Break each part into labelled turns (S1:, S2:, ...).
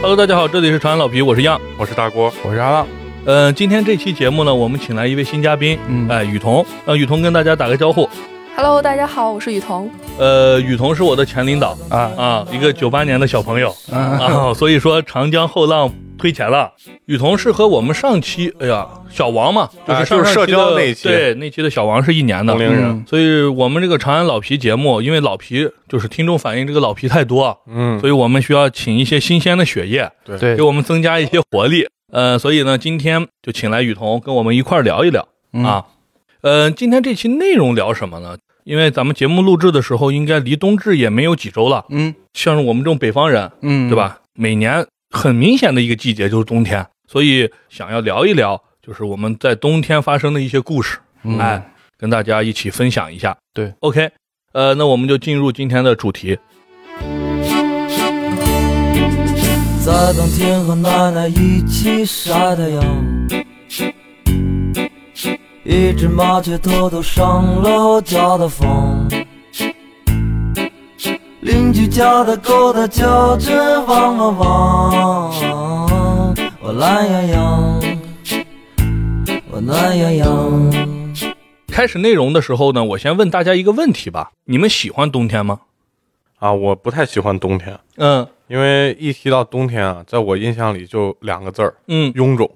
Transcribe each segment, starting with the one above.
S1: Hello，大家好，这里是长安老皮，我是样。
S2: 我是大郭，
S3: 我是阿浪，
S1: 嗯、今天这期节目呢，我们请来一位新嘉宾，
S3: 嗯
S1: 哎、雨桐。让、雨桐跟大家打个招呼。
S4: Hello，大家好，我是雨桐。
S1: 呃，雨桐是我的前领导
S3: 啊
S1: 啊，一个九八年的小朋友
S3: 啊，
S1: 啊， 所以说长江后浪推前浪。雨桐是和我们上期，哎呀，小王嘛，就是
S2: 啊
S1: 上上
S2: 就是社
S1: 期的
S2: 交那一期
S1: 对那期的小王是一年的
S2: 同。龄人，
S3: 嗯
S1: 所以我们这个长安老皮节目，因为老皮就是听众反映这个老皮太多，啊
S2: 嗯，
S1: 所以我们需要请一些新鲜的血液，
S3: 对
S1: 给，我们增加一些活力。呃，所以呢，今天就请来雨桐跟我们一块儿聊一聊、
S3: 嗯
S1: 啊。呃，今天这期内容聊什么呢？因为咱们节目录制的时候，应该离冬至也没有几周了。
S3: 嗯
S1: 像是我们这种北方人，
S3: 嗯，
S1: 对？吧？每年很明显的一个季节就是冬天，所以想要聊一聊，就是我们在冬天发生的一些故事，
S3: 嗯
S1: 哎，跟大家一起分享一下。
S3: 对
S1: ，OK，呃，那我们就进入今天的主题。
S5: 在冬天和奶奶一起晒太阳，一只麻雀偷偷上了我家的房，邻居家的狗它叫着汪汪汪，我懒洋洋，我懒洋洋。
S1: 开始内容的时候呢，我先问大家一个问题吧：你们喜欢冬天吗？
S2: 啊，我不太喜欢冬天，
S1: 嗯
S2: 因为一提到冬天啊，在我印象里就两个字儿，
S1: 嗯
S2: 臃肿。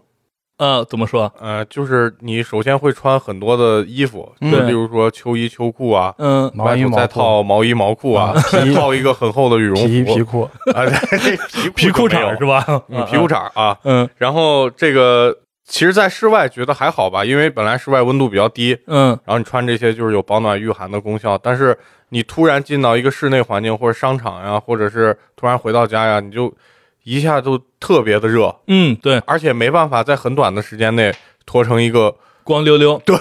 S1: 呃，怎么说？
S2: 呃，就是你首先会穿很多的衣服，就
S3: 嗯
S2: 例如说秋衣秋裤啊，
S1: 嗯
S3: 毛衣
S2: 外头
S3: 毛
S2: 再
S3: 裤
S2: 套毛衣毛裤啊，再
S3: 皮
S2: 套一个很厚的羽绒
S3: 皮衣
S2: 服
S3: 皮裤，
S2: 啊， 对
S1: 皮
S2: 皮
S1: 裤
S2: 裤
S1: 衩儿是
S2: 吧？
S1: 吧？
S2: 嗯，皮裤衩儿啊，
S1: 嗯
S2: 然后这个其实，在室外觉得还好吧，因为本来室外温度比较低，
S1: 嗯
S2: 然后你穿这些就是有保暖御寒的功效，但是你突然进到一个室内环境或者商场呀，或者是突然回到家呀，你就一下就特别的热，
S1: 嗯，对，
S2: 而且没办法在很短的时间内脱成一 个，
S1: 光溜溜。对，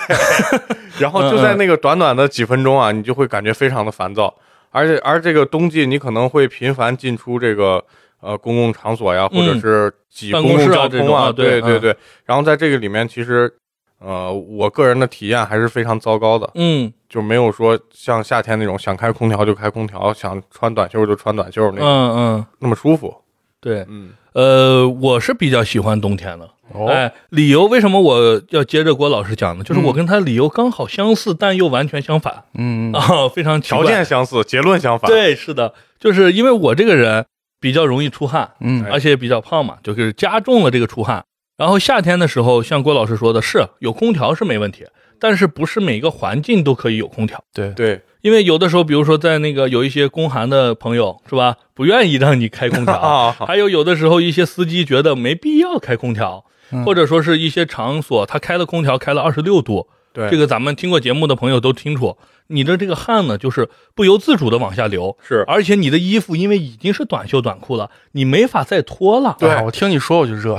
S2: 然后就在那个短短的几分钟啊，你就会感觉非常的烦躁，而且而这个冬季你可能会频繁进出这个。呃，公共场所呀，或者
S1: 嗯
S2: 是挤
S1: 办
S2: 公
S1: 公室
S2: 共
S1: 啊
S2: 交
S1: 这
S2: 通
S1: 种
S2: 啊，
S1: 啊对
S2: 对对
S1: 嗯
S2: 对。然后在这个里面，其实，呃，我个人的体验还是非常糟糕的。
S1: 嗯
S2: 就没有说像夏天那种想开空调就开空调，想穿短袖就穿短袖那、
S1: 嗯嗯，
S2: 那么舒服。
S1: 对，
S2: 嗯，
S1: 呃，我是比较喜欢冬天的。
S3: 哦，
S1: 哎，理由为什么我要接着郭老师讲呢？就是我
S3: 嗯
S1: 跟他理由刚好相似，但又完全相反
S3: 嗯
S1: 啊、非常奇怪
S2: 条件相似，结论相反。，
S1: 对，是的，就是因为我这个人比较容易出汗，
S3: 嗯
S1: 而且也比较胖嘛，就是加重了这个出汗。然后夏天的时候，像郭老师说的，是有空调是没问题，但是不是每个环境都可以有空调，
S3: 对，
S2: 对，
S1: 因为有的时候，比如说在那个有一些宫寒的朋友是吧，不愿意让你开空 调，
S3: 哦
S2: 啊，
S1: 还有有的时候一些司机觉得没必要开空调，
S3: 嗯
S1: 或者说是一些场所他开了空调开了二十六度，
S2: 对，
S1: 这个咱们听过节目的朋友都清楚，你的这个汗呢就是不由自主的往下流，
S2: 是
S1: 而且你的衣服因为已经是短袖短裤了，你没法再脱了，
S2: 对
S3: 啊我听你说我 就热，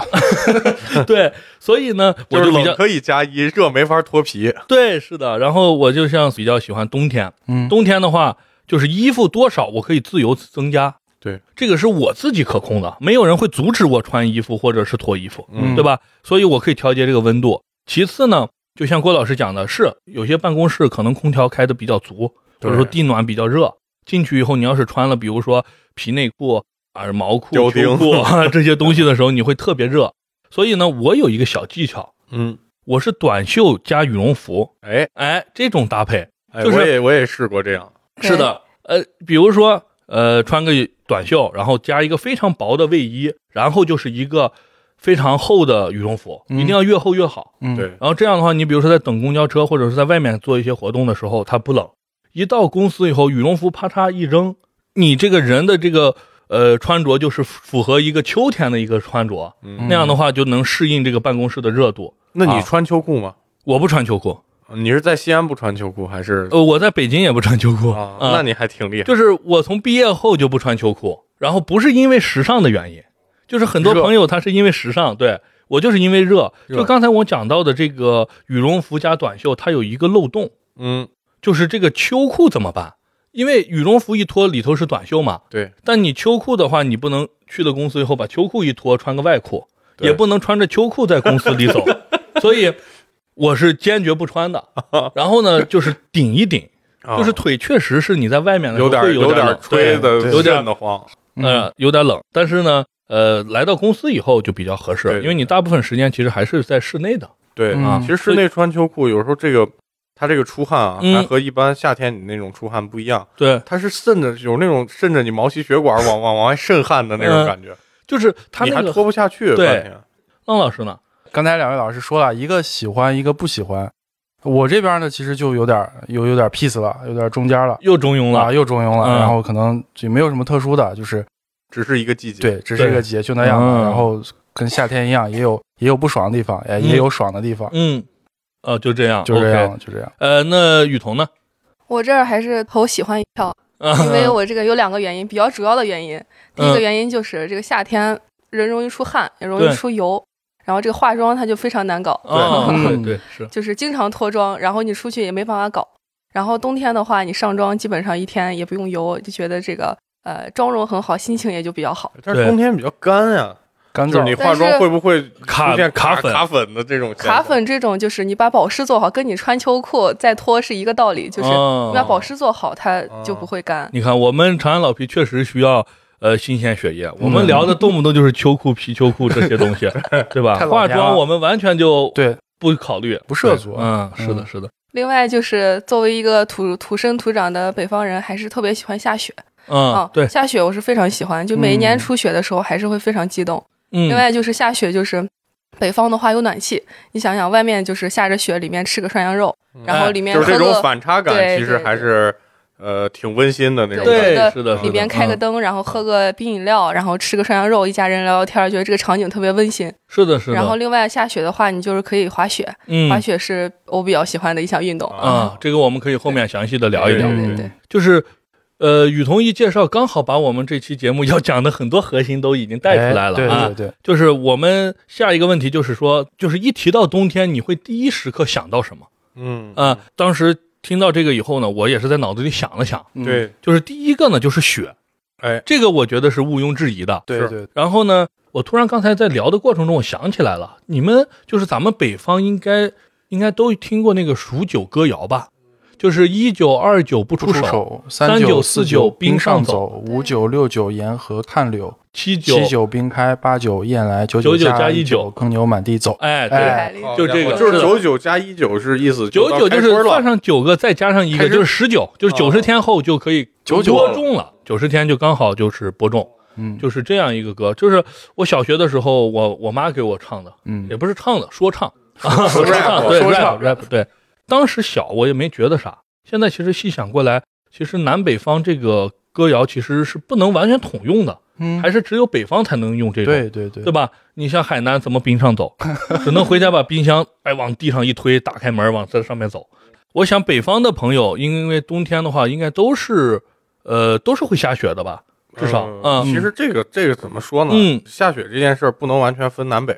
S1: 对，所以呢我
S2: 就是
S1: 就比较
S2: 冷可以加一，热没法脱皮。
S1: 对是的，然后我就像比较喜欢冬天，
S3: 嗯，
S1: 冬天的话就是衣服多少我可以自由增加。
S2: 对，
S1: 这个是我自己可控的，没有人会阻止我穿衣服或者是脱衣服。
S3: 嗯
S1: 对吧？所以我可以调节这个温度。其次呢，就像郭老师讲的，是有些办公室可能空调开的比较足，或者说
S2: 对
S1: 地暖比较热，进去以后你要是穿了，比如说皮内裤啊、毛裤、秋
S2: 貂钉
S1: 裤啊这些东西的时候，你会特别热。所以呢，我有一个小技巧，
S2: 嗯，
S1: 我是短袖加羽绒服，
S2: 哎，
S1: 哎，这种搭配
S2: 哎
S1: 就是
S2: 我也我也试过这样。
S4: 对
S1: 是的，呃，比如说呃，穿个短袖，然后加一个非常薄的卫衣，然后就是一个非常厚的羽绒服，一定要越厚越好。
S3: 嗯，
S2: 对，
S1: 然后这样的话，你比如说在等公交车或者是在外面做一些活动的时候，它不冷。一到公司以后，羽绒服啪嚓一扔，你这个人的这个呃穿着就是符合一个秋天的一个穿着，
S2: 嗯
S1: 那样的话就能适应这个办公室的热度。
S2: 那
S1: 啊
S2: 你穿秋裤吗？
S1: 我不穿秋裤，
S2: 你是在西安不穿秋裤还是？
S1: 呃，我在北京也不穿秋裤
S2: 啊，那你还挺厉害。
S1: 嗯就是我从毕业后就不穿秋裤，然后不是因为时尚的原因，就是很多
S2: 热
S1: 朋友他是因为时尚，对我就是因为热。
S2: 热
S1: 就刚才我讲到的这个羽绒服加短袖，它有一个漏洞。
S2: 嗯，
S1: 就是这个秋裤怎么办？因为羽绒服一脱里头是短袖嘛，
S2: 对，
S1: 但你秋裤的话，你不能去了公司以后把秋裤一脱穿个外裤，
S2: 对
S1: 也不能穿着秋裤在公司里 走，所以我是坚决不穿的。然后呢，就是顶一顶，
S2: 啊
S1: 就是腿确实是你在外面的时候
S2: 有
S1: 会
S2: 点
S1: 有
S2: 点
S1: 冷
S2: 吹
S1: 对
S2: 的，
S1: 有点
S2: 的慌。
S3: 嗯
S1: 呃有点冷，但是呢，呃，来到公司以后就比较合适
S2: 对，对
S1: 因为你大部分时间其实还是在室内的。
S2: 对
S1: 啊
S2: 嗯其实室内穿秋裤有时候这个它这个出汗啊，
S1: 嗯
S2: 还和一般夏天你那种出汗不一样，
S1: 对，
S2: 它是渗着有那种渗着你毛细血管往往往外渗汗的那种
S1: 嗯
S2: 感觉，
S1: 就是他
S2: 你
S1: 那
S2: 还
S1: 个
S2: 脱不下去。
S1: 对
S2: 半天
S1: 浪老师呢，
S3: 刚才两位老师说了一个喜欢，一个不喜欢。我这边呢，其实就有点有有点 peace 了，有点中间了
S1: 又中庸
S3: 啊，
S1: 了，
S3: 又中庸了。
S1: 嗯
S3: 然后可能就没有什么特殊的，就是
S2: 只是一个季节。
S3: 对，只是一个节就那样
S1: 嗯
S3: 吧。然后跟夏天一样，也有也有不爽的地方，哎，
S1: 嗯
S3: 也有爽的地方，
S1: 嗯，呃，就这样，
S3: 就这
S1: OK
S3: 样，就这样。
S1: 呃，那雨桐呢？啊
S4: 我这儿还是投喜欢一票， 因为我这个有两个原因，比较主要的原因。第一个原因就是这个夏天人容易出汗，也容易
S1: 对
S4: 出油，然后这个化妆它就非常难搞，
S1: 啊， 对
S3: 嗯
S1: 对是，
S4: 就是经常脱妆，然后你出去也没办法搞。然后冬天的话，你上妆基本上一天也不用油，就觉得这个呃妆容很好，心情也就比较好。
S2: 但是冬天比较干呀、
S3: 干
S2: 就是你
S3: 燥，
S2: 化
S4: 但
S2: 妆
S4: 是
S2: 会不会
S1: 卡
S2: 出现
S1: 卡
S2: 卡
S1: 粉
S2: 粉的这种现象
S4: 卡粉这种就是你把保湿做好，跟你穿秋裤再脱是一个道理，就是
S1: 哦
S4: 你把保湿做好，它就不会干。
S1: 你看，我们长安老皮确实需要呃新鲜血
S4: 嗯
S1: 液。我们聊的动不动就是秋裤、皮秋裤这些东 西，对吧
S3: 太？老
S1: 化
S3: 年了
S1: 妆我们完全就
S3: 对，
S1: 不考虑，
S3: 不涉足
S1: 嗯，
S3: 嗯
S1: 是的，是的，
S4: 另外就是作为一个土土生土长的北方人，还是特别喜欢下雪啊
S1: 嗯，对，
S4: 下雪我是非常喜欢，就每一
S3: 嗯
S4: 年初雪的时候还是会非常激动。
S1: 嗯，
S4: 另外就是下雪就是。北方的话有暖气，你想想，外面就是下着雪，里面吃个涮羊肉，然后里面
S2: 嗯哎就
S4: 喝
S2: 是这种
S4: 个，
S2: 反差感，
S4: 对
S2: 其实
S4: 对
S2: 还是呃挺温馨的那种感
S4: 对
S2: 觉。
S1: 对
S4: 的
S1: 是的，
S2: 里
S1: 是
S4: 里
S1: 的
S4: 边开个
S1: 嗯
S4: 灯，然后喝个冰饮料，然后吃个涮羊肉，一家人聊聊天，觉得这个场景特别温馨。
S1: 是的，是的，
S4: 然后另外下雪的话，你就是可以滑雪，
S1: 嗯
S4: 滑雪是我比较喜欢的一项运动。
S1: 啊，这个我们可以后面详细的聊一
S4: 对
S1: 聊
S4: 对
S2: 嗯，
S4: 对，
S1: 就是。呃，雨桐一介绍，刚好把我们这期节目要讲的很多核心都已经带出来
S3: 哎
S1: 了
S3: 对
S1: 啊
S3: 对。对，
S1: 就是我们下一个问题就是说，就是一提到冬天，你会第一时刻想到什么？
S2: 嗯
S1: 啊，当时听到这个以后呢，我也是在脑子里想了想，
S3: 嗯
S2: 对，
S1: 就是第一个呢就是雪，
S2: 哎，
S1: 这个我觉得是毋庸置疑的。
S3: 对
S2: 是
S3: 对，
S1: 然后呢，我突然刚才在聊的过程中，我想起来了，你们就是咱们北方应该应该都听过那个数九歌谣吧？就是一九二九不出
S3: 出
S1: 手，
S3: 手
S1: 三
S3: 三
S1: 九四
S3: 四
S1: 九冰
S3: 冰
S1: 上
S3: 走，五九六九沿河看柳，
S1: 七
S3: 七九冰开，八九雁来，九
S1: 九加
S3: 加
S1: 一九
S3: 九，耕牛满地走。
S1: 哎，
S4: 厉
S1: 对，
S4: 害厉害。
S1: 就这个
S2: 就是是
S1: 的
S2: 九九加一九是意思
S1: 九九
S2: 到
S1: 就
S2: 开
S1: 是
S2: 春
S1: 算
S2: 了，
S1: 上九个，再加上一个，
S2: 开始
S1: 就是十九，就是
S2: 哦
S1: 九十天后就可以
S3: 99
S1: 播种了，九十天就刚好就是播种。
S3: 嗯，
S1: 就是这样一个歌，就是我小学的时候，我我妈给我唱的，
S3: 嗯
S1: 也不是唱的，说唱，
S2: 说
S1: 啊
S2: rap，
S1: 对
S2: 说
S1: rap rap，对。当时小我也没觉得啥，现在其实细想过来，其实南北方这个歌谣其实是不能完全统用的，
S3: 嗯，
S1: 还是只有北方才能用这种，
S3: 对对对
S1: 对吧？你像海南怎么冰上走， 只能回家把冰箱哎往地上一推，打开门往这上面走。我想北方的朋友，因为冬天的话，应该都是呃都是会下雪的吧，至少
S2: 嗯
S1: 嗯
S2: 其实这个这个怎么说呢？
S1: 嗯
S2: 下雪这件事儿不能完全分南北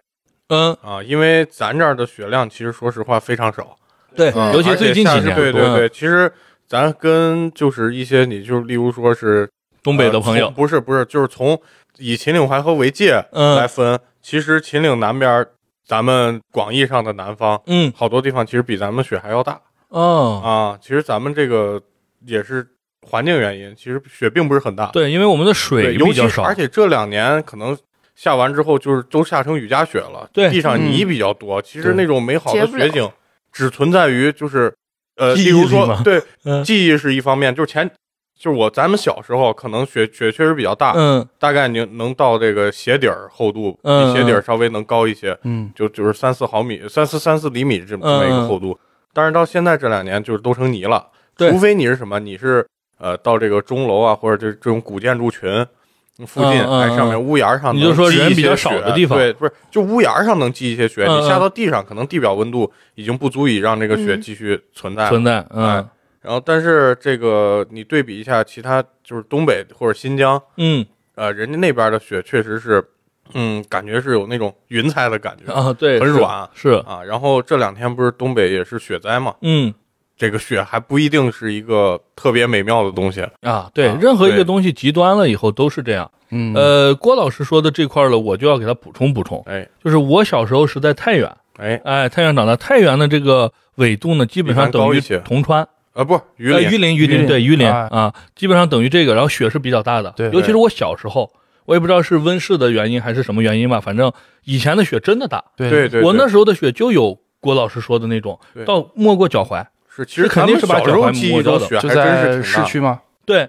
S1: 嗯，
S2: 啊，因为咱这儿的雪量其实说实话非常少，
S1: 对，
S4: 嗯
S1: 尤其
S2: 而且
S1: 最近几
S2: 下
S1: 年，
S2: 对对
S1: 嗯
S2: 对，其实咱跟就是一些你就是例如说是
S1: 东北的朋
S2: 呃
S1: 友
S2: 从，不是不是，就是从以秦岭淮河为界
S1: 嗯
S2: 来分。其实秦岭南边，咱们广义上的南方，
S1: 嗯，
S2: 好多地方其实比咱们雪还要大
S1: 哦，
S2: 啊。其实咱们这个也是环境原因，其实雪并不是很大，
S1: 对，因为我们的
S2: 对，
S1: 水
S2: 尤
S1: 比
S2: 其
S1: 较
S2: 是
S1: 少，
S2: 而且这两年可能。下完之后就是都下成雨夹雪了，
S1: 对
S2: 地上
S3: 嗯
S2: 泥比较多。其实
S3: 对
S2: 那种美好
S4: 结
S2: 的
S4: 不了
S2: 雪景，只存在于就是，呃，
S1: 记忆
S2: 例如
S1: 里
S2: 说
S1: 吗，
S2: 对，
S1: 嗯
S2: 记忆是一方面，就是前，就是我咱们小时候可能雪雪确实比较大，
S1: 嗯
S2: 大概你能到这个鞋底儿厚度，
S1: 嗯
S2: 比鞋底儿稍微能高一些，
S3: 嗯
S2: 就就是三四毫米、三四三四厘米这么这么一
S1: 嗯嗯
S2: 个厚度。但是到现在这两年就是都成泥了，
S1: 对
S2: 除非你是什么，你是呃到这个钟楼啊，或者这这种古建筑群附近，
S1: 嗯嗯
S2: 哎
S1: 嗯
S2: 上面屋檐儿上
S1: 你
S2: 能
S1: 就说
S2: 积
S1: 人
S2: 一
S1: 比
S2: 些
S1: 较少
S2: 雪
S1: 的地方
S2: 对，不是就屋檐儿上能积一些雪，
S1: 嗯嗯
S2: 你下到地上可能地表温度已经不足以让这个雪
S4: 嗯
S2: 继续存在了。
S1: 存在，嗯
S2: 哎然后，但是这个你对比一下其他就是东北或者新疆。
S1: 嗯
S2: 呃，人家那边的雪确实是，嗯，感觉是有那种云彩的感觉
S1: 啊，对，
S2: 很
S1: 是
S2: 软
S1: 是，
S2: 啊然后这两天不是东北也是雪灾嘛，
S1: 嗯
S2: 这个雪还不一定是一个特别美妙的东西。
S1: 啊，对，
S2: 啊
S1: 任何一个
S2: 对
S1: 东西极端了以后都是这样。
S3: 嗯
S1: 呃，郭老师说的这块儿了，我就要给他补充补充，
S2: 哎
S1: 就是我小时候是在太原，
S2: 哎，
S1: 哎，太原长大，太原的这个纬度呢，基本上
S2: 比咱高
S1: 等于
S2: 一些
S1: 铜川。
S2: 啊，不是榆
S1: 呃
S2: 林，
S1: 榆林，榆
S3: 榆
S1: 林，
S3: 林
S1: 对，榆林
S3: 哎
S1: 啊，基本上等于这个。然后雪是比较大的，
S3: 对
S1: 尤其是我小时候，我也不知道是温室的原因还是什么原因吧，反正以前的雪真的大，
S3: 对
S2: 对对，
S1: 呃我
S2: 对
S1: 那时候的雪就有郭老师说的那种
S2: 对，
S1: 到没过脚踝，
S2: 是其实
S1: 肯定
S2: 咱们
S1: 是把
S2: 小
S1: 脚
S2: 时候
S1: 踝
S2: 记
S1: 磨
S2: 忆
S1: 着
S2: 中
S1: 的
S2: 雪
S3: 就
S2: 还
S3: 在
S2: 真是
S3: 市
S2: 挺大
S3: 区吗？
S1: 对，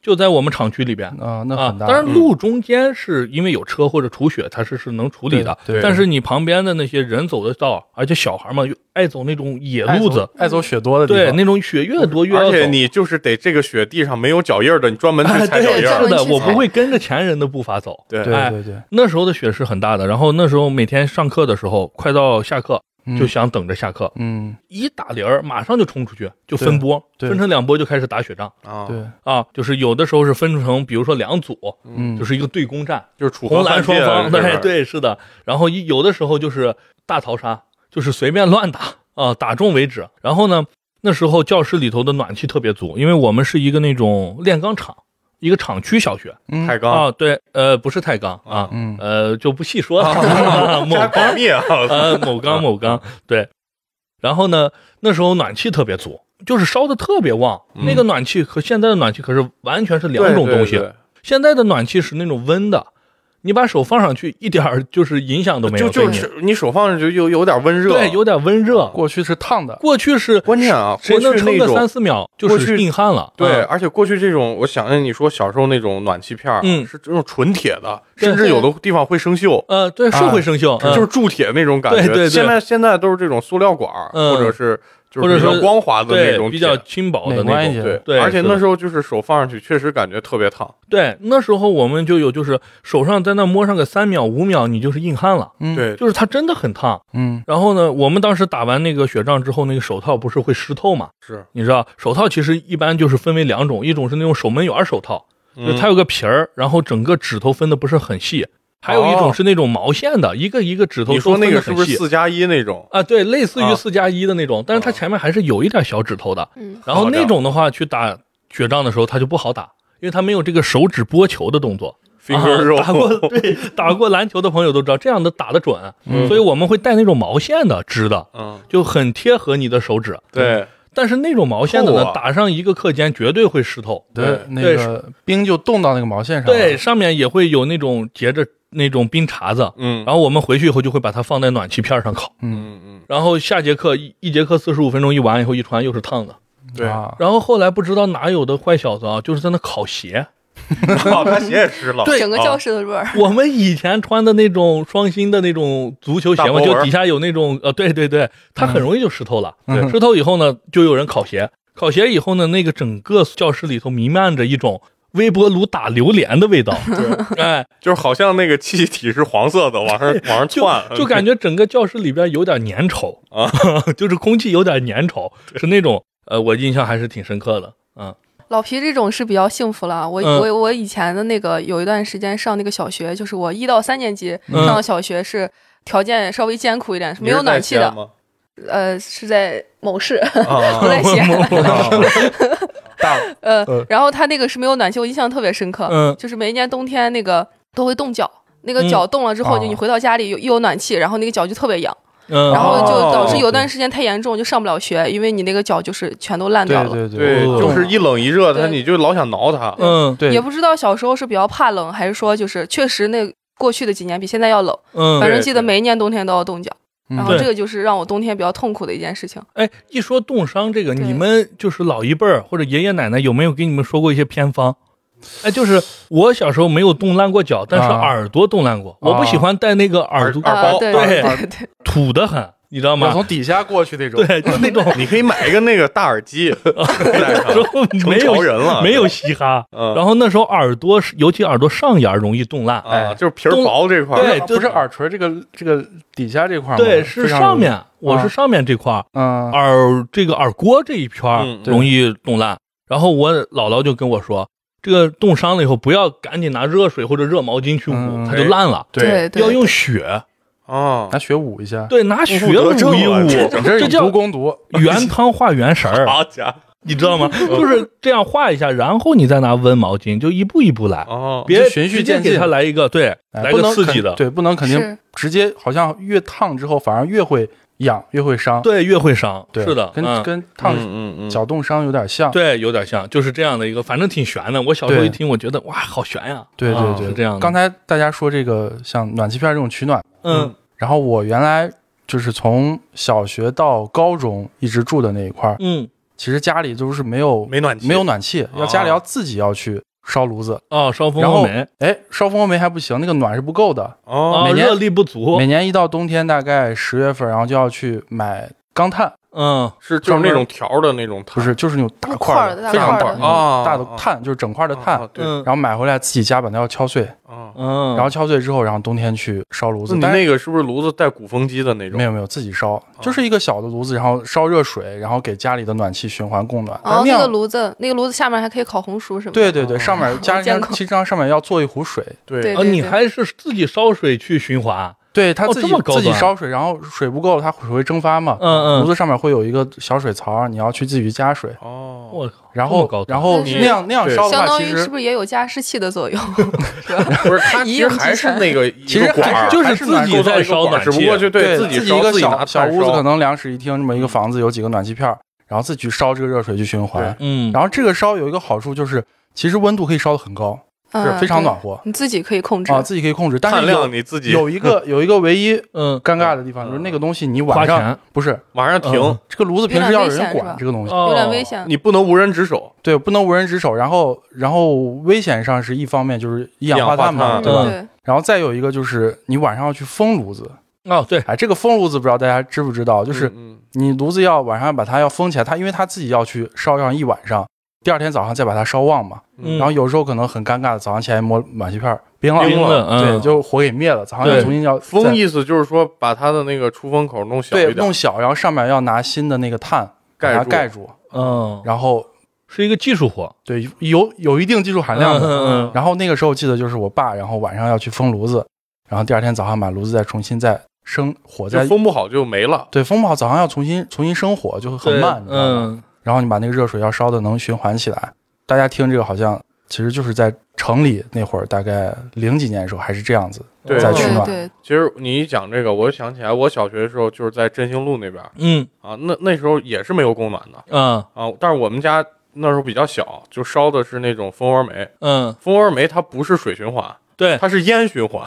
S1: 就在我们厂区里边。
S3: 啊，那
S1: 啊
S3: 很，大。
S1: 当然，路中间是因为有车或者除雪，它是是能处理的。
S3: 对对
S1: 但是你旁边的那些人走的道，而且小孩嘛，又爱走那种野
S3: 爱走
S1: 路子，
S3: 爱走雪多的地
S1: 对，
S3: 方。
S1: 那种雪越多越要
S2: 而且
S1: 走
S2: 你就是得这个雪地上没有脚印儿的，你专门去
S1: 哎
S2: 踩脚
S1: 对，
S2: 印
S4: 专
S2: 儿
S1: 是
S4: 门。
S1: 的，
S4: 去
S1: 我
S4: 踩
S1: 不会跟着前人的步伐走。
S2: 对
S3: 对
S1: 哎
S3: 对对
S1: 那时候的雪是很大的，然后那时候每天上课的时候，快到下课
S3: 嗯，
S1: 就想等着下课，
S3: 嗯，
S1: 一打铃儿马上就冲出去，就分波，
S3: 对对
S1: 分成两波就开始打雪仗
S2: 啊，
S3: 对，
S1: 啊，就是有的时候是分成，比如说两组，
S3: 嗯，
S1: 就是一个对攻战，
S2: 就是楚
S1: 红
S2: 河
S1: 蓝
S2: 汉界
S1: 双
S2: 啊
S1: 方，
S2: 这
S1: 对
S2: 边
S1: 对是的，然后一有的时候就是大逃杀，就是随便乱打啊，打中为止。然后呢，那时候教室里头的暖气特别足，因为我们是一个那种炼钢厂，一个厂区小学。
S3: 嗯
S2: 太
S1: 啊、
S2: 钢
S1: 对，呃，不是钛钢啊，
S3: 嗯
S1: 呃，就不细说 了，啊 某
S2: 加保
S1: 钢，
S2: 密啊，
S1: 呃，某钢，某钢，对。然后呢，那时候暖气特别足，就是烧的特别旺。
S2: 嗯
S1: 那个暖气和现在的暖气可是完全是两
S2: 对
S1: 种
S2: 对
S1: 东西。
S2: 对
S1: 现在的暖气是那种温的，你把手放上去一点儿就是影响都没有
S2: 就
S1: 对
S2: 就
S1: 你，
S2: 是你手放上去就有有点温热，哦
S1: 对，有点温热。
S3: 过去是烫的，
S1: 过去是
S2: 关键啊，
S1: 谁能
S2: 过去
S1: 撑
S2: 那
S1: 个
S2: 种
S1: 三四秒就
S2: 过
S1: 是
S2: 去
S1: 硬汉了。
S2: 对，啊
S1: 嗯
S2: 而且过去这种，我想着你说小时候那种暖气片儿，啊
S1: 嗯
S2: 是这种纯铁的，
S1: 对
S2: 甚至有的地方会生锈，
S1: 呃，对，是会生锈，嗯
S2: 啊就是铸铁那种感觉。
S1: 对对对
S2: 现在现在都是这种塑料管儿，
S1: 嗯
S2: 或者是就
S1: 或
S2: 是
S1: 者
S2: 比
S1: 说
S2: 较光滑的那
S1: 对
S2: 种
S1: 比
S2: 铁
S1: 较轻薄的
S3: 美
S1: 那
S3: 观一
S1: 种。
S3: 些。
S2: 对
S1: 对
S2: 而且
S1: 是
S2: 那
S1: 的
S2: 时候就是手放上去，确实感觉特别烫。
S1: 对，那时候我们就有就是手上在那摸上个三秒五秒，你就是硬汉了，
S3: 嗯，
S2: 对，
S1: 就是它真的很烫。
S3: 嗯，
S1: 然后呢，我们当时打完那个雪仗之后，那个手套不是会湿透嘛？
S2: 是，
S1: 你知道，手套其实一般就是分为两种，一种是那种守门员手套，就是
S2: 嗯
S1: 它有个皮儿，然后整个指头分的不是很细；还有一种是那种毛线的，一个一个指头
S2: 哦你
S1: 都
S2: 说
S1: 分
S2: 那
S1: 得
S2: 个是
S1: 很
S2: 不是
S1: 细。
S2: 四加一那种？
S1: 啊，对，类似于
S2: 啊
S1: 四加一的那种，但是它
S2: 啊
S1: 前面还是有一点小指头的。
S4: 嗯
S1: 然后
S2: 好
S1: 那
S2: 的
S1: 种的话，去打雪仗的时候，它就不好打，因为它没有这个手指拨球的动作。
S2: finger 肉
S1: 啊、打过对打过篮球的朋友都知道，这样的打得准。所以我们会带那种毛线的织的，
S2: 嗯，
S1: 就很贴合你的手指。，
S2: 对，
S1: 但是那种毛线的
S2: 厚
S1: 呢，
S2: 啊
S1: 打上一个课间绝对会湿透。
S3: 对
S2: 对，
S3: 那
S1: 对
S3: 个冰就冻到那个毛线上了。
S2: 啊
S1: 对，上面也会有那种结着那种冰碴子。
S2: 嗯，
S1: 然后我们回去以后就会把它放在暖气片上烤，
S2: 嗯嗯，
S1: 然后下节课一一节课四十五分钟一完以后一穿又是烫的，
S2: 对，
S3: 啊，
S1: 然后后来不知道哪有的坏小子啊，就是在那烤鞋，
S2: 哦，他鞋也湿了，
S4: 整个
S2: 啊
S4: 教室的味儿。
S1: 我们以前穿的那种双芯的那种足球鞋
S2: 大
S1: 嘛，
S2: 波纹
S1: 就
S2: 儿
S1: 底下有那种呃，对对对，它很容易就湿透了。
S3: 嗯
S1: 对湿透以后呢，就有人烤鞋，烤鞋以后呢，那个整个教室里头弥漫着一种微波炉打榴莲的 味道，哎，
S2: 就是好像那个气体是黄色的，往上往上
S1: 就
S2: 窜，
S1: 就感觉整个教室里边有点粘稠
S2: 啊，
S1: 就是空气有点粘稠，是那种呃，我印象还是挺深刻的。嗯
S4: 老皮这种是比较幸福了。我、
S1: 嗯
S4: 我我以前的那个有一段时间上那个小学，就是我一到三年级
S1: 嗯
S4: 上的小学是条件稍微艰苦一点，是没有暖气的。
S2: 吗？
S4: 呃，是在某市，不
S2: 啊，
S4: 在西安。
S2: 大
S4: 呃
S3: 嗯，
S4: 然后他那个是没有暖气，我印象特别深刻。
S1: 嗯
S4: 就是每一年冬天那个都会冻脚，那个
S1: 嗯
S4: 脚冻了之后，就
S3: 哦
S4: 你回到家里有一有暖气，然后那个脚就特别痒，
S1: 嗯，
S4: 然后就
S2: 哦
S4: 导致有段时间太严重就上不了学，因为你那个脚就是全都烂掉
S3: 对
S4: 了。
S3: 对
S2: 对，
S1: 哦
S2: 就是一冷一热，它
S4: 对
S2: 你就老想挠它。
S1: 嗯
S3: 对，
S4: 也不知道小时候是比较怕冷，还是说就是确实那过去的几年比现在要冷，
S1: 嗯，
S4: 反正
S2: 对
S4: 记得每一年冬天都要冻脚，
S3: 嗯
S4: 然后这个就是让我冬天比较痛苦的一件事情。
S1: 哎，一说冻伤这个，
S4: 对
S1: 你们就是老一辈儿或者爷爷奶奶有没有给你们说过一些偏方？哎，就是我小时候没有冻烂过脚，但是
S3: 啊
S1: 耳朵冻烂过。我不喜欢戴那个耳朵
S2: 啊耳
S4: 啊
S2: 包，
S4: 对
S1: 对
S4: 对对对，
S1: 土的很，你知道
S3: 要
S1: 吗？
S3: 从底下过去那种。
S1: 对，就那 种
S2: 你可以买一个那个大耳 机， 戴上
S1: 然后没
S2: 成潮
S1: 有
S2: 人啊了，
S1: 没有嘻哈。
S2: 嗯
S1: 然后那时候耳朵是，尤其耳朵上沿儿容易冻烂。
S2: 啊，
S3: 哎
S2: 就是皮儿薄这块儿，
S1: 对
S3: 不是耳垂这个这个底下这块吗？
S1: 对，是
S3: 非常
S1: 上面，我
S3: 啊
S1: 是上面这块儿
S3: 嗯
S1: 耳这个耳郭这一片儿
S2: 嗯
S1: 容易冻烂。然后我姥姥就跟我说，这个冻伤了以后不要赶紧拿热水或者热毛巾去捂，
S3: 嗯
S1: 它就烂了。
S4: 对对
S1: 要用血，
S2: 啊
S3: 拿，血捂一下。
S1: 对，拿血捂一
S2: 误
S1: 捂
S2: 得正了，
S3: 哦你这
S1: 这
S3: 有毒
S1: 叫
S3: 攻毒，
S1: 原汤化原食儿。
S2: 好家伙，
S1: 你知道吗？
S3: 嗯
S1: 就是这样画一下，然后你再拿温毛巾，就一步一步来，
S2: 哦，
S1: 别
S3: 就循序
S1: 直接
S3: 渐进
S1: 给他来一个对，
S3: 哎
S1: 来
S3: 不
S1: 个
S3: 能
S1: 刺
S3: 肯
S1: 激的，
S3: 对，不能肯定
S4: 是
S3: 直接，好像越烫之后反而越会痒，越会伤。
S1: 对，越会伤，
S3: 对，
S1: 是的，
S3: 跟、
S1: 嗯
S3: 跟烫
S2: 嗯嗯嗯，
S3: 脚冻伤有点像。
S1: 对，有点像，就是这样的一个，反正挺悬的。我小时候
S3: 对
S1: 一听，我觉得哇，好悬呀、
S3: 对
S1: 啊
S3: 对对，
S1: 是这样的。
S3: 刚才大家说这个像暖气片这种取暖，
S1: 嗯
S3: 然后我原来就是从小学到高中一直住的那一块儿，
S1: 嗯
S3: 其实家里就是没有
S2: 没暖气，
S3: 没有暖气，要家里要自己要去烧炉子。
S1: 哦，烧蜂
S3: 然
S1: 窝
S3: 后
S1: 煤，
S3: 哎，烧蜂窝煤还不行，那个暖是不够的。
S2: 哦，
S1: 哦，
S3: 每年
S1: 热力不足
S3: 每，年一到冬天，大概十月份，然后就要去买钢炭，
S1: 嗯
S2: 是就是那种条的那种炭，
S3: 不是就是那种大块
S4: 块
S3: 儿
S4: 儿的大
S3: 非常
S4: 块
S3: 大
S4: 儿
S3: 那
S4: 的
S3: 种
S2: 哦
S3: 大的
S2: 哦
S3: 炭，就是整块的炭
S2: 哦，对，
S1: 嗯
S3: 然后买回来自己家把它要敲碎，
S2: 哦
S1: 嗯，
S3: 然后敲碎之后，然后冬天去烧炉
S2: 那
S3: 子。
S2: 你
S3: 但是
S2: 那个是不是炉子带鼓风机的那种？哦
S3: 没有没有自己烧，就是一个小的炉子，然后烧热水，然后给家里的暖气循环供暖。
S4: 然后
S3: 但那
S4: 哦那个
S3: 样
S4: 炉子，那个炉子下面还可以烤红薯什么的。
S3: 对
S2: 哦
S3: 对对，上面家里
S4: 见
S3: 上
S4: 过
S3: 其实上面要做一壶水，
S2: 对
S4: 对
S1: 哦，你还是自己烧水去循环，
S3: 对他
S1: 哦
S3: 自己
S1: 这么高
S3: 自己
S1: 端
S3: 烧水，然后水不够了，它水会蒸发嘛。
S1: 嗯嗯，
S3: 炉子上面会有一个小水槽，你要去自己加水，
S2: 哦，
S1: 我靠，
S3: 然
S1: 这么
S3: 后
S1: 高端
S3: 然后
S4: 就是
S3: 那样那样
S2: 对
S3: 烧的
S4: 相
S3: 话，
S4: 当
S3: 其
S4: 于是
S3: 实
S4: 不是也有加湿器的作用？
S2: 不是，它其
S4: 一
S2: 实
S4: 应
S2: 还
S4: 之
S2: 是
S4: 全
S2: 那个一
S3: 其
S2: 个
S3: 实
S2: 管
S3: 还
S2: 儿，
S3: 是
S1: 就是
S2: 还
S1: 自己
S2: 暖构造
S1: 在
S2: 一个
S1: 烧
S2: 管儿
S1: 暖
S2: 只不
S1: 气
S2: 过就自
S3: 己
S2: 己
S3: 一
S2: 烧
S3: 个
S2: 自己拿
S3: 小小
S2: 炭
S3: 屋子，
S2: 烧
S3: 可能两室一厅这么一个房子，有几个暖气片儿，然后自己去烧这个热水去循环。
S1: 嗯，
S3: 然后这个烧有一个好处就是，其实温度可以烧得很高，
S4: 嗯
S3: 非常暖，
S4: 对
S3: 和
S4: 你自己可以控制
S3: 啊，。自己可以控制。但
S2: 碳
S3: 是有
S2: 量你自己
S3: 有一个有一个唯一
S1: 嗯，
S3: 尴尬的地方就是那个东西，你晚
S1: 花
S3: 上
S1: 钱
S3: 不是
S2: 往上停
S1: 嗯，
S3: 这个炉子平时
S4: 有点
S3: 要有
S4: 危
S3: 人
S4: 险是
S3: 管
S4: 吧
S3: 这个东西，
S1: 哦
S4: 有点危险。嗯
S2: 你不能无人值守。
S3: 对，不能无人值守。然后，然后危险上是一方面，就是一氧化碳嘛，
S2: 一氧化碳
S3: 啊对吧？
S4: 对，
S3: 然后再有一个就是你晚上要去封炉子，
S1: 哦，对，
S3: 哎，这个封炉子不知道大家知不知道，就
S2: 就是
S1: 嗯
S3: 你炉子要晚上把它要封起来，它因为它自己要去烧上一晚上，第二天早上再把它烧旺嘛。
S1: 嗯
S3: 然后有时候可能很尴尬，早上起来摸暖气片儿冰了，
S1: 冰了
S3: 对，
S1: 嗯
S3: 就火给灭了，早上要
S1: 对
S3: 重新要
S2: 风
S3: 再
S2: 意思就是说把它的那个出风口弄小
S3: 对
S2: 一点
S3: 弄，小，然后上面要拿新的那个碳把
S2: 盖
S3: 它
S2: 住
S3: 盖住，
S1: 嗯，
S3: 然后
S1: 是一个技术活，
S3: 对有有一定技术含量的，
S1: 嗯嗯
S3: 然后那个时候记得就是我爸，然后晚上要去封炉子，然后第二天早上把炉子再重新再生火，
S2: 就
S3: 再
S2: 风不好就没了。
S3: 对风不好，早上要重新重新生火，就会很
S1: 对
S3: 慢，你知道吗？
S1: 嗯，
S3: 然后你把那个热水要烧的能循环起来。大家听这个好像其实就是在城里那会儿，大概零几年的时候还是这样子，
S2: 对
S3: 再取
S4: 对
S3: 暖
S4: 对，对
S2: 其实你一讲这个，我就想起来我小学的时候就是在振兴路那边
S1: 嗯
S2: 啊，那那时候也是没有供暖的
S1: 嗯
S2: 啊，但是我们家那时候比较小，就烧的是那种蜂窝煤。
S1: 嗯，
S2: 蜂窝煤它不是水循环，
S1: 对，
S2: 它是烟循环，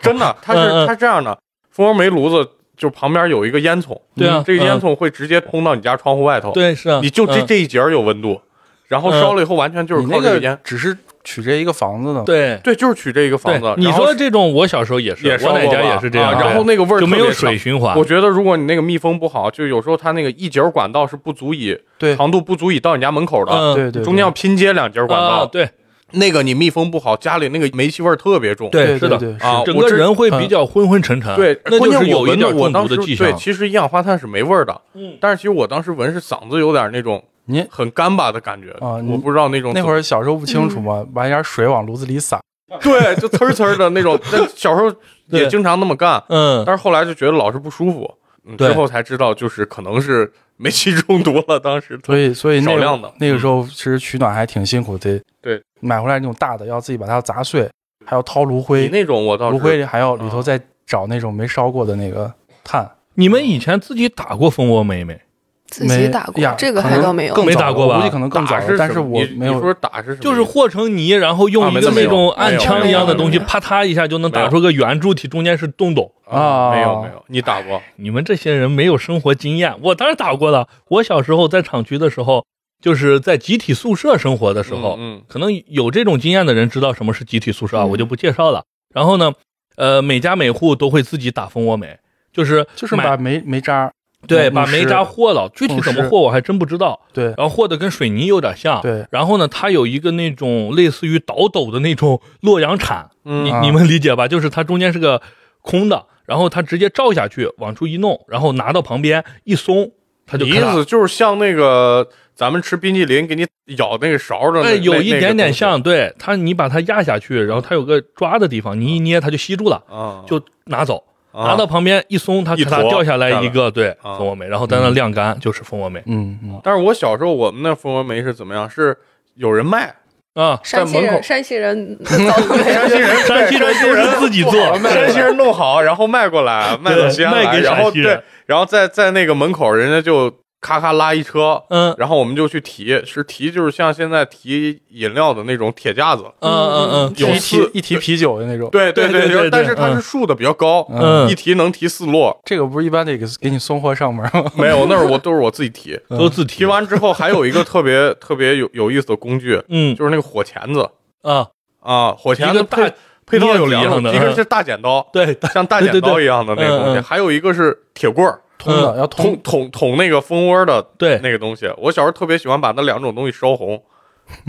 S2: 真的，它是
S1: 嗯嗯
S2: 它是这样的，蜂窝煤炉子就旁边有一个烟囱，
S1: 对啊
S2: 这个烟
S1: 嗯
S2: 囱会直接通到你家窗户外头，
S1: 对，是啊，
S2: 你就这
S1: 嗯
S2: 这一节儿有温度，然后烧了以后完全就是
S3: 你
S2: 靠
S3: 那
S2: 这个
S3: 个
S2: 烟，
S3: 只是取这一个房子的，
S1: 嗯对。
S2: 对，就是取这一个房子
S1: 对，。你
S2: 然后
S1: 说这种，我小时候也是，
S2: 也烧
S1: 我奶
S2: 过
S1: 家
S2: 吧
S1: 也是这样
S2: 啊
S1: 的，
S2: 然后那个味儿
S1: 就没有
S2: 特别
S1: 水循环
S2: 呛。我，觉得如果你那个密封不好，就有时候它那个一节儿管道是不足以
S3: 对
S2: 长度不足以到你家门口的，
S1: 嗯，
S3: 对对，
S2: 中间要拼接两节儿管
S1: 啊，
S2: 道，
S1: 对
S2: 那个你密封不好，家里那个煤气味儿特别重。
S3: 对
S1: 是
S3: 对
S1: 的，
S3: 对
S2: 啊
S1: 整
S2: 我
S1: 个
S2: 这
S1: 人会
S3: 嗯
S1: 比较昏昏沉沉，
S2: 对，
S1: 那
S2: 关
S1: 就
S2: 键
S1: 是有
S2: 我
S1: 一
S2: 闻的
S1: 点
S2: 我
S1: 中
S2: 当
S1: 毒
S2: 时
S1: 的迹
S2: 对，
S1: 象。
S2: 其实一氧化碳是没味儿的，
S1: 嗯
S2: 但是其实我当时闻是嗓子有点那种
S3: 你
S2: 很干巴的感觉，
S3: 啊你
S2: 我不知道那种
S3: 那会儿小时候不清楚嘛，
S4: 嗯
S3: 把一点水往炉子里撒，
S2: 对，就呲儿呲儿的那种。但小时候也
S1: 对
S2: 经常那么干，
S1: 嗯，
S2: 但是后来就觉得老是不舒服，嗯、
S1: 对
S2: 之后才知道就是可能是煤气中毒了。当时
S3: 所以所以那
S2: 少
S3: 个
S2: 量的
S3: 那个时候其实取暖还挺辛苦的，
S2: 对，
S3: 买回来那种大的要自己把它砸碎，还要掏炉
S2: 你
S3: 灰，
S2: 那种我倒
S3: 炉
S2: 是
S3: 灰里还要里头再找那种没烧过的那个炭，
S1: 你们以前自己打过蜂窝煤没？
S4: 自己
S3: 没
S4: 打过
S3: 呀，
S4: 这个
S3: 可
S4: 还
S3: 能
S4: 倒没有。
S3: 更
S1: 没
S3: 早
S1: 打
S3: 了
S1: 过吧
S3: 估计可能更早
S2: 打
S3: 了
S2: 是，
S3: 但
S2: 什
S3: 是
S2: 么
S3: 我
S2: 你
S3: 没
S2: 你
S3: 有
S2: 说打是什么意思？
S1: 就是和成泥，然后用一个那种按枪一样的东西，
S4: 没有
S1: 啪嗒一下就能打出个圆柱体，中间是洞洞。
S2: 啊，没有
S3: 啊
S2: 没有，你打过？
S1: 你们这些人没有生活经验，我当然打过了。我小时候在厂区的时候，就是在集体宿舍生活的时候，
S2: 嗯，
S1: 可能有这种经验的人知道什么是集体宿舍啊，
S4: 嗯
S1: 我就不介绍了。然后呢，呃，每家每户都会自己打蜂窝煤，就是
S3: 就是
S1: 买
S3: 把煤煤渣儿
S1: 对
S3: 弄
S1: 把
S3: 湿
S1: 煤渣和了，具体怎么
S3: 弄湿
S1: 和我还真不知道。
S3: 对
S1: 然后和的跟水泥有点像，
S3: 对
S1: 然后呢，它有一个那种类似于倒斗的那种洛阳铲，
S2: 嗯
S1: 你
S3: 啊
S1: 你们理解吧？就是它中间是个空的，然后它直接照下去，往出一弄，然后拿到旁边一松，它就
S2: 你
S1: 开
S2: 意
S1: 了
S2: 思就是像那个咱们吃冰淇淋给你咬那个勺的那，
S1: 哎，有
S2: 那
S1: 一
S2: 那
S1: 点
S2: 个
S1: 点
S2: 东西
S1: 像，对它，你把它压下去，然后它有个抓的地方，你一捏它就吸住了，
S2: 啊，
S1: 就拿走。
S2: 啊
S1: 拿到旁边一松，它
S2: 一
S1: 咔
S2: 坨
S1: 嚓掉下来一个，对，
S2: 啊
S1: 蜂窝煤，然后在那晾干就是蜂窝煤
S3: 嗯嗯，
S2: 但是我小时候我们那蜂窝煤是怎么样？是有人卖，
S1: 啊。
S4: 山西
S2: 在门口
S4: 人，山西人 早就没了
S2: 山西人，
S1: 山西人都是自己做，
S2: 山西人弄好，然后卖过来，卖到西安
S1: 卖
S2: 来，
S1: 给
S2: 然后
S1: 陕西人
S2: 对，然后在在那个门口，人家就咔咔拉一车，
S1: 嗯
S2: 然后我们就去提，是提就是像现在提饮料的那种铁架子，
S1: 嗯嗯嗯，有
S3: 一提
S2: 四
S3: 一提啤酒的那种。
S2: 对
S1: 对
S2: 对
S1: 对对
S2: 但是它
S1: 嗯
S2: 是竖的比较高，
S1: 嗯
S2: 一提能提四摞，
S3: 这个不是一般得给给你送货上门吗？
S2: 没 有，那是我都是我自己提。
S1: 都自
S2: 提
S1: 提，
S2: 完之后，还有一个特别特别有有意思的工具，
S1: 嗯
S2: 就是那个火钳子
S1: 啊，
S2: 啊，火钳
S1: 一
S2: 子
S1: 个
S2: 配
S1: 大
S2: 配套有
S1: 镊子
S2: 两
S1: 一样
S2: 种，
S1: 的
S2: 一个
S1: 嗯
S2: 是大剪刀，
S1: 对，
S2: 像大 剪
S1: 对对
S2: 刀
S1: 对
S2: 一样的那个东西，
S1: 嗯嗯
S2: 还有一个是铁棍儿，
S3: 通
S1: 呃
S3: 的要
S2: 捅捅
S3: 通，
S2: 捅那个蜂窝的
S1: 对
S2: 那个东西。我小时候特别喜欢把那两种东西烧红，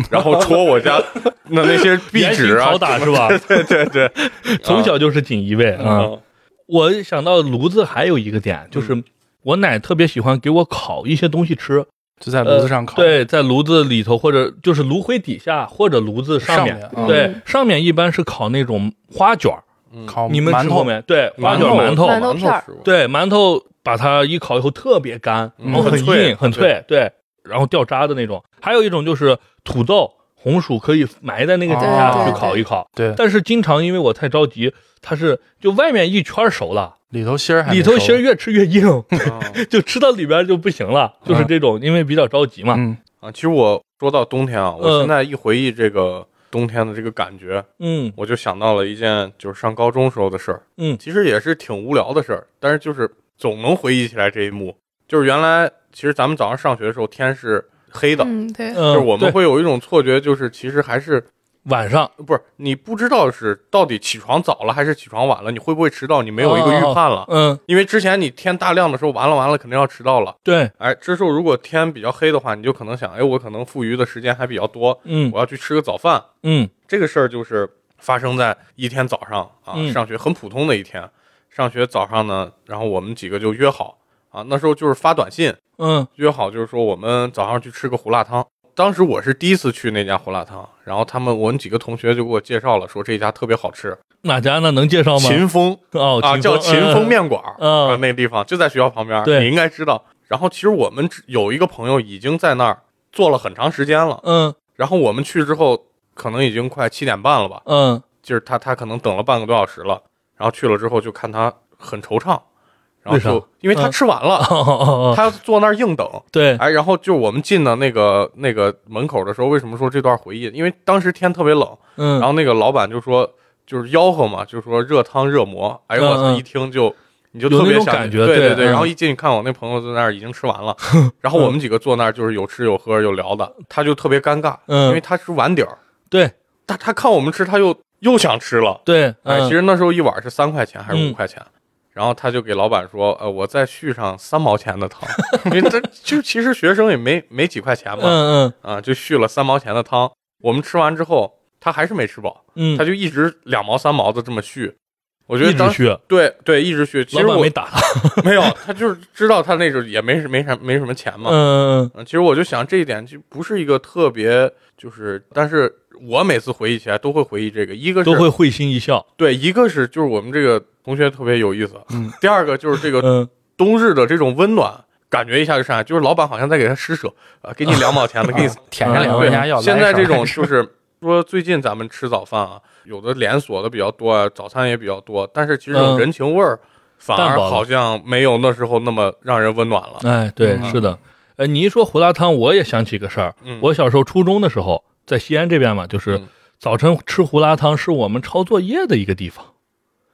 S2: 然后戳我 家那那些壁
S1: 严
S2: 纸
S1: 刑
S2: 啊，
S1: 拷打是吧？
S2: 对 对对，
S1: 从小就是锦衣卫啊。
S2: 嗯
S1: 我想到炉子还有一个点，就是我奶特别喜欢给我烤一些东西吃，
S3: 就在炉子上烤。
S1: 呃对，在炉子里头或者就是炉灰底下或者炉子上面，
S3: 上面啊
S1: 对，上面一般是烤那种花卷儿，
S3: 烤
S1: 你们
S3: 馒
S1: 吃
S3: 头
S1: 过没？对，花
S2: 哦嗯馒
S1: 卷
S2: 头
S1: 馒头，
S4: 馒头片儿
S2: 吃过
S1: 对，馒头把它一烤以后特别干，
S2: 嗯
S1: 然后
S2: 很
S1: 硬、
S2: 脆
S1: 很脆，对，然后掉渣的那种。还有一种就是土豆、红薯可以埋在那个底
S3: 哦
S1: 下去烤一烤。
S3: 对，
S1: 但是经常因为我太着急，它是就外面一圈熟了，
S3: 里头芯儿还没
S1: 里头芯儿
S3: 熟
S1: 越吃越 硬，
S2: 嗯
S1: 就吃到里边就不行了，就是
S3: 嗯
S1: 这种，因为比较着急嘛。
S3: 嗯，
S2: 啊，其实我说到冬天啊，我
S1: 嗯
S2: 现在一回忆这个冬天的这个感觉，
S1: 嗯
S2: 我就想到了一件就是上高中时候的事儿。
S1: 嗯
S2: 其实也是挺无聊的事儿，但是就是总能回忆起来这一幕。就是原来其实咱们早上上学的时候天是黑的，
S4: 嗯，对，
S1: 嗯，
S2: 就是我们
S1: 对
S2: 会有一种错觉，就是其实还是
S1: 晚上
S2: 不是你不知道是到底起床早了还是起床晚了，你会不会迟到，你没有一个预判了。
S1: 嗯，
S2: 因为之前你天大亮的时候，完了完了，肯定要迟到了。
S1: 对，
S2: 哎，这时候如果天比较黑的话，你就可能想，哎，我可能富余的时间还比较多，
S1: 嗯
S2: 我要去吃个早饭。
S1: 嗯
S2: 这个事儿就是发生在一天早上啊，
S1: 嗯
S2: 上学很普通的一天。上学早上呢，然后我们几个就约好啊，那时候就是发短信
S1: 嗯
S2: 约好，就是说我们早上去吃个胡辣汤。当时我是第一次去那家胡辣汤，然后他们我们几个同学就给我介绍了，说这家特别好吃，
S1: 哪家呢？能介绍吗？
S2: 秦风
S1: 哦，
S2: 啊，叫秦风面馆儿
S1: 嗯
S2: 啊，那个地方就在学校旁边，
S1: 对
S2: 你应该知道。然后其实我们只有一个朋友已经在那儿坐了很长时间了，
S1: 嗯。
S2: 然后我们去之后可能已经快七点半了吧，
S1: 嗯
S2: 就是他他可能等了半个多小时了，然后去了之后就看他很惆怅，然后
S1: 为
S2: 就
S1: 啥
S2: 因为他
S1: 嗯
S2: 吃完
S1: 嗯，
S2: 了，
S1: 哦哦哦，
S2: 他坐那儿硬等。
S1: 对，
S2: 哎，然后就我们进到那个那个门口的时候，为什么说这段回忆？因为当时天特别冷，
S1: 嗯，
S2: 然后那个老板就说就是吆喝嘛，就说热汤热馍。哎呦
S1: 嗯
S2: 我操，
S1: 嗯
S2: 一听就你就
S1: 有
S2: 特
S1: 那
S2: 别
S1: 种
S2: 想
S1: 感
S2: 起
S1: 觉
S2: 对
S1: 对
S2: 对。
S1: 嗯
S2: 然后一进去看我那朋友在那儿已经吃完了，然后我们几个坐那儿就是有吃有喝有聊的，他就特别尴尬，
S1: 嗯
S2: 因为他是晚点儿，
S1: 对
S2: 但他看我们吃他又又想吃了。
S1: 对，
S2: 哎，
S1: 嗯
S2: 其实那时候一碗是三块钱还是五
S1: 嗯
S2: 块钱，然后他就给老板说，呃，我再续上三毛钱的汤， 因为这就其实学生也没没几块钱嘛，
S1: 嗯嗯
S2: 啊，就续了三毛钱的汤。我们吃完之后，他还是没吃饱，
S1: 嗯，
S2: 他就一直两毛三毛的这么续。我觉
S1: 一
S2: 得当
S1: 直去，
S2: 对对一直续，其实
S1: 老板
S2: 我
S1: 没打他，
S2: 没有，他就是知道他那时候也没没啥没什么钱嘛，
S1: 嗯嗯
S2: 嗯，其实我就想这一点就不是一个特别，就是，但是我每次回忆起来都会回忆这个，一个
S1: 嗯，
S2: 是
S1: 都会会心一笑，
S2: 对，一个是就是我们这个同学特别有意思，
S3: 嗯，
S2: 第二个就是这个
S1: 嗯，
S2: 冬日的这种温暖。感觉一下就上来，就是老板好像在给他施舍，啊，给你两毛钱 的，给你
S3: 舔着脸
S1: 嗯
S3: 问人家要来
S2: 现在
S3: 一勺
S2: 这 种就是说，最近咱们吃早饭啊，有的连锁的比较多啊，早餐也比较多，但是其实这种
S1: 嗯
S2: 人情味儿反
S1: 淡
S2: 而
S1: 薄了
S2: 好像没有那时候那么让人温暖了。
S1: 哎，对，
S2: 嗯
S1: 是的，呃，你一说胡辣汤，我也想起个事儿，
S2: 嗯，
S1: 我小时候初中的时候，在西安这边嘛，就是
S2: 嗯
S1: 早晨吃胡辣汤是我们抄作业的一个地方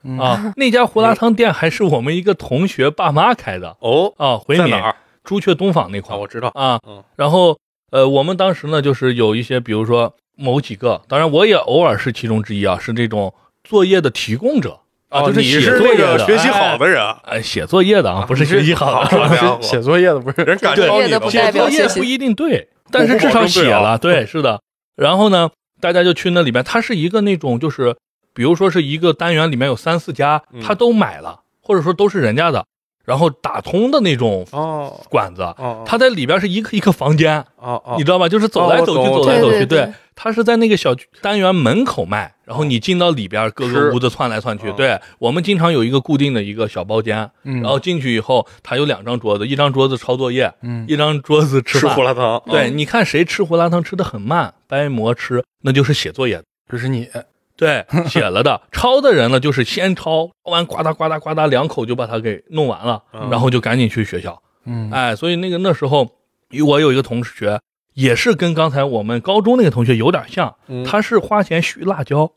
S3: 嗯
S1: 啊，那家胡辣汤店还是我们一个同学爸妈开的
S2: 哦，
S1: 啊，回
S2: 在
S1: 民
S2: 哪儿
S1: 朱雀东坊那块
S2: 啊？
S1: 儿
S2: 我知道，
S1: 啊
S2: 嗯，
S1: 然后呃，我们当时呢，就是有一些，比如说某几个，当然我也偶尔是其中之一啊，是这种作业的提供者啊，
S2: 哦
S1: 就是
S2: 你
S1: 写
S2: 是
S1: 作
S2: 那
S1: 业
S2: 个
S1: 的，
S2: 学习好
S1: 哎，
S2: 的人啊，
S1: 哎，写作业的啊，不是学习好的，
S2: 好家伙
S3: 写作业的不是
S2: 人敢
S1: 对
S2: 教
S4: 作业
S2: 你
S4: 的不
S1: 写
S4: 代表
S1: 作业
S4: 学习
S1: 不一定对，但是至少写了，对，是的。然后呢，大家就去那里边，它是一个那种就是，比如说是一个单元里面有三四家
S2: 嗯，
S1: 他都买了，或者说都是人家的。然后打通的那种
S2: 哦
S1: 管子，
S2: 哦，
S1: 它在里边是一个一个房间，
S2: 哦哦，
S1: 你知道吧？就是走来
S2: 哦我
S1: 走去，
S2: 懂
S1: 走来
S4: 对
S1: 走去，
S4: 对对
S1: 它是在那个小区单元门口卖，然后你进到里边各
S2: 吃
S1: 个屋子窜来窜去。
S2: 嗯
S1: 对我们经常有一个固定的一个小包间，
S3: 嗯
S1: 然后进去以后，它有两张桌子，一张桌子抄作业，
S3: 嗯
S1: 一张桌子吃
S2: 吃
S1: 饭
S2: 胡。辣
S4: 嗯
S2: 汤，
S1: 对，你看谁吃胡辣汤吃的很慢，掰馍吃，那就是写作业的
S3: 就是你
S1: 对，写了的，抄的人呢，就是先抄，抄完呱嗒呱嗒呱嗒两口就把它给弄完了，
S2: 嗯
S1: 然后就赶紧去学校。
S3: 嗯
S1: 哎，所以那个那时候，我有一个同学，也是跟刚才我们高中那个同学有点像，
S2: 嗯
S1: 他是花钱续辣椒，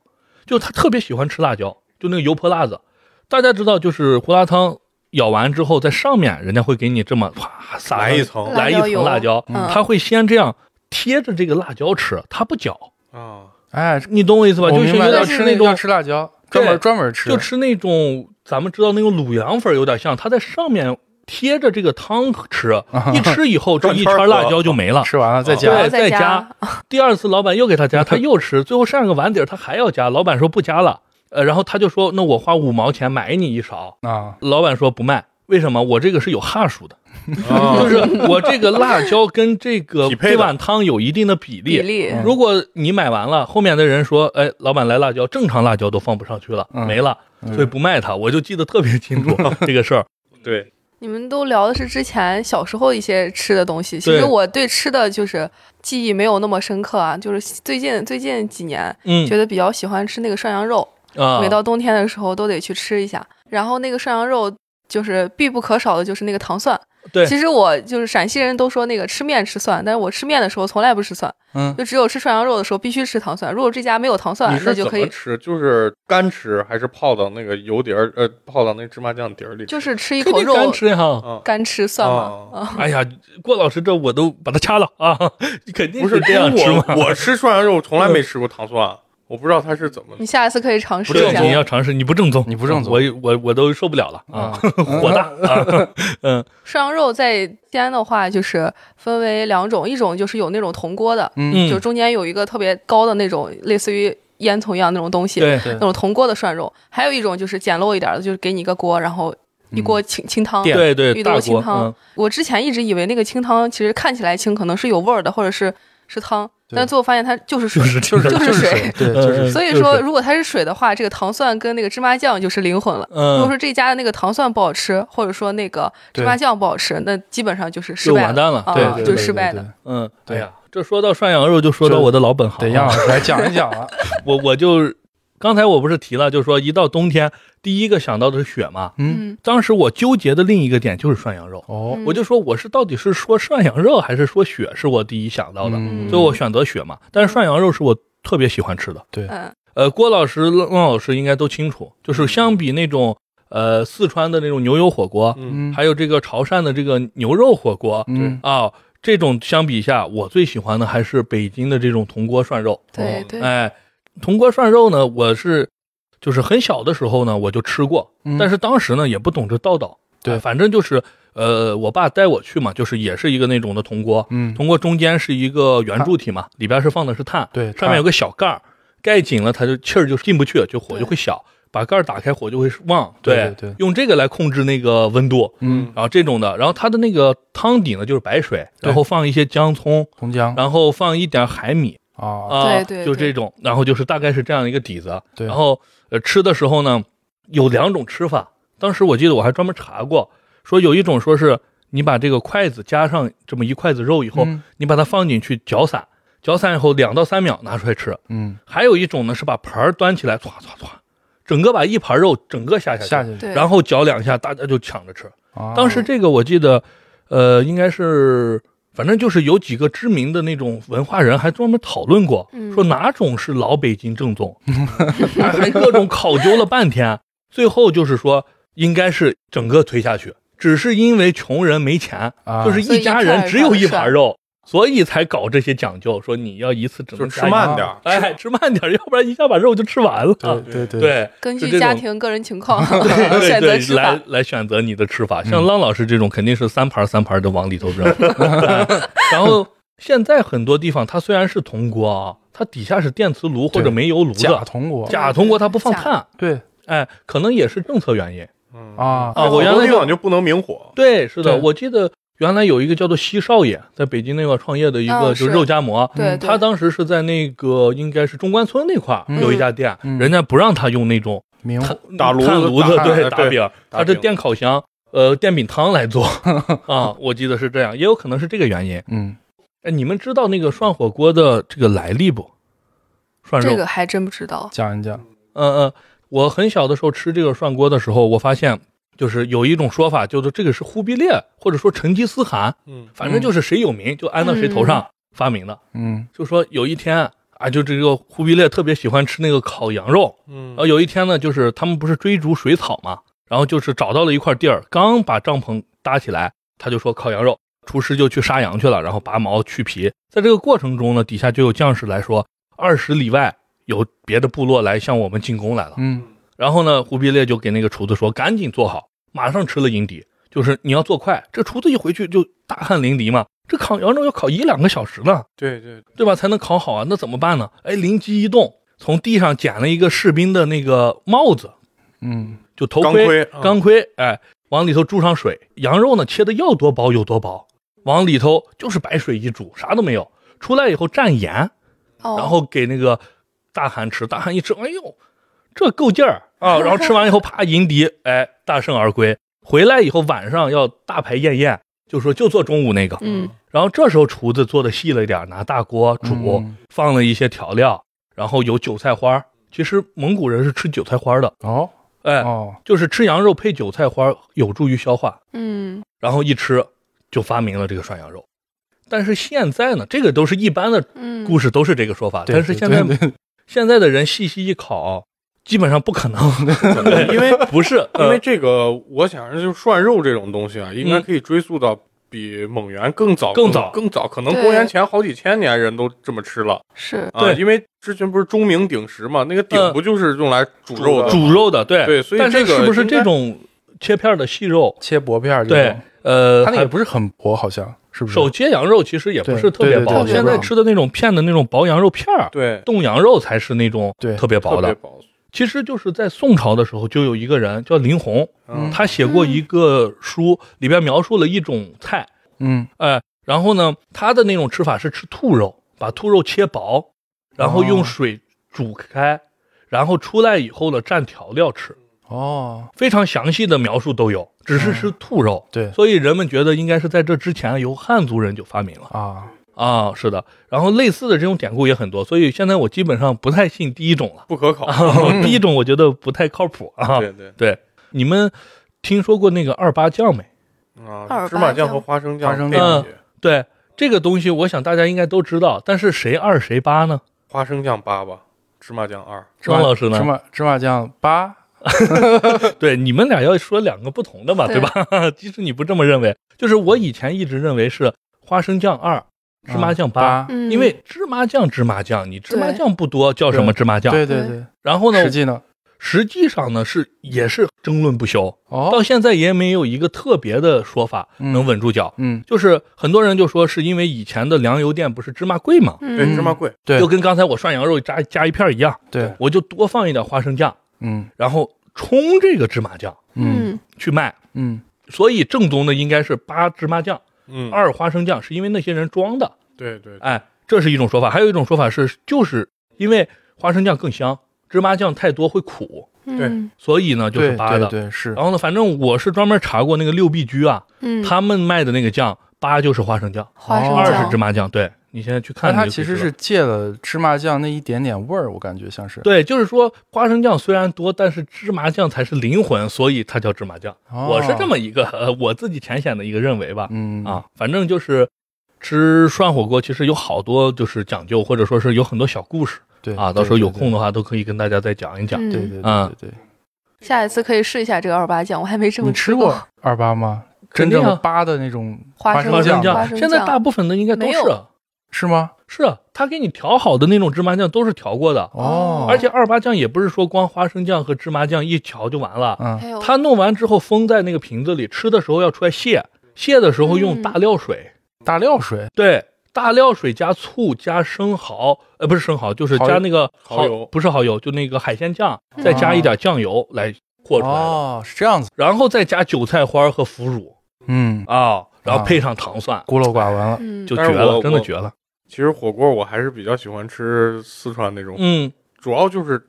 S1: 就他特别喜欢吃辣椒，就那个油泼辣子。大家知道，就是胡辣汤舀完之后，在上面人家会给你这么啪撒
S2: 来一层
S1: 来一
S4: 辣椒油
S1: 层辣椒，
S4: 嗯
S1: 他会先这样贴着这个辣椒吃，他不嚼，
S4: 哦
S2: 啊，
S3: 哎，
S1: 你懂我意思吧？
S3: 我
S1: 就是
S3: 明白
S1: 有
S3: 了
S1: 点
S4: 就是
S1: 吃
S4: 那
S1: 那
S3: 那要
S1: 种
S3: 吃辣椒，专门
S1: 对
S3: 专门吃，
S1: 就吃那种咱们知道那种卤羊粉儿有点像，它在上面贴着这个汤吃，一吃以后这一圈辣椒就没了。
S3: 吃完了再
S1: 对
S3: 加
S4: 哦，再
S1: 再
S4: 加
S1: 加。第二次老板又给他 加，他又吃，最后剩下个碗底儿他还要加，老板说不加了，呃，然后他就说那我花五毛钱买你一勺，
S3: 啊，
S1: 老板说不卖。为什么我这个是有哈数的？
S4: 嗯
S2: 就
S1: 就是我这个辣椒跟这个
S2: 啊匹配的
S1: 这碗汤有一定的比例。
S4: 比例
S3: 嗯
S1: 如果你买完了，后面的人说，哎，老板来辣椒，正常辣椒都放不上去了，
S3: 嗯
S1: 没了，
S3: 嗯
S1: 所以不卖它。我就记得特别清 楚这个事儿。
S2: 对，
S4: 你们都聊的是之前小时候一些吃的东西，其
S1: 对
S4: 实我对吃的就是记忆没有那么深刻啊，就是最近最近几年
S1: 嗯
S4: 觉得比较喜欢吃那个涮羊肉，
S1: 啊，
S4: 每到冬天的时候都得去吃一下。然后那个涮羊肉就是必不可少的，就是那个糖蒜。
S1: 对
S4: 其实我就是陕西人都说那个吃面吃蒜，但是我吃面的时候从来不吃蒜，
S3: 嗯
S4: 就只有吃涮羊肉的时候必须吃糖蒜。如果这家没有糖
S2: 你
S4: 蒜，那
S2: 是
S4: 就
S2: 怎
S4: 可
S2: 么
S4: 以
S2: 吃？就是干吃还是泡到那个油底儿，呃，泡到那芝麻酱底儿里？
S4: 就是吃一
S1: 肯
S4: 口
S1: 定
S4: 肉嗯
S1: 干吃呀。
S2: 啊，
S4: 干吃蒜嘛
S2: 哦。
S4: 啊
S1: 哎呀，郭老师这我都把它掐了啊， 肯定
S2: 不是
S1: 这样吃嘛。
S2: 我我吃涮羊肉从来没吃过糖蒜，啊我不知道它 是怎么
S4: 你下一次可以尝试
S1: 不
S4: 一
S1: 正
S4: 下
S1: 经，要尝试，你不正宗，
S3: 你不正宗嗯
S1: 我我我都受不了了啊，火大啊， 嗯
S4: 涮羊肉在西安的话，就是分为两种，一种就是有那种铜锅的，
S1: 嗯，
S4: 就中间有一个特别高的那种，类似于烟囱一样那种东西，
S1: 对
S3: 对
S4: 那种铜锅的涮肉；还有一种就是简陋一点的，就是给你一个锅，然后一锅清清汤。
S3: 嗯
S1: 啊
S3: 电
S1: 对对
S4: 绿
S1: 大
S4: 豆
S1: 锅
S4: 清汤
S1: 嗯
S4: 我之前一直以为那个清汤其实看起来清，可能是有味儿的，或者是是汤，
S3: 对
S4: 但最后发现它就是水。
S1: 是
S3: 就是
S4: 就是
S3: 是
S4: 水
S3: 水，对，
S1: 嗯
S3: 就是
S1: 嗯
S4: 所以
S1: 就
S4: 说，
S1: 是
S4: 如果它是水的话，这个糖蒜跟那个芝麻酱就是灵魂了。如果
S1: 嗯，
S4: 说这家的那个糖蒜不好吃，或者说那个芝麻酱不好吃，那基本上就是失
S1: 就
S4: 败
S1: 完
S4: 了。
S1: 蛋了，
S4: 啊
S1: 对
S3: 对
S1: 对
S3: 对
S4: 就
S3: 对
S4: 失败
S3: 对
S4: 的
S1: 嗯，
S3: 对
S1: 哎呀，这说到涮羊肉，就说到我的老本行
S3: 对
S1: 了，
S3: 得让老师来讲一讲了，
S1: 我我就刚才我不是提了，就是说一到冬天，第一个想到的是雪嘛。
S3: 嗯，
S4: 嗯，
S1: 当时我纠结的另一个点就是涮羊肉，
S3: 哦，
S1: 我就说我是到底是说涮羊肉还是说雪，是我第一想到的，
S3: 嗯
S1: 所以我选择雪嘛。但是涮羊肉是我特别喜欢吃的。
S4: 嗯
S1: 呃，郭老师、孟老师应该都清楚，
S3: 嗯
S1: 就是相比那种呃四川的那种牛油火锅，
S2: 嗯
S3: 嗯，
S1: 还有这个潮汕的这个牛肉火锅
S3: 嗯
S1: 啊，这种相比下，我最喜欢的还是北京的这种铜锅涮肉。
S4: 对对，
S1: 哎，铜锅涮肉呢，我是就是很小的时候呢，我就吃过，
S3: 嗯
S1: 但是当时呢也不懂这道道，
S3: 对
S1: 哎反正就是呃，我爸带我去嘛，就是也是一个那种的铜锅，
S3: 嗯，
S1: 铜锅中间是一个圆柱体嘛，里边是放的是炭，
S3: 对，
S1: 上面有个小盖儿，盖紧了它就气儿就进不去，就火就会小，把盖儿打开火就会旺，
S3: 对对对
S1: 用这个来控制那个温度。
S3: 嗯
S1: 然后这种的，然后它的那个汤底呢就是白水，
S3: 对
S1: 然后放一些姜葱，
S3: 红姜
S1: 然后放一点海米，
S3: 啊，
S1: 啊，
S4: 对对
S1: 就
S4: 对
S1: 这种，然后就是大概是这样一个底子。
S3: 对
S1: 然后呃，吃的时候呢，有两种吃法。当时我记得我还专门查过，说有一种说是你把这个筷子加上这么一筷子肉以后，呃
S3: 嗯
S1: 你把它放进去搅散，搅散以后两到三秒拿出来吃。
S3: 嗯，
S1: 还有一种呢是把盘儿端起来，唰唰唰，整个把一盘肉整个下下去，
S3: 下去，
S4: 对，
S1: 然后搅两下，大家就抢着吃。
S3: 啊
S1: 嗯当时这个我记得，呃，应该是反正就是有几个知名的那种文化人还专门讨论过，
S4: 嗯
S1: 说哪种是老北京正宗， 还还各种考究了半天，最后就是说应该是整个推下去，只是因为穷人没钱，
S3: 啊
S1: 就是
S4: 所以
S1: 一
S4: 一
S1: 家
S4: 块
S1: 人
S4: 儿
S1: 只有
S4: 放
S1: 一
S4: 涮
S1: 盘肉，所以才搞这些讲究，说你要一次只
S2: 就
S1: 能
S2: 吃
S1: 加一
S2: 慢点儿，
S1: 哎，吃慢点儿，要不然一下把肉就吃完了。
S3: 对对对，
S1: 对，
S4: 根
S1: 就
S4: 据
S1: 这
S4: 家
S1: 种
S4: 庭个人情况
S1: 对 对
S4: 选择
S1: 对，
S4: 吃法
S1: 来。来选择你的吃法。像浪老师这种，肯定是三盘儿三盘的往里头 扔。哎然后现在很多地方，它虽然是铜锅啊，它底下是电磁炉或者
S3: 对
S1: 煤油炉
S3: 假
S1: 的，
S3: 铜锅，
S1: 假铜锅它不放炭，
S3: 对
S1: 哎，可能也是政策原因。
S2: 嗯
S3: 啊
S1: 啊我原来
S2: 好多地
S1: 就
S2: 方就不能明火，
S1: 对，是的，
S3: 对
S1: 我记得原来有一个叫做西少爷，在北京那块创业的一
S3: 哦
S4: 啊
S1: 个就是肉夹馍，
S4: 对，
S3: 嗯
S4: 对
S1: 他当时是在那个应该是中关村那块儿
S3: 嗯
S1: 有一家店，
S3: 嗯
S1: 人家不让他用那种
S3: 明
S1: 炭
S2: 打炉子
S1: 炭炉子
S2: 打
S1: 对
S2: 哎
S1: 打
S2: 对
S1: 饼，
S2: 打
S1: 他是
S2: 饼
S1: 电烤箱呃电饼铛来做啊，我记得是这样，也有可能是这个原因。
S3: 嗯
S1: 哎，你们知道那个涮火锅的这个来历不？涮肉，
S4: 这个还真不知道。
S3: 讲一讲
S1: 嗯嗯，我很小的时候吃这个涮锅的时候，我发现就是有一种说法，就是这个是忽必烈或者说成吉思汗，
S2: 嗯
S1: 反正就是谁有名就安到谁头上发明的。
S3: 嗯
S1: 就说有一天啊，就这个忽必烈特别喜欢吃那个烤羊肉，
S2: 嗯
S1: 然后有一天呢，就是他们不是追逐水草嘛，然后就是找到了一块地儿，刚把帐篷搭起来，他就说烤羊肉，厨师就去杀羊去了，然后拔毛去皮，在这个过程中呢，底下就有将士来说，二十里外有别的部落来向我们进攻来了。
S3: 嗯
S1: 然后呢，忽必烈就给那个厨子说：“赶紧做好，马上吃了迎敌。”就是你要做快，这厨子一回去就大汗淋漓嘛。这烤羊肉要烤一两个小时呢，
S2: 对对，
S1: 对吧？才能烤好啊。那怎么办呢？哎，灵机一动，从地上捡了一个士兵的那个帽子，
S3: 嗯
S1: 就头
S2: 钢
S1: 盔、
S2: 盔啊
S1: 钢盔哎，往里头注上水，羊肉呢切的要多薄有多薄，往里头就是白水一煮，啥都没有。出来以后蘸盐，
S4: 哦，
S1: 然后给那个大汗吃，大汗一吃，哎呦，这够劲儿啊！然后吃完以后，啪，迎敌，哎，大胜而归。回来以后，晚上要大排宴宴，就说就做中午那个。
S4: 嗯，
S1: 然后这时候厨子做的细了一点，拿大锅煮，
S3: 嗯
S1: 放了一些调料，然后有韭菜花儿。其实蒙古人是吃韭菜花儿的，
S3: 哦
S1: 哎，
S3: 哦
S1: 就是吃羊肉配韭菜花儿有助于消化。
S4: 嗯，
S1: 然后一吃就发明了这个涮羊肉。但是现在呢，这个都是一般的
S4: 嗯，
S1: 故
S4: 事，
S1: 事都是这个说法，
S3: 对
S1: 但是
S3: 对
S1: 现在
S3: 对对
S1: 现在的人细细一考，基本上不可 能，
S2: 因为
S1: 不是
S2: 因为
S1: 呃嗯
S2: 这个，我想着就是涮肉这种东西啊，应该可以追溯到比蒙元更早、
S1: 更
S2: 更
S1: 早
S2: 更早，可能
S4: 对
S2: 公元前好几千年人都这么吃了
S4: 是
S2: 啊。
S1: 对
S2: 因为之前不是钟鸣鼎食嘛，那个鼎
S1: 嗯
S2: 不就是用来煮肉的？
S1: 煮肉的，对
S2: 对所以
S1: 但是
S2: 这个
S1: 是不是
S2: 应该
S1: 这种切片的细肉？
S3: 切薄片儿这
S1: 对
S3: 种，，
S1: 呃，
S3: 它那个
S1: 还
S3: 也不是很薄，好像是不是？
S1: 手切羊肉其实也不
S3: 对
S1: 是特别
S3: 对对
S1: 薄，
S4: 对
S1: 现在
S4: 对
S1: 吃的那种片的那种薄羊肉片儿，
S2: 对，
S1: 冻羊肉才是那种
S3: 对
S1: 特别薄
S2: 特别
S1: 的。
S2: 薄。
S1: 其实就是在宋朝的时候，就有一个人叫林洪，
S2: 嗯，
S1: 他写过一个书，里边描述了一种菜，
S3: 嗯
S1: 哎，然后呢，他的那种吃法是吃兔肉，把兔肉切薄，然后用
S3: 哦
S1: 水煮开，然后出来以后呢蘸调料吃，
S3: 哦
S1: 非常详细的描述都有，只是
S2: 嗯
S1: 吃兔肉。
S3: 对
S1: 所以人们觉得应该是在这之前由汉族人就发明了
S3: 啊
S1: 啊，是的。然后类似的这种典故也很多，所以现在我基本上不太信第一种了，
S2: 不可考。
S1: 第一
S3: 嗯
S1: 种我觉得不太靠谱啊。
S2: 对对
S1: 对，你们听说过那个二八酱没？
S2: 啊，
S4: 二
S2: 芝麻
S4: 八
S2: 酱
S4: 酱
S2: 和花生酱
S3: 花生
S2: 配
S1: 酱
S2: 比
S1: 对这个东西，我想大家应该都知道，但是谁二谁八呢？
S2: 花生酱八吧，芝麻酱二。
S3: 芝麻
S1: 张老师呢
S3: 芝麻芝麻酱八
S1: 对，你们俩要说两个不同的嘛，对
S4: 对
S1: 吧？ 即使你不这么认为，就是我以前一直认为是花生酱二，芝麻酱八，
S3: 啊八，
S4: 嗯
S1: 因为芝麻酱芝麻酱，你芝麻
S4: 对
S1: 酱不多，叫什么芝麻酱？
S3: 对对对，
S1: 然后呢，
S3: 实际呢
S1: 实际上呢是也是争论不休，
S3: 哦
S1: 到现在也没有一个特别的说法
S3: 嗯
S1: 能稳住脚。
S3: 嗯
S1: 就是很多人就说是因为以前的粮油店不是芝麻贵嘛，
S4: 嗯，
S2: 对，
S3: 哎
S2: 芝麻贵。
S3: 对
S1: 就跟刚才我涮羊肉加加一片儿一样，
S3: 对
S1: 我就多放一点花生酱，
S3: 嗯
S1: 然后冲这个芝麻酱
S3: 嗯
S4: 嗯，
S1: 去卖。
S3: 嗯
S1: 所以正宗的应该是八芝麻酱、
S2: 嗯，
S1: 二花生酱，是因为那些人装的。
S2: 对对，
S1: 哎，这是一种说法，还有一种说法是，就是因为花生酱更香，芝麻酱太多会苦，
S4: 嗯，
S1: 所以呢就是
S3: 对
S1: 八的。
S3: 对对是
S1: 然后呢，反正我是专门查过那个六必居啊，
S4: 嗯，
S1: 他们卖的那个酱八就是花生酱，
S4: 花生
S3: 哦
S1: 二是
S4: 酱
S1: 芝麻酱。对你现在去看
S3: 但
S1: 你就
S3: 它
S1: 可以
S3: 其
S1: 知道，
S3: 实是借了芝麻酱那一点点味儿，我感觉像是。
S1: 对，就是说花生酱虽然多，但是芝麻酱才是灵魂，所以它叫芝麻酱。
S3: 哦
S1: 我是这么一个、呃、我自己浅显的一个认为吧。
S3: 嗯
S1: 啊，反正就是吃涮火锅，其实有好多就是讲究，或者说是有很多小故事
S3: 对
S1: 啊。到时候有空的话，都可以跟大家再讲一讲。
S4: 嗯
S3: 对对对
S1: 嗯
S3: 对对对，
S4: 下一次可以试一下这个二八酱，我还没这么
S3: 你吃
S4: 过
S3: 过二八吗？
S1: 肯
S3: 真
S1: 定啊
S3: 正八的那种
S4: 花生
S1: 花
S3: 酱
S1: 生
S4: 花
S1: 酱，
S4: 生
S1: 现在
S4: 酱
S1: 大部分的应该都
S4: 没
S1: 是
S4: 有
S1: 啊
S3: 是吗？
S1: 是啊，他给你调好的那种芝麻酱都是调过的，
S3: 哦，
S1: 而且二八酱也不是说光花生酱和芝麻酱一调就完了，
S3: 嗯
S4: 还有
S1: 他弄完之后封在那个瓶子里，吃的时候要出来卸，卸的时候用
S4: 嗯
S1: 大料水，
S3: 大料水
S1: 对，大料水加醋加生蚝，呃，不是生蚝，就是
S3: 蚝
S1: 加
S3: 油
S1: 那个
S2: 蚝油
S4: 嗯
S1: 不是蚝油，就那个海鲜酱，再加一点酱油来和出来的，
S3: 哦，是这样子，
S1: 然后再加韭菜花和腐乳
S3: 嗯，
S1: 啊，然后
S3: 啊
S1: 配上糖蒜，
S3: 孤陋寡闻了，
S4: 嗯，
S1: 就
S2: 但
S1: 绝
S2: 是
S1: 了，
S2: 我
S1: 真的
S2: 我
S1: 绝了。
S2: 其实火锅我还是比较喜欢吃四川那种，
S1: 嗯，
S2: 主要就是，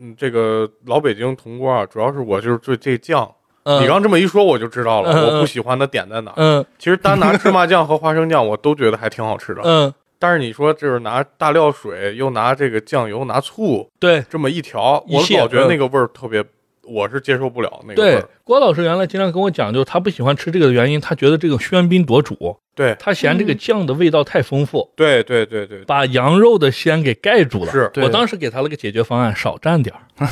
S2: 嗯，这个老北京铜锅啊，主要是我就是对这酱，
S1: 嗯
S2: 你刚这么一说我就知道了，
S1: 嗯
S2: 我不喜欢的点在哪儿。
S1: 嗯
S2: 其实单拿芝麻酱和花生酱，我都觉得还挺好吃的。
S1: 嗯，
S2: 但是你说就是拿大料水，又拿这个酱油，拿醋
S1: 对
S2: 这么一调，
S1: 一
S2: 我
S1: 卸
S2: 老觉得
S1: 嗯
S2: 那个味儿特别，我是接受不了那个味
S1: 对
S2: 儿。，
S1: 郭老师原来经常跟我讲，就是他不喜欢吃这个的原因，他觉得这个喧宾夺主，
S2: 对
S1: 他嫌这个
S4: 嗯
S1: 酱的味道太丰富，
S2: 对对对对，
S1: 把羊肉的鲜给盖住了。
S2: 是。
S3: 对
S1: 我当时给他了个解决方案，少蘸点儿。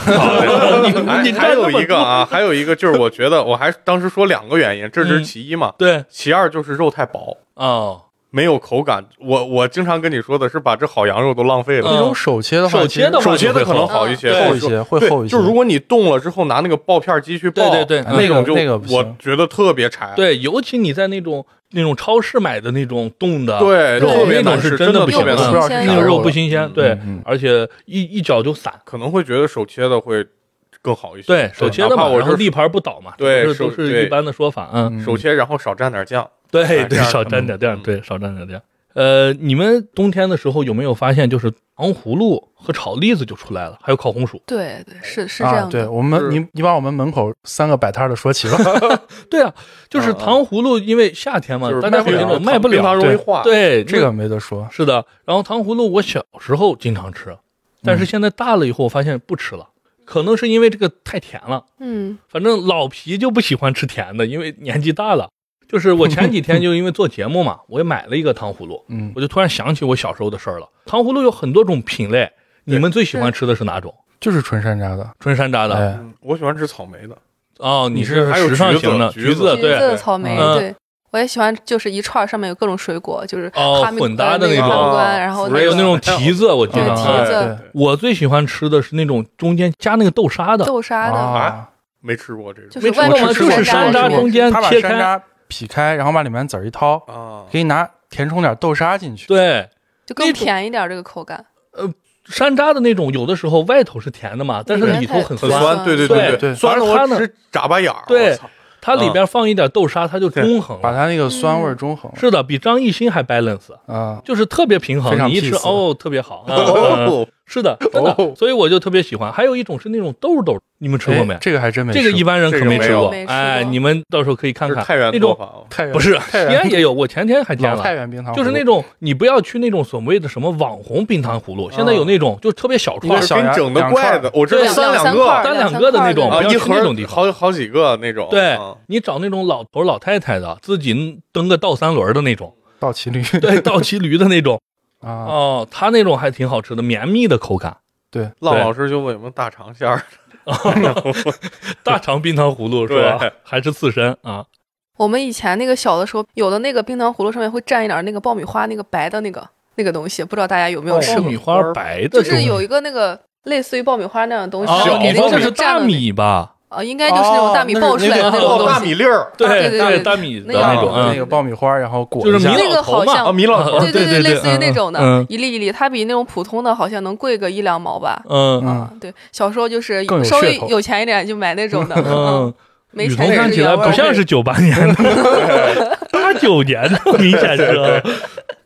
S2: 还
S1: 你
S2: 还
S1: 蘸
S2: 有
S1: 那么
S2: 一个啊，还有一个就是我觉得我还当时说两个原因，这
S1: 嗯
S2: 只是其一嘛，
S1: 对，
S2: 其二就是肉太薄。
S1: 哦，
S2: 没有口感。我我经常跟你说的是，把这好羊肉都浪费
S1: 嗯
S2: 了。
S3: 那种手切的话，
S1: 手切的话
S2: 手切的可能
S1: 就会
S2: 好一些，
S1: 嗯
S3: 厚一些，会
S2: 对
S3: 厚一些。嗯
S2: 就如果你冻了之后拿那个爆片机去爆，
S1: 对对对
S2: 那种就
S3: 那个不行
S2: 我觉得特别柴，
S1: 对，尤其你在那种那种超市买的那种冻的，
S2: 对
S1: 肉
S2: 特别
S1: 那种
S2: 难
S1: 是
S2: 吃，
S1: 真
S2: 真
S1: 的不
S2: 特
S1: 行
S2: 别
S1: 的
S4: 的
S2: 难
S3: 不
S2: 吃
S3: 知。
S4: 新
S3: 道
S4: 鲜
S3: 是
S1: 那
S3: 啥
S1: 个肉
S3: 肉
S1: 不
S3: 了，
S1: 新鲜，
S3: 嗯
S1: 对
S3: 嗯嗯，
S1: 而且一一搅就散。
S2: 可能会觉得手切的会更好一些，
S1: 对，
S2: 是
S1: 手切的
S2: 哪
S1: 嘛，
S2: 怕我
S1: 然后
S2: 就是
S1: 立牌不倒嘛，
S2: 对
S1: 都是
S2: 手
S1: 都是
S2: 对
S1: 一般的说法，嗯，
S3: 嗯
S2: 手切，然后少蘸点酱。
S1: 对
S2: 哎
S1: 对，
S2: 这样
S1: 少
S2: 可
S1: 沾点
S2: 能
S1: 这样，
S2: 嗯
S1: 对，少沾点这样。呃，你们冬天的时候有没有发现，就是糖葫芦和炒栗子就出来了，还有烤红薯？
S4: 对对是是这
S3: 啊，
S4: 样
S3: 对
S4: 的，
S3: 我们，
S2: 是
S3: 你你把我们门口三个摆摊儿的说 起了，
S1: 对啊，就是
S2: 嗯嗯
S1: 糖葫芦，因为夏天嘛
S2: 就，是
S1: 大家嗯会觉
S2: 卖不
S1: 得
S2: 了
S1: 卖不
S2: 冰糖
S1: 了，
S2: 容易化。，
S1: 对
S3: 这个没得说。
S1: 是的。然后糖葫芦我小时候经常吃，但是现在大了以后，我发现不吃了，可能是因为这个太甜了。
S4: 嗯
S1: 反正老皮就不喜欢吃甜的，因为年纪大了。就是我前几天就因为做节目嘛，我也买了一个糖葫芦，
S3: 嗯，
S1: 我就突然想起我小时候的事儿了。糖葫芦有很多种品类，你们最喜欢吃的是哪种？
S3: 就是纯山楂的，
S1: 春山楂的
S3: 哎，
S2: 嗯我喜欢吃草莓的，
S1: 哦，你
S2: 你
S1: 是
S2: 是还有
S1: 时尚型的
S2: 橘子
S1: 子
S2: 呃
S4: 橘
S1: 对，
S4: 子草莓
S1: 嗯
S4: 对。我也喜欢，就是一串儿上面有各种水果，就是
S1: 哦
S4: 哈密
S1: 混搭的
S4: 呃那
S1: 那种
S4: 个皇冠
S2: 哦
S4: 然后
S2: 还
S1: 还有
S4: 个
S1: 那种提子，我记
S4: 对
S1: 得
S4: 提
S1: 啊
S4: 子
S2: 哎对
S1: 我最喜欢吃的是那种中间加那个豆沙的，
S4: 豆沙的，
S3: 啊，
S2: 没吃过这种
S4: 就
S1: 没
S4: 是
S1: 吃
S4: 外
S1: 过
S4: 面
S1: 吗？
S3: 吃
S1: 就
S3: 过
S1: 是
S4: 山
S1: 山
S3: 楂
S1: 楂
S3: 是
S1: 中间
S3: 他把
S1: 切
S3: 山
S1: 开，
S3: 楂劈开，然后把里面籽儿一掏，
S2: 啊。
S3: 给你拿填充点豆沙进去。
S1: 对，
S4: 就更
S1: 那种
S4: 甜一点儿这个口感。
S1: 山楂的那种，有的时候外头是甜的嘛，但是
S4: 里面
S1: 里头
S4: 太
S1: 很
S2: 很
S4: 酸
S2: 酸，对对
S1: 对
S3: 对
S2: 酸的
S1: 而它
S2: 我
S1: 呢
S2: 直眨巴眼儿。
S1: 对
S2: 我操
S1: 它
S4: 嗯
S1: 里边放一点豆沙，它就
S2: 对
S1: 中衡了
S3: 把。它那个酸
S1: 嗯
S3: 味儿中和
S1: 是的，比张艺兴还 balance，
S3: 啊，
S1: 就是特别平
S3: 非
S1: 衡。
S3: 常
S1: 你一吃
S3: peace
S1: 哦，特别 好。嗯
S2: 哦，
S1: 是的，真的
S2: 哦，
S1: 所以我就特别喜欢。还有一种是那种豆豆，你们吃过没
S3: 哎？这个还真没
S1: 这个
S3: 吃
S1: 一般人可没吃过
S4: 这个没有没吃。过
S1: 哎，你们到时候可以看
S2: 这是
S1: 看
S2: 太原
S1: 那
S2: 做
S1: 种
S2: 法，哦。
S3: 太原
S1: 不是
S3: 太
S1: 西安
S3: 原
S1: 也有，我前天还见
S3: 老太
S1: 了。
S3: 原冰糖葫芦，
S1: 就是那种你不要去那种所谓的什么网红冰糖葫芦，现
S3: 嗯
S1: 在有那种就特别小
S3: 一
S1: 串
S3: 个
S1: 儿，
S3: 小
S2: 给你
S3: 牙
S2: 整的
S3: 两
S2: 怪
S3: 串
S2: 的，我知道
S4: 对
S2: 三
S4: 两
S2: 两
S4: 三
S2: 个
S4: 块儿
S1: 单两个的那种，
S4: 两
S1: 不
S2: 啊，
S1: 要
S2: 一
S1: 去
S2: 盒
S1: 那
S2: 儿
S1: 种地方。
S2: 好好几个那种。
S1: 对
S2: 嗯
S1: 你找那种老头老太太的，自己蹬个倒三轮的那种，
S3: 倒骑驴
S1: 对，倒骑驴的那种，
S3: 啊，
S1: 哦，它那种还挺好吃的，绵密的口感，
S3: 对，
S2: 浪
S1: 对
S2: 老师就问有没有大 肠馅儿， 哦
S1: 大肠冰糖葫芦是吧
S2: 对？
S1: 还是刺身啊？
S4: 我们以前那个小的时候，有的那个冰糖葫芦上面会蘸一点儿那个爆米花那个白的那个那个东西，不知道大家有没有吃
S1: 爆
S4: 过？
S1: 米花白的
S4: 就
S1: 东西，
S4: 是有一个那个类似于爆米花那样的东西，
S1: 哦，
S4: 给
S1: 你
S4: 那
S1: 说
S4: 个
S1: 这
S4: 蘸
S1: 是
S4: 的
S1: 大米吧？
S4: 啊，应该就是那种大米
S3: 哦
S4: 爆出来的
S1: 那是
S4: 种
S1: 那个
S4: 东
S2: 大
S4: 西。
S2: 米粒儿
S4: 对对
S1: 大
S4: 对
S1: 大米的
S4: 那个
S1: 那种，
S3: 那
S1: 嗯，
S3: 个爆米花，然后裹
S1: 就是
S3: 一
S1: 米
S3: 下
S4: 那
S1: 老
S4: 个
S1: 头
S4: 好
S1: 嘛，
S4: 像
S2: 啊，米老头
S1: 嗯
S2: 儿
S4: 对对，类似于那种的
S1: 嗯，
S4: 一粒一粒，它比那种普通的好像能贵个一两毛吧。
S1: 嗯
S3: 嗯
S4: 啊，对，小时候就是
S3: 更有
S4: 稍微
S3: 噱头
S4: 有钱一点就买那种的，嗯
S1: 嗯，，
S4: 没
S1: 雨
S4: 钱
S1: 桐
S4: 也
S1: 看
S4: 是
S1: 起来
S4: 原味
S1: 不
S4: 儿
S1: 像是九八年 的，八九年的，明显是，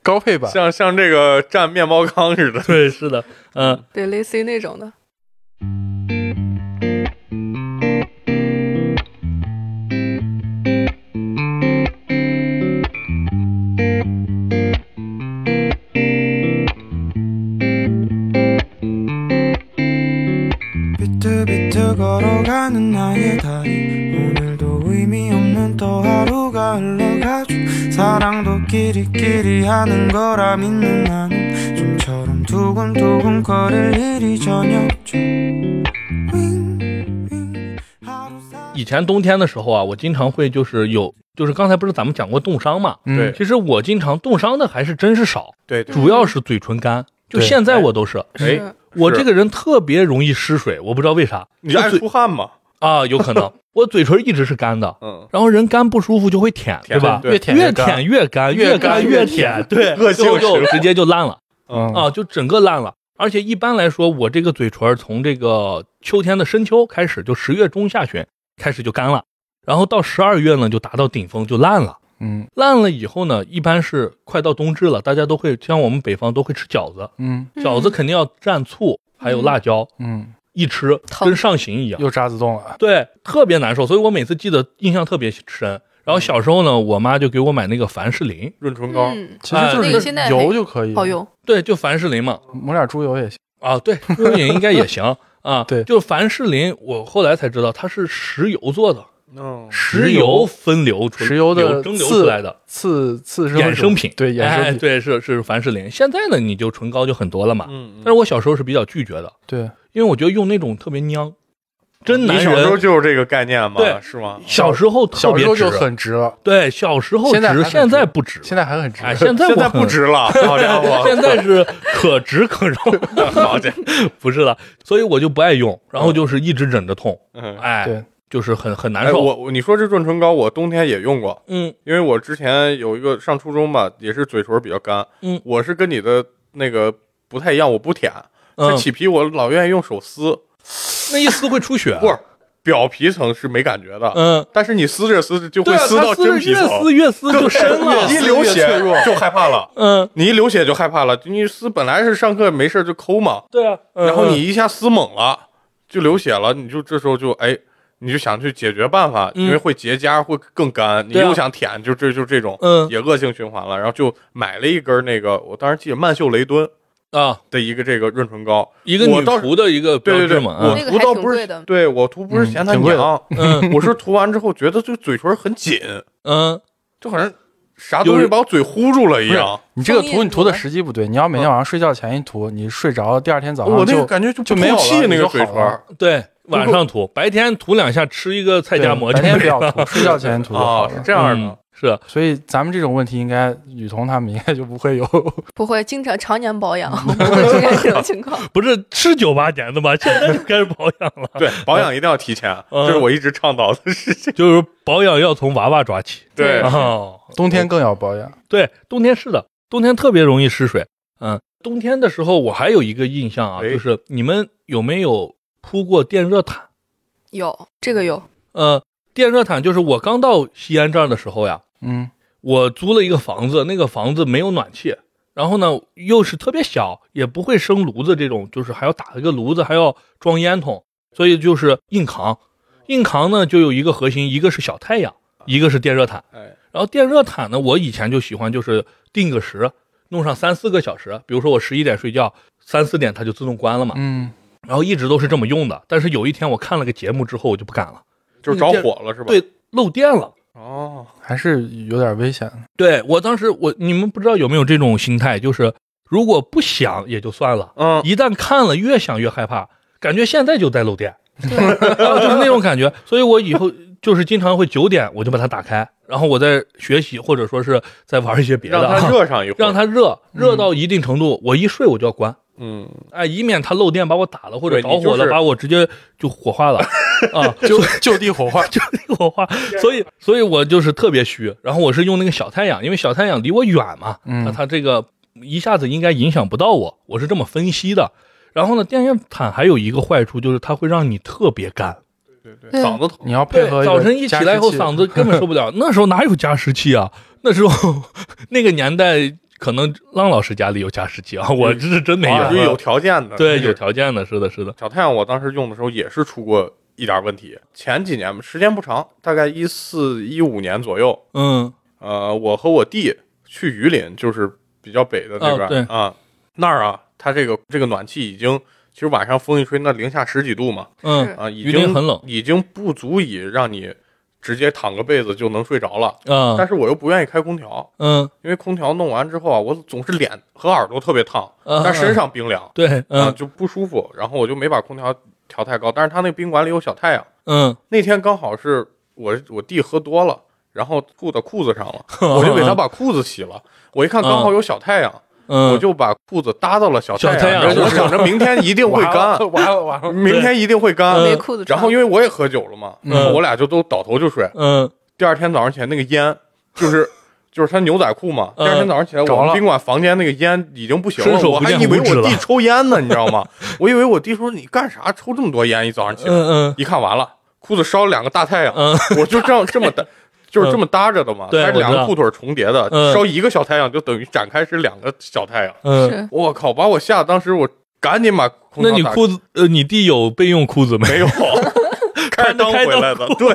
S3: 高配
S4: 嗯
S3: 版，
S1: 啊
S2: 像像这个蘸面包糠似的。
S1: 对，是的，嗯，
S4: 对，类似于那种的。
S5: 비트비트 걸어가는 나의 다리 오늘도 의미 없는 또 하루가 흘러가죠 사랑도 끼리끼리 하는 거라 믿는 나는 좀처럼 두근두근 거릴 일이 전혀 없죠 윙윙 하루 살
S1: 以前冬天的时候啊，我经常会就是有，就是刚才不是咱们讲过冻伤嘛，
S3: 嗯
S2: 对
S1: 其实我经常冻伤的还是真是少，
S2: 对对，
S1: 主要是嘴唇干。就
S3: 对
S1: 现在我都是，
S2: 嗯哎，
S1: 我这个人特别容易失水，我不知道为啥。
S2: 你爱
S1: 我嘴
S2: 出汗嘛？
S1: 啊，有可能我嘴唇一直是干的，
S2: 嗯，
S1: 然后人干不舒服就会舔，
S2: 舔
S1: 吧？
S2: 对
S3: 越舔
S1: 越
S3: 干，
S1: 舔越干，
S3: 越
S1: 干
S3: 干
S1: 越
S3: 越
S1: 舔，对，
S2: 恶性
S1: 最后
S2: 食
S1: 啊就直接就烂了
S3: 嗯
S1: 啊，就整个烂了。而且一般来说，我这个嘴唇儿从这个秋天的深秋开始，就十月中下旬开始就干了，然后到十二月呢就达到顶峰，就烂了。
S3: 嗯
S1: 烂了以后呢，一般是快到冬至了，大家都会像我们北方都会吃饺子，
S3: 嗯
S1: 饺子肯定要蘸醋，还有辣椒，
S3: 嗯，
S1: 一吃
S4: 疼
S1: 跟上刑一样，
S3: 又渣子洞了。
S1: 对，特别难受。所以我每次记得印象特别深。然后小时候呢，我妈就给我买那个凡士林，
S2: 润唇膏，
S4: 嗯，
S3: 其实就
S1: 哎那
S3: 是
S4: 个现在
S3: 油就可以，
S4: 好，用，
S1: 对，就凡士林嘛，
S3: 抹点猪油也行。
S1: 啊，对，蚯蚓应该也行啊。
S3: 对
S1: 就是凡士林，我后来才知道它是石油做的，
S2: 嗯，
S1: 石
S3: 石油
S1: 分流出
S3: 石油的
S1: 流蒸馏出来的
S3: 次次生
S1: 衍生品。
S3: 对衍
S1: 哎
S3: 生品，
S1: 对，是是凡士林。现在呢，你就唇膏就很多了嘛。
S2: 嗯，
S1: 但是我小时候是比较拒绝的，
S3: 对
S1: 因为我觉得用那种特别娘，真
S2: 你
S1: 男
S2: 小时候
S1: 人。
S2: 就是这个概念嘛，
S1: 对
S2: 是吗？
S1: 小时候特
S3: 小
S1: 别
S3: 时候就
S1: 直
S3: 很直了，
S1: 对，小时候
S3: 现在还
S1: 直，
S3: 很
S1: 现
S3: 直
S1: 在不直。
S3: 现在还很直。
S1: 哎，现在
S2: 现在
S1: 我很
S2: 不值 了，好家伙，
S1: 现在是可直可 肉，
S2: 好家伙，
S1: 不是了，所以我就不爱用，然
S3: 嗯
S1: 后就是一直忍着痛，
S2: 嗯
S1: 哎，
S3: 对，
S1: 就是很很难
S2: 哎，
S1: 受。
S2: 我我你说这润唇膏，我冬天也用过，
S1: 嗯，
S2: 因为我之前有一个上初中吧，也是嘴唇比较干，
S1: 嗯
S2: 我是跟你的那个不太一样，我不舔，
S1: 嗯
S2: 这起皮我老愿意用手撕，
S1: 那一撕会出血。啊
S2: 不是表皮层是没感觉的，
S1: 嗯，
S2: 但是你撕着撕着就
S1: 对
S2: 会
S1: 啊，它
S2: 到真皮
S1: 越
S2: 层，
S1: 撕越撕就深
S2: 对
S1: 了。
S2: 一流血
S3: 越脆弱
S2: 就害怕了。
S1: 嗯，
S2: 你一流血就害怕了，你撕本来是上课没事就抠嘛，
S1: 对啊。嗯
S2: 然后你一下撕猛了，就流血了，你就这时候就哎，你就想去解决办法，
S1: 嗯
S2: 因为会结痂，会更干，你
S1: 对啊
S2: 又想舔，就这就这种，
S1: 嗯
S2: 也恶性循环了。然后就买了一根那个，我当时记得曼秀雷敦
S1: 啊，
S2: 的一个这个润唇膏，
S1: 一个
S2: 我
S1: 女
S2: 倒是
S1: 仆的一个标
S2: 对对对，
S1: 志嘛。
S2: 我
S1: 啊
S4: 那个
S2: 涂
S4: 还
S2: 倒
S4: 挺
S2: 不
S4: 贵
S2: 是
S4: 的
S2: 对我涂不是
S3: 嗯
S2: 嫌它
S3: 挺贵的
S2: 娘，
S1: 嗯
S2: 我是涂完之后觉得就嘴唇很紧，
S1: 嗯，
S2: 就好像啥东
S1: 有
S2: 西
S1: 人
S2: 把我嘴糊住了一样。
S3: 你这个
S4: 封
S3: 涂
S4: 印
S3: 你涂的
S4: 住了
S3: 时机不对，你要每天晚上睡觉前一涂，你睡着了，第二天早
S2: 我
S3: 上
S2: 那个
S3: 就
S2: 感觉就不
S3: 就没
S2: 透
S3: 有了
S2: 气，那个
S3: 就
S2: 嘴
S3: 好
S2: 唇
S3: 了
S2: 儿
S1: 对，晚上涂，白天涂两下，吃一个菜
S3: 对
S1: 夹馍
S3: 白
S1: 就
S3: 天
S1: 没
S3: 不
S1: 了
S3: 要涂，睡觉 前涂就好
S2: 哦，是
S3: 了。
S2: 这样的
S1: 嗯。是，
S3: 所以咱们这种问题，应该雨桐他们应该就 不会有。
S4: 不会经常常年保养，不会出现这种情况。
S1: 不是是九八年的吧？现在就开始保养 了，
S2: 对，保养一定要提前，
S1: 嗯
S2: 这是我一直倡导的事情。
S1: 就是保养要从娃娃抓起。
S4: 对
S2: 对
S1: 哦，
S3: 冬天更要保养，
S1: 对，冬天是的，冬天特别容易失水。嗯，冬天的时候我还有一个印象啊，
S2: 哎
S1: 就是你们有没有铺过电热毯？
S4: 有这个有，
S1: 呃，电热毯就是我刚到西安这儿的时候呀，
S3: 嗯，
S1: 我租了一个房子，那个房子没有暖气，然后呢又是特别小，也不会生炉子这种，就是还要打一个炉子，还要装烟筒，所以就是硬扛。硬扛呢就有一个核心，一个是小太阳，一个是电热毯。
S2: 哎，
S1: 然后电热毯呢，我以前就喜欢就是定个时，弄上三四个小时，比如说我十一点睡觉，三四点它就自动关了嘛，
S3: 嗯，
S1: 然后一直都是这么用的。但是有一天我看了个节目之后，我就不敢了，
S2: 就是着火了是吧？，
S1: 对，漏电了。
S2: 哦，
S3: 还是有点危险的。
S1: 对我当时我你们不知道有没有这种心态，就是如果不想也就算了，
S2: 嗯，
S1: 一旦看了越想越害怕，感觉现在就在漏电，啊就是那种感觉。所以我以后就是经常会九点我就把它打开，然后我在学习或者说是在玩一些别的
S2: 让
S1: 啊，
S2: 它热上一会儿，
S1: 让它热，
S3: 嗯
S1: 热到一定程度，我一睡我就要关，
S2: 嗯，
S1: 哎，以免它漏电把我打了或者
S2: 对
S1: 着
S2: 你就
S1: 火了，
S2: 是
S1: 把我直接就火化 了啊，
S3: 就就地火化，
S1: 就那个火化，所以所以我就是特别虚，然后我是用那个小太阳，因为小太阳离我远嘛，
S3: 嗯
S1: 那它这个一下子应该影响不到我，我是这么分析的。然后呢，电热毯还有一个坏处就是它会让你特别干，
S2: 对对，
S4: 对
S2: 嗓子疼，
S3: 你要配
S1: 对，
S3: 合一个
S1: 早晨一起来以后
S3: 加湿器
S1: 嗓子根本受不了。那时候哪有加湿器啊？那时候那个年代，可能浪老师家里有加湿器啊，我这是真没
S2: 啊就
S1: 有。
S2: 有条件的，
S1: 对，有
S2: 是
S1: 条件的，是的，是的。
S2: 小太阳，我当时用的时候也是出过一点问题，前几年吧，时间不长，大概一四一五年左右，
S1: 嗯
S2: 呃，我和我弟去榆林，就是比较北的那边、
S1: 哦对
S2: 啊，那儿啊，它这个这个暖气已经，其实晚上风一吹，那零下十几度嘛，
S1: 嗯
S2: 啊，已
S1: 榆林
S2: 经
S1: 很冷
S2: 已经不足以让你直接躺个被子就能睡着了。但
S1: 啊
S2: 是我又不愿意开空调，
S1: 嗯
S2: 因为空调弄完之后啊，我总是脸和耳朵特别烫，
S1: 啊
S2: 但身上冰凉
S1: 对
S2: 啊
S1: 嗯
S2: 就不舒服。然后我就没把空调调太高，但是他那个宾馆里有小太阳。
S1: 嗯
S2: 那天刚好是我我弟喝多了，然后吐到裤子 上了，我就给他把裤子洗了。我一看刚好有小太阳，
S1: 嗯，
S2: 我就把裤子搭到了小
S1: 小太阳
S2: 阳上。我
S1: 就是
S2: 想着明天一 定会干，
S3: 完了完了，
S2: 明天一定会干。
S4: 没哦裤子穿。
S2: 然后因为我也喝酒了嘛，
S1: 嗯
S2: 我俩就都倒头就睡。
S1: 嗯
S2: 第二天早上起来那个烟，就是就是他牛仔裤嘛，
S1: 嗯
S2: 第二天早上起来，
S3: 着
S2: 我们
S3: 了
S2: 宾馆房间那个烟已经不行了，
S1: 伸手
S2: 我
S1: 不
S2: 还
S1: 见
S2: 以为
S1: 五指
S2: 我弟
S1: 了
S2: 抽烟呢，你知 道吗？我以为我弟说你干啥抽这么多烟，一早上起来，
S1: 嗯
S2: 一看完了，裤子烧了两个大太阳，
S1: 嗯
S2: 我就这样这么搭，就是这么搭着的嘛，
S1: 对
S2: 它是两
S1: 我知
S2: 个
S1: 道
S2: 裤腿重叠的，
S1: 嗯
S2: 烧一个小太阳就等于展开是两个小太阳。
S1: 嗯嗯。
S4: 是
S2: 我靠，把我吓得，当时我赶紧把空
S1: 那
S2: 调
S1: 你
S2: 打开
S1: 裤子呃，你弟有备用裤子没？
S2: 没有，开裆回来的，对，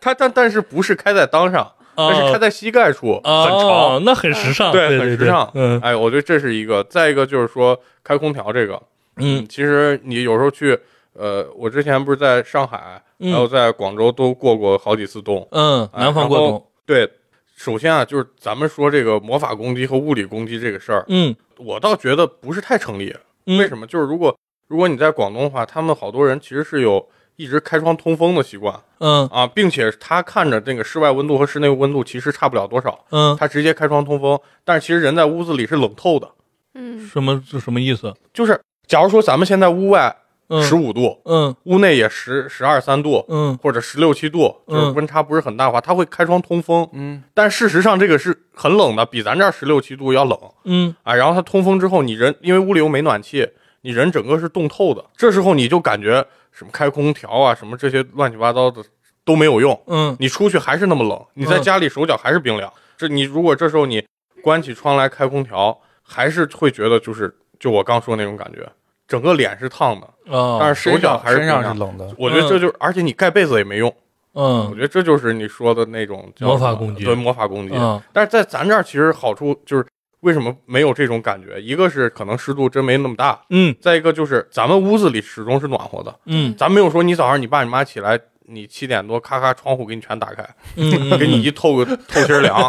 S2: 它但但是不是开在裆上，但是开在膝盖处，
S1: 啊，
S2: 很潮。
S1: 哦哦那很时尚，
S2: 对
S1: 对，
S2: 很时
S1: 对
S2: 尚
S1: 嗯
S2: 哎，我觉得这是一个，再一个就是说开空调这个，
S1: 嗯
S2: 其实你有时候去，呃，我之前不是在上海，
S1: 嗯
S2: 还有在广州都过过好几次冬，
S1: 嗯，
S2: 哎
S1: 南方过
S2: 然后
S1: 冬，
S2: 对，首先啊，就是咱们说这个魔法攻击和物理攻击这个事儿，
S1: 嗯
S2: 我倒觉得不是太成立。
S1: 嗯
S2: 为什么？就是如果如果你在广东的话，他们好多人其实是有一直开窗通风的习惯
S1: 嗯
S2: 啊，并且他看着那个室外温度和室内温度其实差不了多少，
S1: 嗯，
S2: 他直接开窗通风，但是其实人在屋子里是冷透的。
S4: 嗯，
S1: 什么这什么意思？
S2: 就是假如说咱们现在屋外
S1: 嗯
S2: 十五度，
S1: 嗯
S2: 屋内也十十二三度。
S1: 嗯
S2: 或者十六七度，就是
S1: 嗯
S2: 温差不是很大的话，他会开窗通风。
S3: 嗯，
S2: 但事实上这个是很冷的，比咱这儿十六七度要冷
S1: 嗯
S2: 啊。然后它通风之后，你人因为屋里又没暖气，你人整个是冻透的。这时候你就感觉什么开空调啊，什么这些乱七八糟的都没有用。
S1: 嗯
S2: 你出去还是那么冷，你在
S1: 嗯
S2: 家里手脚还是冰凉。这你如果这时候你关起窗来开空调，还是会觉得就是就我刚说那种感觉，整个脸是烫的，
S1: 啊，
S2: 但是手脚还是
S3: 身
S2: 冰
S3: 上
S2: 凉
S3: 是
S2: 的。
S3: 冷的，
S2: 我觉得这就，而且你盖被子也没用。我
S1: 嗯
S2: 觉得这就是你说的那种叫
S1: 魔法
S2: 什么
S1: 攻击
S2: 对魔法攻击。
S1: 嗯
S2: 但是在咱这儿其实好处就是为什么没有这种感觉？一个是可能湿度真没那么大，
S1: 嗯
S2: 再一个就是咱们屋子里始终是暖和的，
S1: 嗯
S2: 咱没有说你早上你爸你妈起来。你七点多，咔咔窗户给你全打开，
S1: 嗯，
S2: 给你一透个透心儿凉。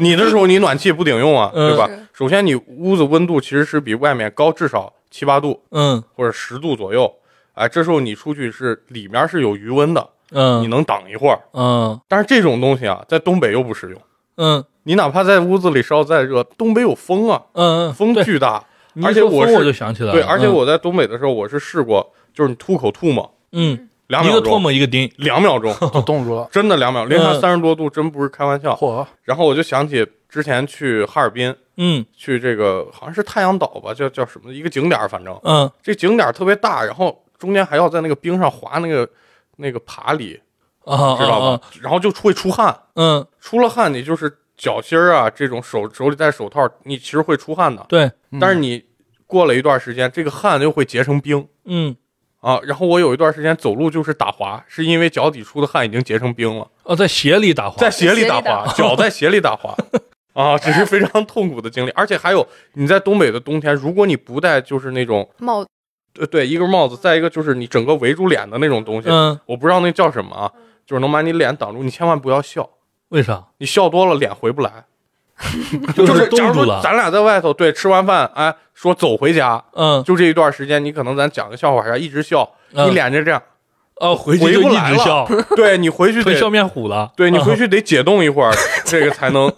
S2: 你那时候你暖气不顶用啊，
S1: 嗯
S2: 对吧
S4: 是？
S2: 首先你屋子温度其实是比外面高至少七八度
S1: 嗯
S2: 或者十度左右，哎，这时候你出去是里面是有余温的，
S1: 嗯，
S2: 你能挡一会儿。
S1: 嗯
S2: 但是这种东西啊，在东北又不实用。
S1: 嗯
S2: 你哪怕在屋子里烧再热，东北有风啊，
S1: 嗯，
S2: 风
S1: 对，
S2: 巨大。
S1: 你一
S2: 而且
S1: 说
S2: 我
S1: 风
S2: 是
S1: 我就想起来了，
S2: 对，而且
S1: 嗯
S2: 我在东北的时候，我是试过，就是你吐口吐沫，
S1: 嗯，
S2: 两
S1: 一
S2: 秒
S1: 个唾
S2: 钟，
S1: 沫一个钉，
S2: 两秒 钟，
S3: 就冻住了。
S2: 真的两秒，零下
S1: 嗯
S2: 三十多度，真不是开玩笑。
S3: 嚯，
S2: 然后我就想起之前去哈尔滨，
S1: 嗯
S2: 去这个好像是太阳岛吧，叫叫什么一个景点儿，反正
S1: 嗯
S2: 这景点儿特别大，然后中间还要在那个冰上滑那个那个爬犁，
S1: 啊，
S2: 知道
S1: 啊
S2: 吧？？然后就会出汗，
S1: 嗯，
S2: 出了汗你就是脚心儿啊，这种手手里戴手套，你其实会出汗的。
S1: 对，
S2: 但是你过了一段时间，这个汗又会结成冰
S1: 嗯
S2: 啊。然后我有一段时间走路就是打滑，是因为脚底出的汗已经结成冰了，
S1: 哦，在鞋里打滑，
S2: 在鞋里
S4: 在鞋
S2: 打
S4: 里打
S2: 滑，脚在鞋里打滑啊，这是非常痛苦的经历。而且还有你在东北的冬天，如果你不戴就是那种
S4: 帽子
S2: 呃对一个帽子，再一个就是你整个围住脸的那种东西，
S1: 嗯，
S2: 我不知道那叫什么啊，就是能把你脸挡住，你千万不要笑，
S1: 为 啥？
S2: 你笑多了脸回不来。
S1: 是
S2: 假
S1: 冻
S2: 如
S1: 住
S2: 说
S1: 了，
S2: 咱俩在外头对吃完饭，哎，说走回家，
S1: 嗯，
S2: 就这一段时间，你可能咱讲个笑话啥，一直笑，
S1: 嗯
S2: 你脸就这样，
S1: 哦，回去
S2: 回
S1: 就
S2: 不
S1: 一
S2: 来
S1: 直
S2: 了
S1: 笑，
S2: 对你回去
S1: 成笑
S2: 得，
S1: 面虎了，
S2: 对你
S1: 啊
S2: 回去得解冻一会儿，这个 才能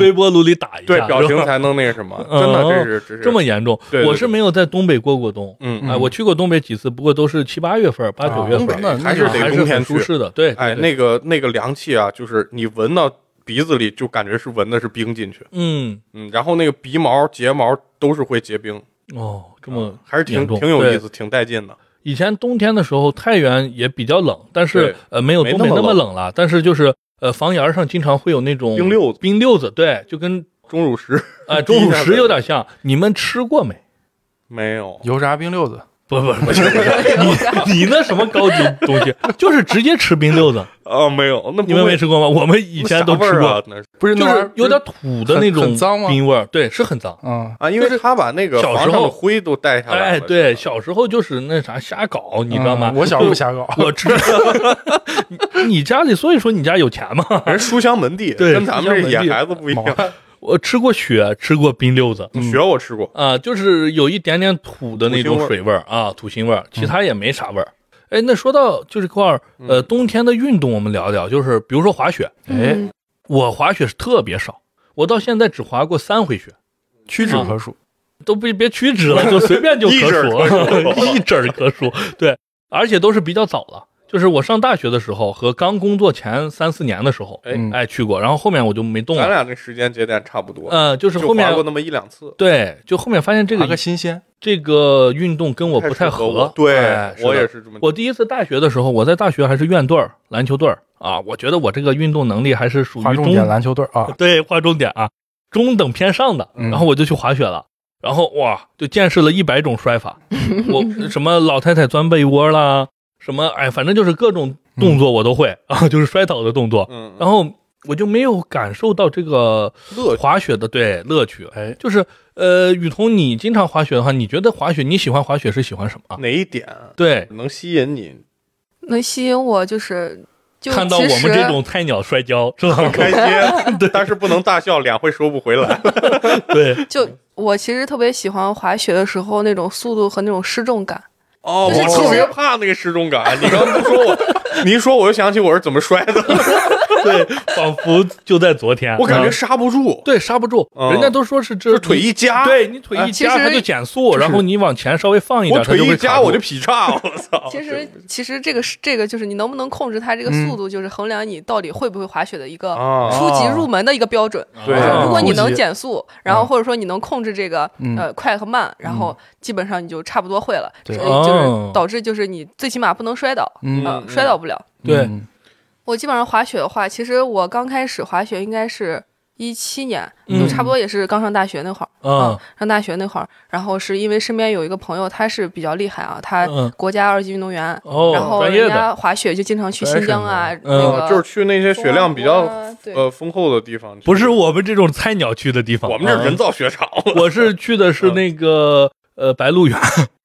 S1: 微波炉里打一下，
S2: 对表
S1: 是
S2: 情
S1: 吧
S2: 才能那个什么，
S1: 嗯
S2: 真的这是这是
S1: 这么严重
S2: 对对。对
S1: 我是没有在东北过过冬，
S2: 嗯，
S1: 哎，我去过东北几次，不过都是七八月份、八九月
S2: 啊东
S1: 份
S2: 北
S1: 儿，啊
S2: 还
S1: 是
S2: 是得冬天
S1: 很舒
S2: 去，
S1: 适的。对，
S2: 哎，
S1: 对
S2: 那个那个凉气啊，就是你闻到鼻子里就感觉是闻的是冰进去，
S1: 嗯，
S2: 嗯，然后那个鼻毛、睫毛都是会结冰，
S1: 哦，这么
S2: 还是挺
S1: 严重
S2: 挺有意
S1: 对
S2: 思，挺带劲的。
S1: 以前冬天的时候，太原也比较冷，但
S2: 对
S1: 是呃没有
S2: 没
S1: 东
S2: 那
S1: 北
S2: 么
S1: 那么
S2: 冷
S1: 冷了。但是就是呃房檐上经常会有那种
S2: 冰溜子
S1: 冰溜子，对，就跟
S2: 钟乳石
S1: 呃
S2: 滴
S1: 钟乳
S2: 下
S1: 石
S2: 来
S1: 有点像。你们吃过没？
S2: 没有，
S3: 油炸冰溜子，
S1: 不不不， 你你那什么高级东西，就是直接吃冰溜子，
S2: 啊，没有， 那不
S1: 你们
S2: 会
S1: 没吃过吗？我们以
S2: 那
S1: 前
S2: 啥
S1: 都
S2: 味
S1: 吃
S2: 儿
S1: 过
S2: 啊，，那是
S3: 不是
S1: 就
S3: 那玩意
S1: 是
S3: 儿
S1: 有点土的那
S3: 很
S1: 种
S3: 很脏吗
S1: 冰味儿，对，是很脏。
S3: 嗯，
S2: 啊，因为他把那个
S1: 小
S2: 房
S1: 时
S2: 上的
S1: 候
S2: 灰都带下来
S1: 哎，
S2: 了。
S1: 对，
S2: 是吧
S1: 小时候就是那啥瞎搞，你知道吗？
S3: 嗯我小 时候瞎搞，
S1: 我知道，你你家里，所以说你家有钱吗？
S2: 人书香门第，
S1: 对
S2: 跟咱们
S1: 书香
S2: 这
S1: 门
S2: 野
S1: 第
S2: 孩子不一样。
S1: 我吃过雪，吃过冰溜子，
S3: 嗯
S2: 雪我吃过，
S1: 啊，就是有一点点土的那
S2: 土腥味
S1: 种
S2: 儿嗯
S1: 水味儿啊，土腥味儿，其他也没啥味儿。哎，那说到就这块儿，
S2: 嗯
S1: 呃，冬天的运动我们聊聊，就是比如说滑雪，
S3: 哎，
S4: 嗯
S1: 我滑雪是特别少，我到现在只滑过三回雪，
S3: 屈指可数。
S1: 都别别屈指了，就随便就
S2: 一指
S1: 可
S2: 儿
S1: 数，一指儿可数，对，而且都是比较早了。就是我上大学的时候和刚工作前三四年的时候，
S2: 哎
S3: 嗯
S1: 哎去过，然后后面我就没动
S2: 咱
S1: 了。
S2: 俩这时间节点差不多，
S1: 嗯呃，就是
S2: 就
S1: 后面
S2: 滑过那么一两次。
S1: 对，就后面发现这
S3: 拿个
S1: 个
S3: 新鲜，
S1: 这个运动跟我不太
S2: 适合我
S1: 合。
S2: 对
S1: 哎、
S2: 我
S1: 是
S2: 也
S1: 的
S2: 是这么。
S1: 我第一次大学的时候，我在大学还是院队儿篮球队儿啊，我觉得我这个运动能力还是属
S3: 划
S1: 于
S3: 重
S1: 中
S3: 点篮球队儿啊，
S1: 对划重点啊，中等偏上的。
S3: 嗯
S1: 然后我就去滑雪了，然后哇，就见识了一百种摔法，我什么老太太钻被窝啦，什么哎，反正就是各种动作我都会、啊， 就是摔倒的动作。
S2: 嗯，
S1: 然后我就没有感受到这个
S2: 乐趣
S1: 滑雪的对乐趣，
S3: 哎，
S1: 就是呃，雨桐，你经常滑雪的话，你觉得滑雪你喜欢滑雪是喜欢什么啊？
S2: 哪一点
S1: 对，
S2: 能吸引你？
S4: 能吸引我就是就
S1: 看到我
S4: 其
S1: 们
S4: 实
S1: 这种菜鸟摔跤是
S2: 很
S1: 吧？
S2: 开心，但是不能大笑，脸会收不回来。
S1: 对，
S4: 就我其实特别喜欢滑雪的时候那种速度和那种失重感，
S2: 哦，我
S4: 就是其实
S2: 特别怕那个失重感。你刚不说我，你一说我就想起我是怎么摔的，
S1: 对，仿佛就在昨天，
S2: 我感觉
S1: 嗯
S2: 刹不住，
S1: 对刹不住，
S2: 嗯
S1: 人家都说是这
S2: 就是腿一夹，
S1: 对你腿一
S2: 哎
S1: 夹
S4: 其实
S1: 它就减速，然后你往前稍微放一
S2: 我
S1: 点，它
S2: 腿
S1: 就
S2: 一
S1: 会
S2: 夹
S1: 卡住
S2: 我就劈叉，我操！
S4: 其
S2: 真
S4: 实
S2: 不行
S4: 其实这个是这个就是你能不能控制它这个速度，就是衡量你到底会不会滑雪的一个
S2: 啊
S4: 初级入门的一个标准。
S2: 对
S4: 就是
S1: 啊
S4: 如果你能
S3: 初级
S4: 减速，然后或者说你能控制这个呃快和慢，然后基本上你就差不多会了。
S3: 对
S4: 这就是
S1: 哦
S4: 导致就是你最起码不能摔倒，
S3: 嗯
S4: 呃
S2: 嗯
S4: 摔倒不了。
S1: 对
S3: 嗯
S4: 我基本上滑雪的话，其实我刚开始滑雪应该是一七年，就差不多也是刚上大学那会儿。
S1: 嗯，
S4: 上大学那会儿，然后是因为身边有一个朋友，他是比较厉害啊，他
S1: 嗯
S4: 国家二级运动员，
S1: 哦
S4: 然后
S1: 专业
S4: 人
S1: 的
S4: 家滑雪就经常去新疆啊，那
S2: 哦
S4: 个
S2: 就是去那些雪量比
S4: 中
S2: 较
S4: 国啊对
S2: 呃丰厚的地方去，
S1: 不是我们这种菜鸟去的地方，
S2: 我们这 儿人
S1: 嗯
S2: 造雪场，
S1: 我是去的是那个呃白鹿原，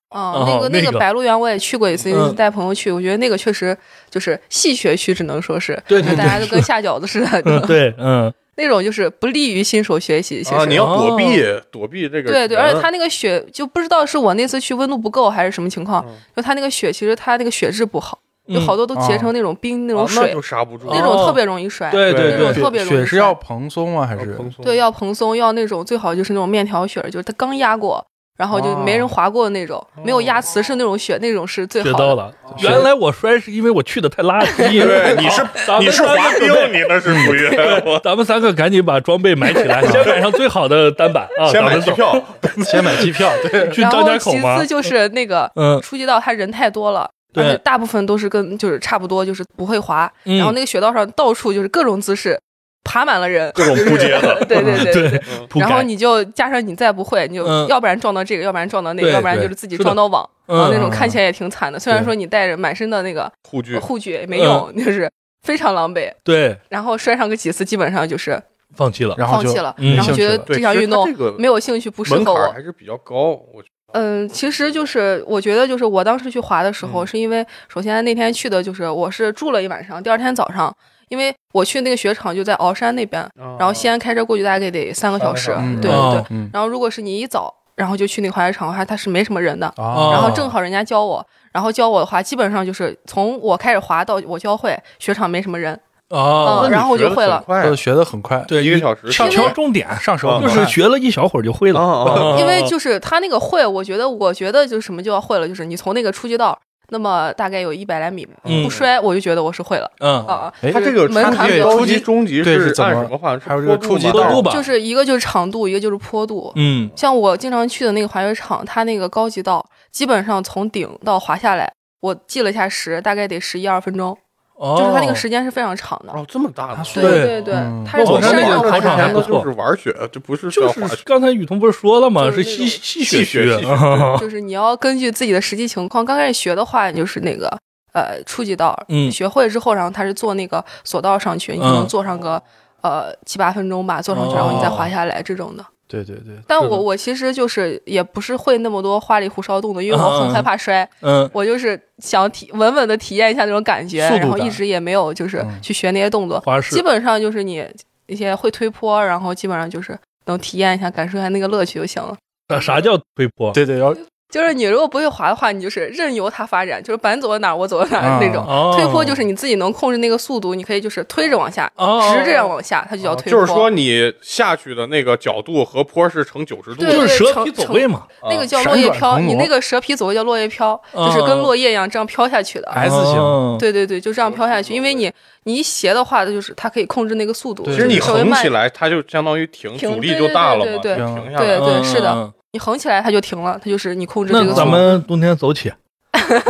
S4: 嗯，
S1: 哦
S4: 那个那
S1: 那
S4: 个
S1: 个
S4: 白鹿原我也去过一次，因为
S1: 嗯
S4: 带朋友去，我觉得那个确实就是戏谑区，只能说是，
S1: 对嗯对
S4: 就大
S1: 对
S4: 家都跟下饺子似的， 就
S1: 嗯对，嗯，
S4: 那种就是不利于新手学习。其实、
S2: 啊， 你要嗯躲避
S1: 哦
S2: 躲避这个
S4: 对
S2: 人，
S4: 对，而且它那个雪就不知道是我那次去温度不够还是什么情况，
S2: 嗯
S4: 就它那个雪其实它那个雪质不好，有
S1: 嗯
S4: 好多都结成那种冰、那种
S2: 哦那
S4: 水
S2: 就，刹不住，
S4: 那种特别容易摔。
S1: 啊哦对
S2: 对
S1: 对
S4: 嗯对特别容易
S3: 雪是
S4: 摔
S3: 要蓬松吗？还是
S2: 啊蓬松
S4: 对，要蓬松，要那种最好就是那种面条雪，就是它刚压过，然后就没人滑过的那种，没有压瓷实那种雪，那种是最
S1: 学
S4: 好
S1: 到
S4: 的。
S1: 了。原来我摔是因为我去的太垃圾，
S2: 对你是
S1: 咱们
S2: 你是
S1: 三个
S2: 滑冰，你那是属于我
S1: 咱们三个赶紧把装备买起来，先买上最好的单板啊，
S2: 先
S1: 咱
S2: 买
S1: 们
S2: 机
S1: 走
S2: 票，
S3: 先买机票？对，
S1: 去
S4: 然
S1: 张
S4: 后
S1: 家口
S4: 其
S1: 吗
S4: 次？就是那个
S1: 嗯
S4: 初级道，它人太多了。
S1: 对
S4: 而且大部分都是跟就是差不多，就是不会滑，
S1: 嗯
S4: 然后那个雪道上到处就是各种姿势，爬满了人，
S2: 各种扑街的，
S4: 对对对。
S1: 对，铺
S4: 然后
S1: 盖
S4: 你就加上你再不会，你就
S1: 嗯
S4: 要不然撞到这个，要不然撞到那个，
S1: 对
S4: 要不然
S1: 对
S4: 就是自己
S1: 是的
S4: 撞到网，然后那种
S3: 嗯
S4: 看起来也挺惨的。虽然
S1: 对嗯
S4: 说你带着满身的那个
S2: 护具
S4: 护具也没用，就是非常狼狈。
S1: 对
S4: 然后摔上个几次，基本上就是
S1: 放弃了，
S3: 然后
S4: 放
S3: 就
S4: 弃了，
S1: 嗯
S4: 然后觉得
S2: 对
S4: 这项
S2: 其实
S4: 运
S2: 它
S4: 动
S2: 这个
S4: 没有兴趣，不适
S2: 门
S4: 合
S2: 槛
S4: 我
S2: 儿。还是比较高，我觉
S4: 嗯，其实就是我觉得就是我当时去滑的时
S2: 嗯
S4: 候，是因为首先那天去的就是我是住了一晚上，第二天早上，因为我去那个雪场就在鳌山那边，
S2: 得啊
S4: 然后西安开车过去大概得三个小时，
S2: 三
S3: 个小时
S4: 对对
S1: 哦
S4: 对。
S3: 嗯
S4: 然后如果是你一早，然后就去那个滑雪场的话，它是没什么人的，
S3: 啊，
S4: 然后正好人家教我，然后教我的话，基本上就是从我开始滑到我教会，雪场没什么人，
S1: 哦
S4: 嗯，然后我就会了
S2: 很快
S3: 呃学的很快，
S1: 对
S2: 一个小时嗯
S1: 上
S4: 因为
S1: 敲重点，
S3: 上手
S1: 就
S3: 很
S1: 是
S3: 快
S1: 学了一小会儿就会了。嗯
S2: 啊啊，
S4: 因
S1: 哦
S4: 为就是他那个会，我觉得，我觉得就是什么就要会了，就是你从那个初级道，那么大概有一百来米，
S1: 嗯
S4: 不摔我就觉得我是会了
S1: 嗯
S4: 啊。
S3: 哎
S2: 它这个
S4: 门
S2: 初
S4: 槛
S2: 级、
S4: 比较
S2: 初
S4: 低
S2: 级、中级
S3: 对
S2: 是
S3: 是怎
S2: 按
S3: 么
S2: 什么划？
S3: 还有这
S2: 坡
S3: 个
S2: 度
S3: 初级
S2: 吗
S1: 坡
S3: 道
S1: 度吧，
S4: 就是一个就是长度，一个就是坡度。
S1: 嗯
S4: 像我经常去的那个滑雪场，它那个高级道，基本上从顶到滑下来，我记了一下时，大概得十一二分钟，
S1: 哦，
S4: 就是它那个时间是非常长的。
S2: 哦，这么大的
S3: 啊。
S4: 对
S1: 对
S4: 对对
S3: 嗯，
S4: 它是
S1: 我
S4: 从
S1: 看
S4: 山
S1: 那个
S4: 上滑
S1: 考
S4: 下
S1: 场
S4: 来
S1: 还不
S4: 的，
S1: 错
S2: 就是玩雪，就不是
S1: 就
S2: 叫滑
S1: 是
S2: 雪。
S1: 刚才雨桐不是说了吗？
S4: 就是
S1: 是
S4: 那种
S1: 吸吸
S2: 戏
S1: 区
S2: 谑，戏谑
S4: 就是你要根据自己的实际情况，刚开始学的话，你就是那个呃初级道，
S1: 嗯
S4: 学会之后，然后他是坐那个索道上去，你可能
S1: 嗯
S4: 坐上个、呃七八分钟吧，坐上去，
S1: 哦
S4: 然后你再滑下来这种的。
S3: 对对对，
S4: 但
S1: 是的
S4: 我我其实就是也不是会那么多花里胡哨动作，因为我很害怕摔，
S1: 嗯，
S4: 我就是想体稳稳的体验一下那种感觉，
S3: 速度
S4: 然后
S3: 感
S4: 一直也没有就是
S3: 嗯
S4: 去学那些动作，
S1: 花式
S4: 基本上就是你一些会推坡，然后基本上就是能体验一下，感受一下那个乐趣就行了。
S1: 啊啥叫推坡？
S3: 对对，要
S4: 就是你如果不会滑的话，你就是任由它发展，就是板走到哪儿我走到哪儿那种。
S1: 哦，
S4: 推坡就是你自己能控制那个速度，你可以就是推着往下，
S1: 哦
S4: 直着往下，它就叫推坡。
S2: 哦就是说你下去的那个角度和坡是成九十度的，
S4: 对
S1: 就是蛇皮
S4: 成
S1: 走位嘛，
S4: 那
S2: 呃
S4: 个叫
S3: 闪
S4: 落叶
S3: 转
S4: 飘，
S3: 腾
S4: 你
S3: 挪
S4: 那个蛇皮走位叫落叶飘，就是跟落叶一样这样飘下去的。
S3: S 型
S1: 哦，
S4: 对对对，就这样飘下去，因为你你一斜的话，它就是它可以控制那个速度。
S3: 对
S2: 其实你
S4: 稍微
S2: 横
S4: 慢
S2: 起来，它就相当于停，
S4: 停
S2: 阻力就大了嘛，
S4: 对对
S3: 对对
S2: 就停下
S4: 对
S2: 来。
S4: 对是的
S1: 嗯。嗯嗯
S4: 你横起来它就停了，它就是你控制这
S1: 那
S4: 个速
S1: 咱
S4: 度。
S1: 们冬天走起。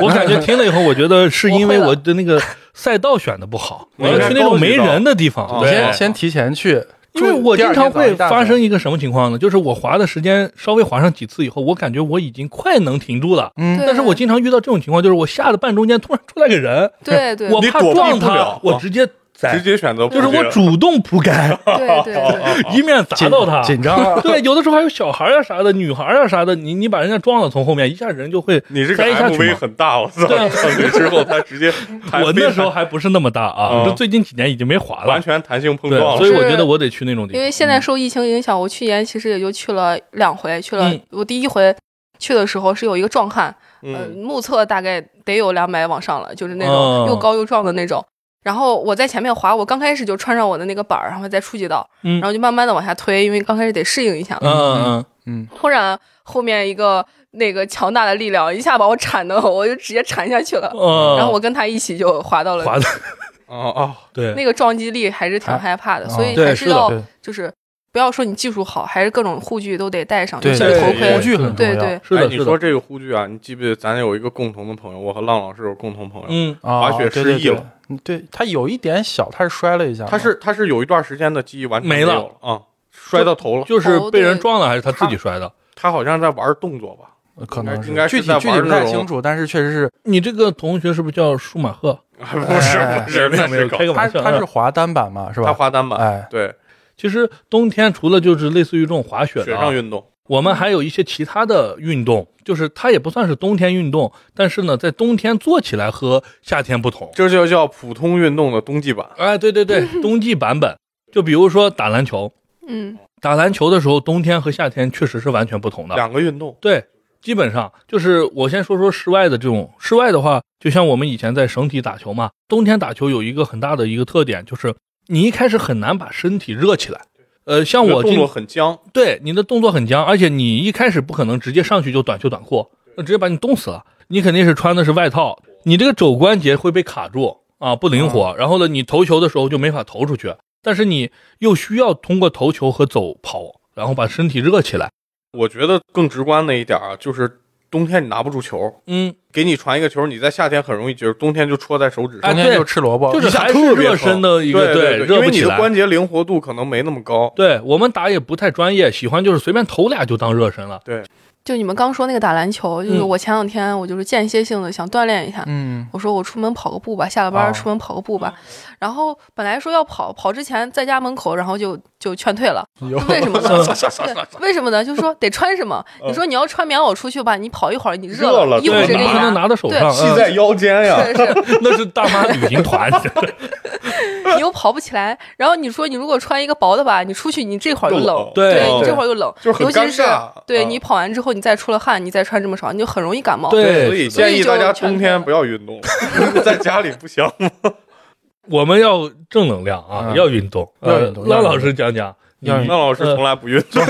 S1: 我感觉听了以后，我觉得是因为我的那个赛道选的不好，我
S2: 嗯
S1: 要去那种没人的地
S2: 嗯
S1: 方。啊
S3: 你
S2: 对
S3: 先先提前去，
S1: 因为我经常会发
S3: 第二天早上一大早
S1: 生一个什么情况呢？就是我滑的时间稍微滑上几次以后，我感觉我已经快能停住了，
S4: 对
S3: 嗯，
S1: 但是我经常遇到这种情况，就是我下的半中间突然出来个人，
S4: 对对
S1: 我
S2: 你
S1: 怕
S2: 躲避
S1: 撞
S2: 不了啊
S1: 他，我直接
S2: 直
S1: 宰，
S2: 接选择
S1: 就是
S2: 不
S1: 我
S2: 接
S1: 主动扑
S2: 啊
S1: 街，
S4: 对对
S2: 哦
S4: 对，
S1: 一面砸
S3: 紧
S1: 到他。，
S3: 紧张 啊
S1: 对，有的时候还有小孩呀、啥的，女孩呀、啥的，你你把人家撞了，从后面一下人就会
S2: 你这个
S1: 栽一下去
S2: MV
S1: 嘛
S2: 很大，我操！
S1: 对啊
S2: 上去之后，它直 接弹
S1: 我
S2: 飞
S1: 那时候还不是那么大啊，
S2: 嗯
S1: 这最近几年已经没滑
S2: 完
S1: 了，
S2: 全弹性碰
S1: 对，
S2: 撞
S1: 所
S2: 了
S1: 以。
S4: 是
S1: 我觉得我得去那种地
S4: 因
S1: 方。
S4: 为现在受疫情影响，我去年其实也就去了两回，去了
S1: 嗯
S4: 我第一回去的时候是有一个壮汉，呃，
S2: 嗯，
S4: 目测大概得有两百往上了，就是那
S1: 哦
S4: 种又高又壮的那种。然后我在前面滑，我刚开始就穿上我的那个板儿，然后在初级道，
S1: 嗯
S4: 然后就慢慢的往下推，因为刚开始得适应一下。
S1: 嗯嗯
S3: 嗯，
S4: 突然后面一个那个强大的力量一下把我铲的， 我就直接铲下去了。
S1: 嗯，
S4: 然后我跟他一起就滑到了，
S1: 滑的呃
S2: 哦哦，
S1: 对，
S4: 那个撞击力还是挺
S3: 哎
S4: 害怕的，
S3: 哦
S4: 所以
S1: 对
S4: 还
S1: 是的
S4: 要
S3: 对
S4: 就是不要说你技术好，还是各种护具都得带上，尤
S3: 对
S4: 其是头
S2: 对
S3: 护
S4: 盔。
S3: 具很重
S4: 对
S3: 要，
S4: 对，
S1: 是
S2: 哎
S1: 的，
S2: 你
S1: 是
S2: 说
S1: 的，
S2: 这个护具啊，你记不记得咱有一个共同的朋友，我和浪老师有共同朋友，
S1: 嗯
S3: 啊，
S2: 滑雪
S3: 对
S2: 失忆，
S3: 对
S2: 了
S3: 对嗯对他有一点小，他是摔了一下嘛，
S2: 他是他是有一段时间的记忆完全
S1: 没
S2: 有
S1: 了
S2: 了啊，摔到头了。
S1: 就是
S4: 头
S1: 被
S4: 哦对
S1: 人撞了还是他自己摔的？
S2: 他好像在玩动 作吧？
S3: 呃可能是
S2: 应该是
S3: 具体
S2: 在
S3: 具
S2: 玩
S3: 体不太
S2: 那种
S3: 清楚，但是确实是
S1: 你这个同学是不是叫舒马赫？
S2: 不是
S3: 哎
S2: 不是，
S1: 没有
S2: 那
S1: 没
S2: 是
S1: 有，
S2: 狗
S1: 开个
S3: 他
S1: 玩笑。
S3: 他是
S1: 嗯
S3: 滑单板嘛，是
S2: 他
S3: 吧？
S2: 滑单板，
S3: 哎，
S2: 对，
S1: 其实冬天除了就是类似于这种滑雪
S2: 雪
S1: 的啊，
S2: 上运动。
S1: 我们还有一些其他的运动，就是它也不算是冬天运动，但是呢，在冬天做起来和夏天不同。
S2: 这就叫普通运动的冬季版。
S1: 哎，对对 对，冬季版本，就比如说打篮球，
S4: 嗯，
S1: 打篮球的时候，冬天和夏天确实是完全不同的。
S2: 两个运动，
S1: 对，基本上就是我先说说室外的这种。室外的话，就像我们以前在省体打球嘛，冬天打球有一个很大的一个特点，就是你一开始很难把身体热起来。呃，像我
S2: 动
S1: 今
S2: 作很僵，
S1: 对你的动作很僵，而且你一开始不可能直接上去就短袖短裤，那直接把你冻死了。你肯定是穿的是外套，你这个肘关节会被卡住啊，不灵
S2: 哦
S1: 活。然后呢，你投球的时候就没法投出去，但是你又需要通过投球和走跑，然后把身体热起来。
S2: 我觉得更直观的一点啊，就是冬天你拿不住球，
S1: 嗯，
S2: 给你传一个球，你在夏天很容易觉得冬天就戳在手指上，
S1: 哎
S3: 冬
S1: 对
S3: 天就吃萝卜，
S1: 就是
S2: 一下
S1: 还是
S2: 特别
S1: 热身的一个
S2: 对
S1: 对
S2: 对，
S1: 热
S2: 因
S1: 不
S2: 为你
S1: 起
S2: 的
S1: 来。
S2: 关节灵活度可能没那 么高。
S1: 对我们打也不太专业，喜欢就是随便投俩就当热身了。
S4: 就你们刚说那个打篮球，就是
S1: 嗯
S4: 我前两天我就是间歇性的想锻炼一下，
S3: 嗯，
S4: 我说我出门跑个步吧，下了班儿
S3: 哦
S4: 出门跑个步吧。然后本来说要跑，跑之前在家门口，然后就就劝退了。
S3: 有
S4: 为什么呢？ 对为什么呢？就是说得穿什么？你说你要穿棉袄出去吧，你跑一会儿你热
S2: 热了
S4: 衣服
S1: 对
S2: 对
S4: 谁
S1: 你
S4: 给
S1: 不
S4: 你
S1: 能拿到手上，
S2: 系
S1: 嗯
S2: 在腰间呀，
S4: 是是，
S1: 那是大妈旅行 团。
S4: 你又跑不起来。然后你说你如果穿一个薄的吧，你出去你这会儿又
S2: 又冷
S4: 冷，
S1: 对
S4: 你
S2: 对
S4: 这会儿又冷，
S2: 就是很
S4: 尤其是
S2: 尴尬
S4: 对
S2: 嗯
S4: 你跑完之后你再出了汗，你再穿这么少，你就很容易感冒。
S1: 对，
S2: 所以
S1: 是的
S2: 建议大
S4: 所以
S2: 家
S4: 就
S2: 冬天不要 运动，在家里不行。
S1: 嗯我们要正能量啊，
S3: 嗯
S1: 要运动。
S3: 要
S1: 呃
S3: 运动要
S1: 浪
S3: 运
S1: 老
S3: 动
S1: 师讲讲，
S3: 要
S2: 那老
S1: 嗯
S2: 师从来不运 动，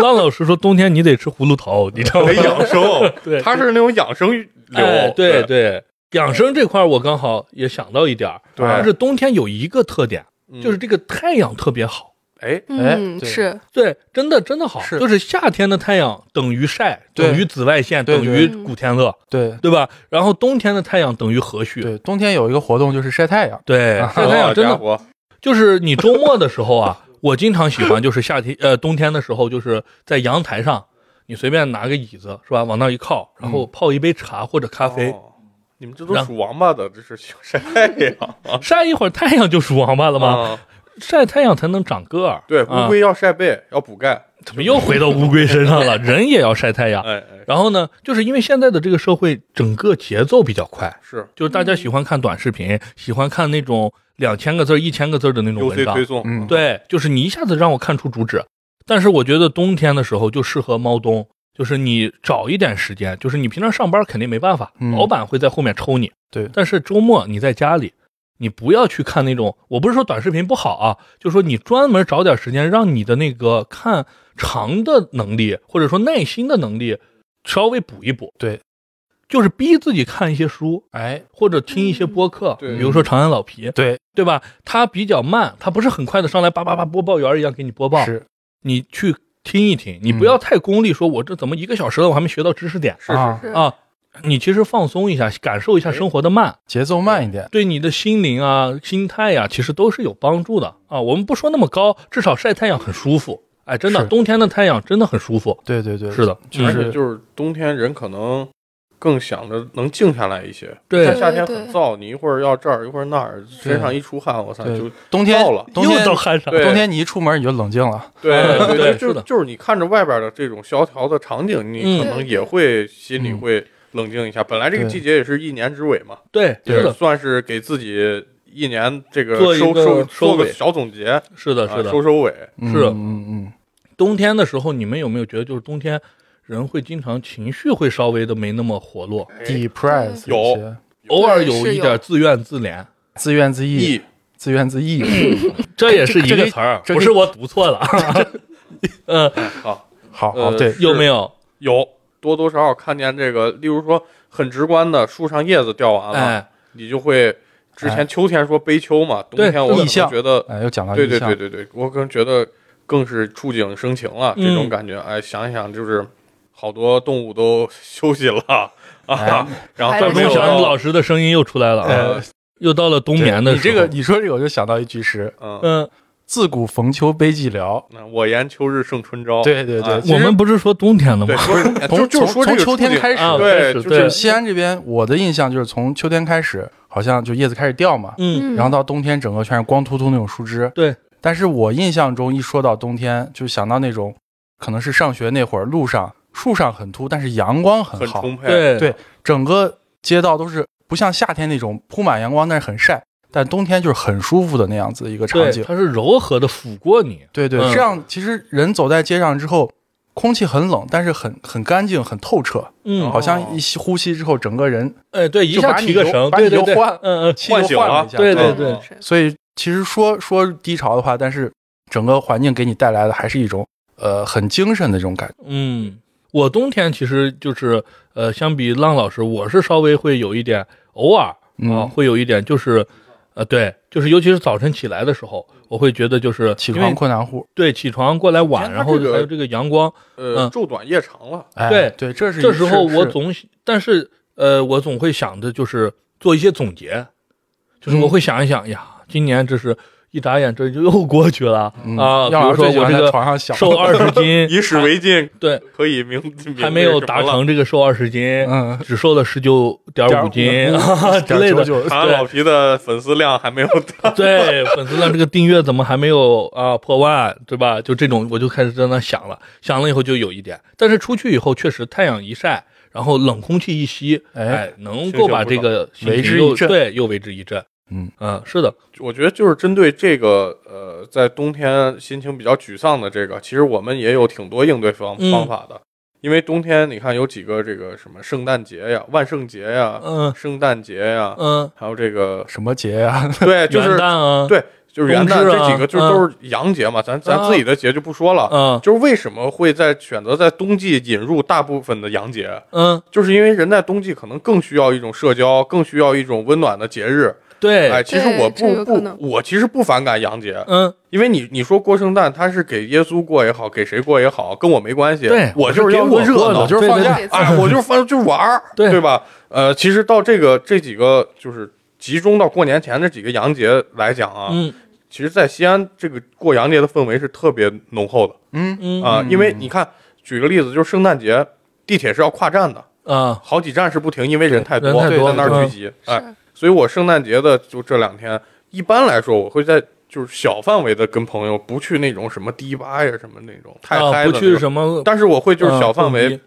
S1: 浪老师说冬天你得吃葫芦头，你知道吗
S2: 得？养生，
S1: 对，
S2: 他是那种养生
S1: 哎
S2: 流。
S1: 对对。养生这块儿我刚好也想到一点儿，
S2: 对
S1: 就是冬天有一个特点，
S3: 嗯
S2: 对
S1: 就是这个太阳特别好。
S2: 哎，
S4: 嗯，
S3: 对
S4: 是
S1: 对，真的真的好，
S3: 是
S1: 就是夏天的太阳等于晒，
S3: 对
S1: 等于紫外线，
S3: 对
S1: 等于
S3: 对
S1: 古天乐，
S3: 对
S1: 对吧？然后冬天的太阳等于和煦，
S3: 对，啊冬天有一个活动就是晒太阳，
S1: 对，哦晒太啊
S2: 好
S1: 阳真
S2: 家
S1: 的
S2: 伙，
S1: 就是你周末的时候啊， 我经常喜欢就是夏天呃冬天的时候，就是在阳台上，你随便拿个椅子是吧，往那儿一靠，然
S2: 嗯
S1: 后泡一杯茶或者咖啡，
S2: 哦你们这都属王八的，这是 晒啊太阳
S1: 晒一会儿太阳就属王八了吗？
S2: 啊！
S1: 晒太阳才能长个儿。
S2: 对，
S1: 啊
S2: 乌龟要晒背，要补钙。
S1: 怎么又回到乌龟身 上了？人也要晒太阳。
S2: 哎哎，
S1: 然后呢，就是因为现在的这个社会整个节奏比较快，
S2: 是
S1: 就是大家喜欢看短视频，喜欢看那种两千个字儿、一千个字儿的那种
S2: UC
S1: 文章
S2: 推。送，
S3: 嗯
S1: 对，就是你一下子让我看出主旨。但是我觉得冬天的时候就适合猫冬，就是你找一点时间，就是你平常上班肯定没办法，
S3: 嗯
S1: 老板会在后面抽你。
S3: 对
S1: 但是周末你在家里，你不要去看那种，我不是说短视频不好啊，就是说你专门找点时间，让你的那个看长的能力，或者说耐心的能力稍微补一补。
S3: 对，
S1: 就是逼自己看一些书
S3: 哎，
S1: 或者听一些播客，
S2: 对
S1: 比如说长安老皮，
S3: 对，
S1: 对吧？它比较慢，它不是很快的上来叭叭叭播报员一样给你播报，
S3: 是
S1: 你去听一听，你不
S3: 嗯
S1: 要太功利，说我这怎么一个小时了，我还没学到知识点
S2: 是
S3: 啊
S2: 是，
S4: 是
S1: 啊？你其实放松一下，感受一下生活的慢，
S3: 节奏慢一点，
S1: 对你的心灵啊、心态呀、其实都是有帮助的啊。我们不说那么高，至少晒太阳很舒服。哎，真的，
S3: 是
S1: 冬天的太阳真的很舒服。
S3: 对对对，
S1: 是的，
S3: 就
S2: 而
S1: 嗯
S2: 且
S3: 是
S2: 就是冬天人可能更想着能静下来一些，像
S1: 对，
S2: 夏天很
S4: 对
S2: 燥，你一会儿要这儿一会儿那儿，身上一出汗，我操
S3: 对
S2: 就
S3: 冬天
S2: 到了
S3: 冬天
S1: 又到寒上，
S2: 对
S3: 冬天你一出门你就冷静了，
S1: 嗯对
S2: 对就是是
S1: 的
S2: 就是你看着外边的这种萧条的场景，
S1: 嗯
S2: 你可能也会心里
S3: 嗯
S2: 会冷静一下。本来这个
S3: 对
S2: 季节也是一年之尾嘛，
S1: 对，
S2: 也
S1: 是的，
S2: 算是给自己一年这个
S1: 做一
S2: 收
S1: 个
S2: 收
S1: 收
S2: 做
S1: 尾
S2: 个小总结，啊
S1: 是的，是的
S2: 收。收尾。
S3: 嗯
S1: 是
S3: 嗯嗯，
S1: 冬天的时候，你们有没有觉得，就是冬天人会经常情绪会稍微的没那么活络，
S3: 嗯，depress
S2: 有
S3: 一些
S1: 偶尔
S4: 对
S1: 有
S4: 是
S1: 一
S4: 有
S1: 点自怨自怜，
S3: 自怨自艾，
S2: 意
S3: 自怨自艾。
S2: 嗯
S1: 这也是一
S3: 这
S1: 个
S3: 个
S1: 词儿，
S3: 这
S1: 不
S3: 个
S1: 是我读错了 啊。呃，
S2: 啊，
S3: 好好
S2: 呃
S3: 对，
S1: 有没有？
S2: 有多多少少看见这个，例如说很直观的，树上叶子掉完了，
S1: 哎，
S2: 你就会之
S3: 哎
S2: 前秋天说悲秋嘛，冬
S1: 对
S2: 天我可
S3: 意
S2: 能
S3: 象
S2: 觉得
S3: 哎，又讲到
S2: 对
S3: 意
S2: 对
S3: 象，
S2: 对对对，我可能觉得更是触景生情了，这
S1: 嗯
S2: 种感觉。哎，想一想，就是好多动物都休息了啊，
S3: 哎
S2: 然后
S4: 还
S2: 再
S4: 有
S2: 没
S1: 孟
S2: 有
S4: 这种
S1: 祥
S2: 到
S1: 老师的声音又出来了啊，
S2: 呃
S1: 又到了冬
S3: 对
S1: 眠的
S3: 你
S1: 时
S3: 这
S1: 候
S3: 个。你说这个，我就想到一句诗：
S2: 嗯，
S1: 嗯，
S3: 自古逢秋悲寂寥。
S2: 那我言秋日胜春朝。
S3: 对对对
S2: 哦啊
S3: 其实
S1: 我们不是说冬天了
S2: 对，
S1: 吗？
S2: 说就
S3: 从
S2: 就
S3: 从
S2: 是说这
S3: 从
S2: 个
S3: 秋天
S2: 触景
S3: 开始，
S1: 啊，
S2: 对
S1: 开始
S2: 就
S1: 对
S2: 是
S3: 西安这边我的印象就是从秋天开始，好像就叶子开始掉嘛，
S1: 嗯，
S3: 然后到冬天整个全是光秃秃那种树枝。
S1: 对，
S3: 但是我印象中一说到冬天，就想到那种可能是上学那会儿，路上树上很秃，但是阳光很
S2: 很
S3: 好，
S2: 充沛。
S1: 对
S3: 哎对整个街道都是不像夏天那种铺满阳光，但是很晒，但冬天就是很舒服的那样子一个场景
S1: 对，。它是柔和的抚过你。
S3: 对对，
S1: 嗯
S3: 这样其实人走在街上之后，空气很冷，但是很很干净，很透彻，
S1: 嗯
S2: 哦，
S3: 好像一吸呼吸之后，整个人
S1: 哎，对，一
S3: 就
S1: 下
S3: 把
S1: 提
S3: 你
S1: 个
S3: 由
S1: 神，
S3: 把
S1: 对
S3: 你
S1: 对
S3: 由
S1: 对，
S3: 换
S1: 嗯嗯，
S3: 气都
S2: 唤醒
S3: 换
S2: 了啊嗯
S3: 一下。
S1: 对
S2: 对
S1: 对
S4: 是
S3: 所以其实说说低潮的话，但是整个环境给你带来的还是一种呃很精神的这种感觉。
S1: 嗯，我冬天其实就是呃，相比浪老师，我是稍微会有一点，偶尔啊，
S3: 嗯，
S1: 会有一点，就是呃，对，就是尤其是早晨起来的时候，我会觉得就是
S3: 起
S1: 因为
S3: 床困难户，
S1: 对，起床过来
S2: 以
S1: 晚，
S2: 前
S1: 然
S2: 它
S1: 后
S2: 这个
S1: 还有这个阳光，
S2: 呃，
S1: 嗯
S2: 昼短夜长了，
S3: 哎
S1: 对
S3: 对，这是
S1: 这时候
S3: 是
S1: 我
S3: 是
S1: 总，但是呃，我总会想着就是做一些总结，就是
S3: 嗯
S1: 我会想一想，呀，今年这是一眨眼这就又过去了、
S3: 嗯
S1: 啊，比
S3: 要
S1: 如
S3: 我
S1: 说
S3: 最喜
S1: 我
S3: 欢
S1: 这
S3: 在
S1: 个
S3: 床上想
S1: 瘦二十斤，
S2: 以史为镜，
S1: 对，
S2: 可以明
S1: 还没有达。
S2: 明那个什么了
S1: 成这个瘦二十斤，
S3: 嗯
S1: 只瘦了十九点五斤啊之类的，
S3: 的
S2: 长安老皮的粉丝量还没有到，
S1: 对，粉丝量这个订阅怎么还没有啊破万，对吧？就这种，我就开始在那想了，想了以后就有一点，但是出去以后确实太阳一晒，然后冷空气一吸，
S3: 哎
S1: 哎，能够把这个心情
S3: 为之
S1: 又
S3: 一振
S1: 对，又为之一振。
S3: 嗯
S1: 是的，
S2: 我觉得就是针对这个呃，在冬天心情比较沮丧的这个，其实我们也有挺多应对方
S1: 嗯
S2: 方法的。因为冬天你看有几个这个什么圣诞节呀、万圣节呀、
S1: 嗯
S2: 圣诞节呀，
S1: 嗯，
S2: 还有这个
S3: 什么节 呀？
S2: 对，就
S1: 元
S2: 是
S1: 旦啊，
S2: 对，就是元
S1: 冬
S2: 旦
S1: 至啊
S2: 这几个，就是
S1: 嗯
S2: 都是洋节嘛，咱咱
S1: 啊
S2: 自己的节就不说了。
S1: 嗯
S2: 就是为什么会在选择在冬季引入大部分的洋节，
S1: 嗯，
S2: 就是因为人在冬季可能更需要一种社交，更需要一种温暖的节日。哎，
S1: 对，
S2: 其实我
S4: 对这
S2: 不
S4: 有可能
S2: 不，我其实不反感洋节，
S1: 嗯，
S2: 因为你你说过圣诞，他是给耶稣过也好，给谁过也好，跟我没关系。
S1: 对
S2: 我就是
S1: 给
S2: 要
S1: 我
S2: 热
S1: 过
S2: 闹，
S1: 的
S3: 就是放假
S4: 对对对
S2: 哎，我就是放就是玩儿，
S1: 对
S2: 吧？呃，其实到这个这几个就是集中到过年前这几个洋节来讲啊，
S1: 嗯
S2: 其实，在西安这个过洋节的氛围是特别浓厚的
S3: 嗯，
S1: 嗯
S2: 啊、因为你看，举个例子，就是圣诞节，地铁是要跨站的，
S1: 啊，
S2: 好几站是不停，因为人太多，
S1: 人太
S3: 多
S2: 在
S1: 嗯
S2: 那儿聚集，哎，
S4: 是
S2: 所以我圣诞节的就这两天，一般来说我会在就是小范围的跟朋友，不去那种什么迪吧呀什么那种太
S1: 啊
S2: 嗨
S1: 不
S2: 的、
S1: 去，什么，
S2: 但是我会就是
S1: 嗯
S2: 小范围，
S1: 蹦迪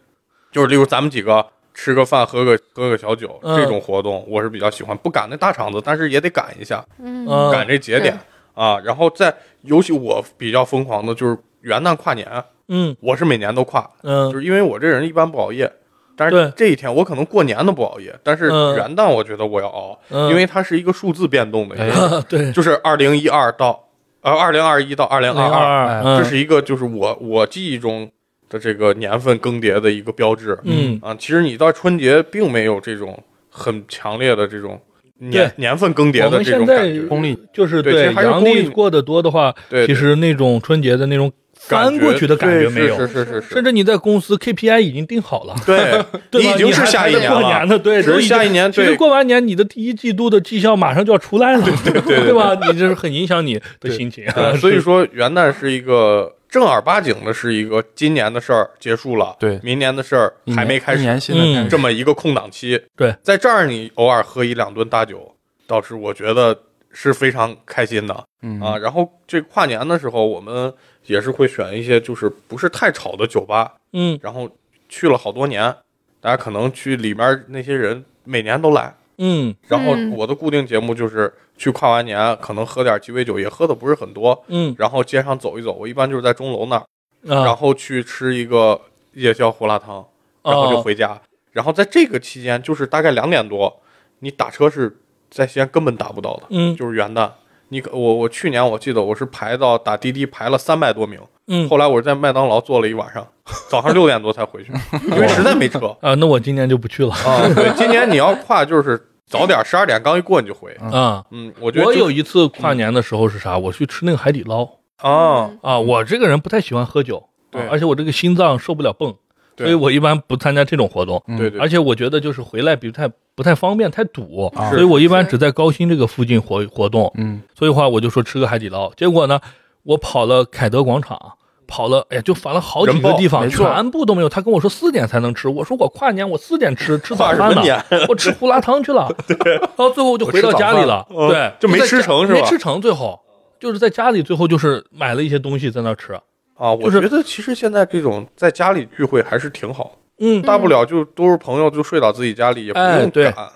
S2: 就是例如咱们几个吃个饭、喝个喝个小酒、
S1: 嗯
S2: 这种活动，我是比较喜欢，不赶那大场子，但是也得赶一下，
S4: 嗯
S1: 嗯
S2: 啊赶这节点啊。然后在尤其我比较疯狂的就是元旦跨年，
S1: 嗯
S2: 我是每年都跨，就
S1: 嗯
S2: 是因为我这人一般不熬夜，但
S1: 对
S2: 是这一天我可能过年都不熬夜，但是
S1: 嗯
S2: 元旦我觉得我要熬，
S1: 嗯，
S2: 因为它是一个数字变动的一个，
S3: 哎
S1: 对
S2: 就是二零一二到呃二零二一到二零二二，
S1: 二嗯
S3: 哎
S2: 这是一个就是我我记忆中的这个年份更迭的一个标志。
S1: 嗯
S2: 啊，其实你到春节并没有这种很强烈的这种年年份更迭
S1: 我
S2: 的
S1: 们
S2: 这种
S1: 现
S2: 感
S1: 在
S2: 觉。
S3: 功力
S1: 就是
S2: 对其实还是
S1: 阳
S2: 公
S1: 历
S2: 历
S1: 过得多的话，
S2: 对，
S1: 其实那种春节的那种
S2: 感
S1: 翻过去的感
S2: 对
S1: 觉没有，
S2: 是是是是
S1: 甚至你在公司 KPI 已经定好了，
S2: 对
S1: 对吧
S2: 已经是
S1: 还
S2: 下一
S1: 还在
S2: 年
S1: 过
S2: 了
S1: 年的，对，
S2: 只
S1: 都
S2: 是
S1: 已经
S2: 下一年
S1: 其实
S2: 对
S1: 过完年，你的第一季度的绩效马上就要出来了，对对
S2: 对对
S1: 吧？你这是很影响你的心情啊
S2: 对，所以说元旦是一个正儿八经的，是一个今年的事儿结束了，
S3: 对
S2: 明年的事儿
S3: 一
S2: 还
S3: 年
S2: 没开
S3: 一
S2: 始，
S3: 年新的开
S1: 嗯
S3: 始
S2: 这么一个空档期。
S1: 对，
S2: 在这儿你偶尔喝一两顿大酒，倒是我觉得是非常开心的
S3: 嗯
S2: 啊。然后这跨年的时候，我们也是会选一些就是不是太吵的酒吧，
S1: 嗯
S2: 然后去了好多年，大家可能去里面那些人每年都来。
S1: 嗯
S2: 然后
S4: 嗯
S2: 我的固定节目就是去跨完年，可能喝点鸡尾酒，也喝的不是很多，
S1: 嗯
S2: 然后街上走一走。我一般就是在钟楼那儿，然
S1: 啊，
S2: 后去吃一个夜宵胡辣汤，然
S1: 哦
S2: 后就回家。然后在这个期间，就是大概两点多，你打车是在西安根本打不到的，
S1: 嗯
S2: 就是元旦。你可我我去年我记得我是排到打滴滴排了三百多名，
S1: 嗯
S2: 后来我在麦当劳坐了一晚上， 早上六点多才 回去，因为实在没车
S1: 啊，那我今年就不去了
S2: 啊。对，今年你要跨就是早点，十二点刚一过你就回。
S1: 啊。
S2: 嗯，我觉得
S1: 我
S2: 就
S1: 有一次跨年的时候是啥？我去吃那个海底捞
S2: 啊，
S1: 啊。我这个人不太喜欢喝酒，
S2: 对
S1: 啊而且我这个心脏受不了蹦，
S2: 对
S1: 所以我一般不参加这种活动。
S2: 对对，
S1: 而且我觉得就是回来比太不太方便，太堵，
S3: 啊
S1: 所以我一般
S4: 是
S1: 只在高新这个附近活活动。
S3: 嗯
S1: 所以话我就说吃个海底捞。结果呢，我跑了凯德广场，跑了，哎呀，就反了好几
S2: 人
S1: 个
S2: 爆
S1: 地方，
S3: 没错
S1: 全部都没有。他跟我说四点才能吃，我说我跨年我四点吃吃早
S2: 跨什
S1: 饭
S2: 么
S1: 呢，
S2: 年？
S1: 我吃胡辣汤去 了。然后最后我就回到家里了，
S2: 我吃早饭
S1: 对
S2: 哦，就没
S1: 在家
S2: 吃成是吧
S1: 没吃成，最后就是在家里，最后就是买了一些东西在那儿吃。
S2: 啊，我
S1: 就是
S2: 觉得其实现在这种在家里聚会还是挺好，
S1: 嗯
S2: 大不了就都是朋友，就睡到自己家里，也不
S1: 哎
S2: 用
S1: 对
S2: 赶。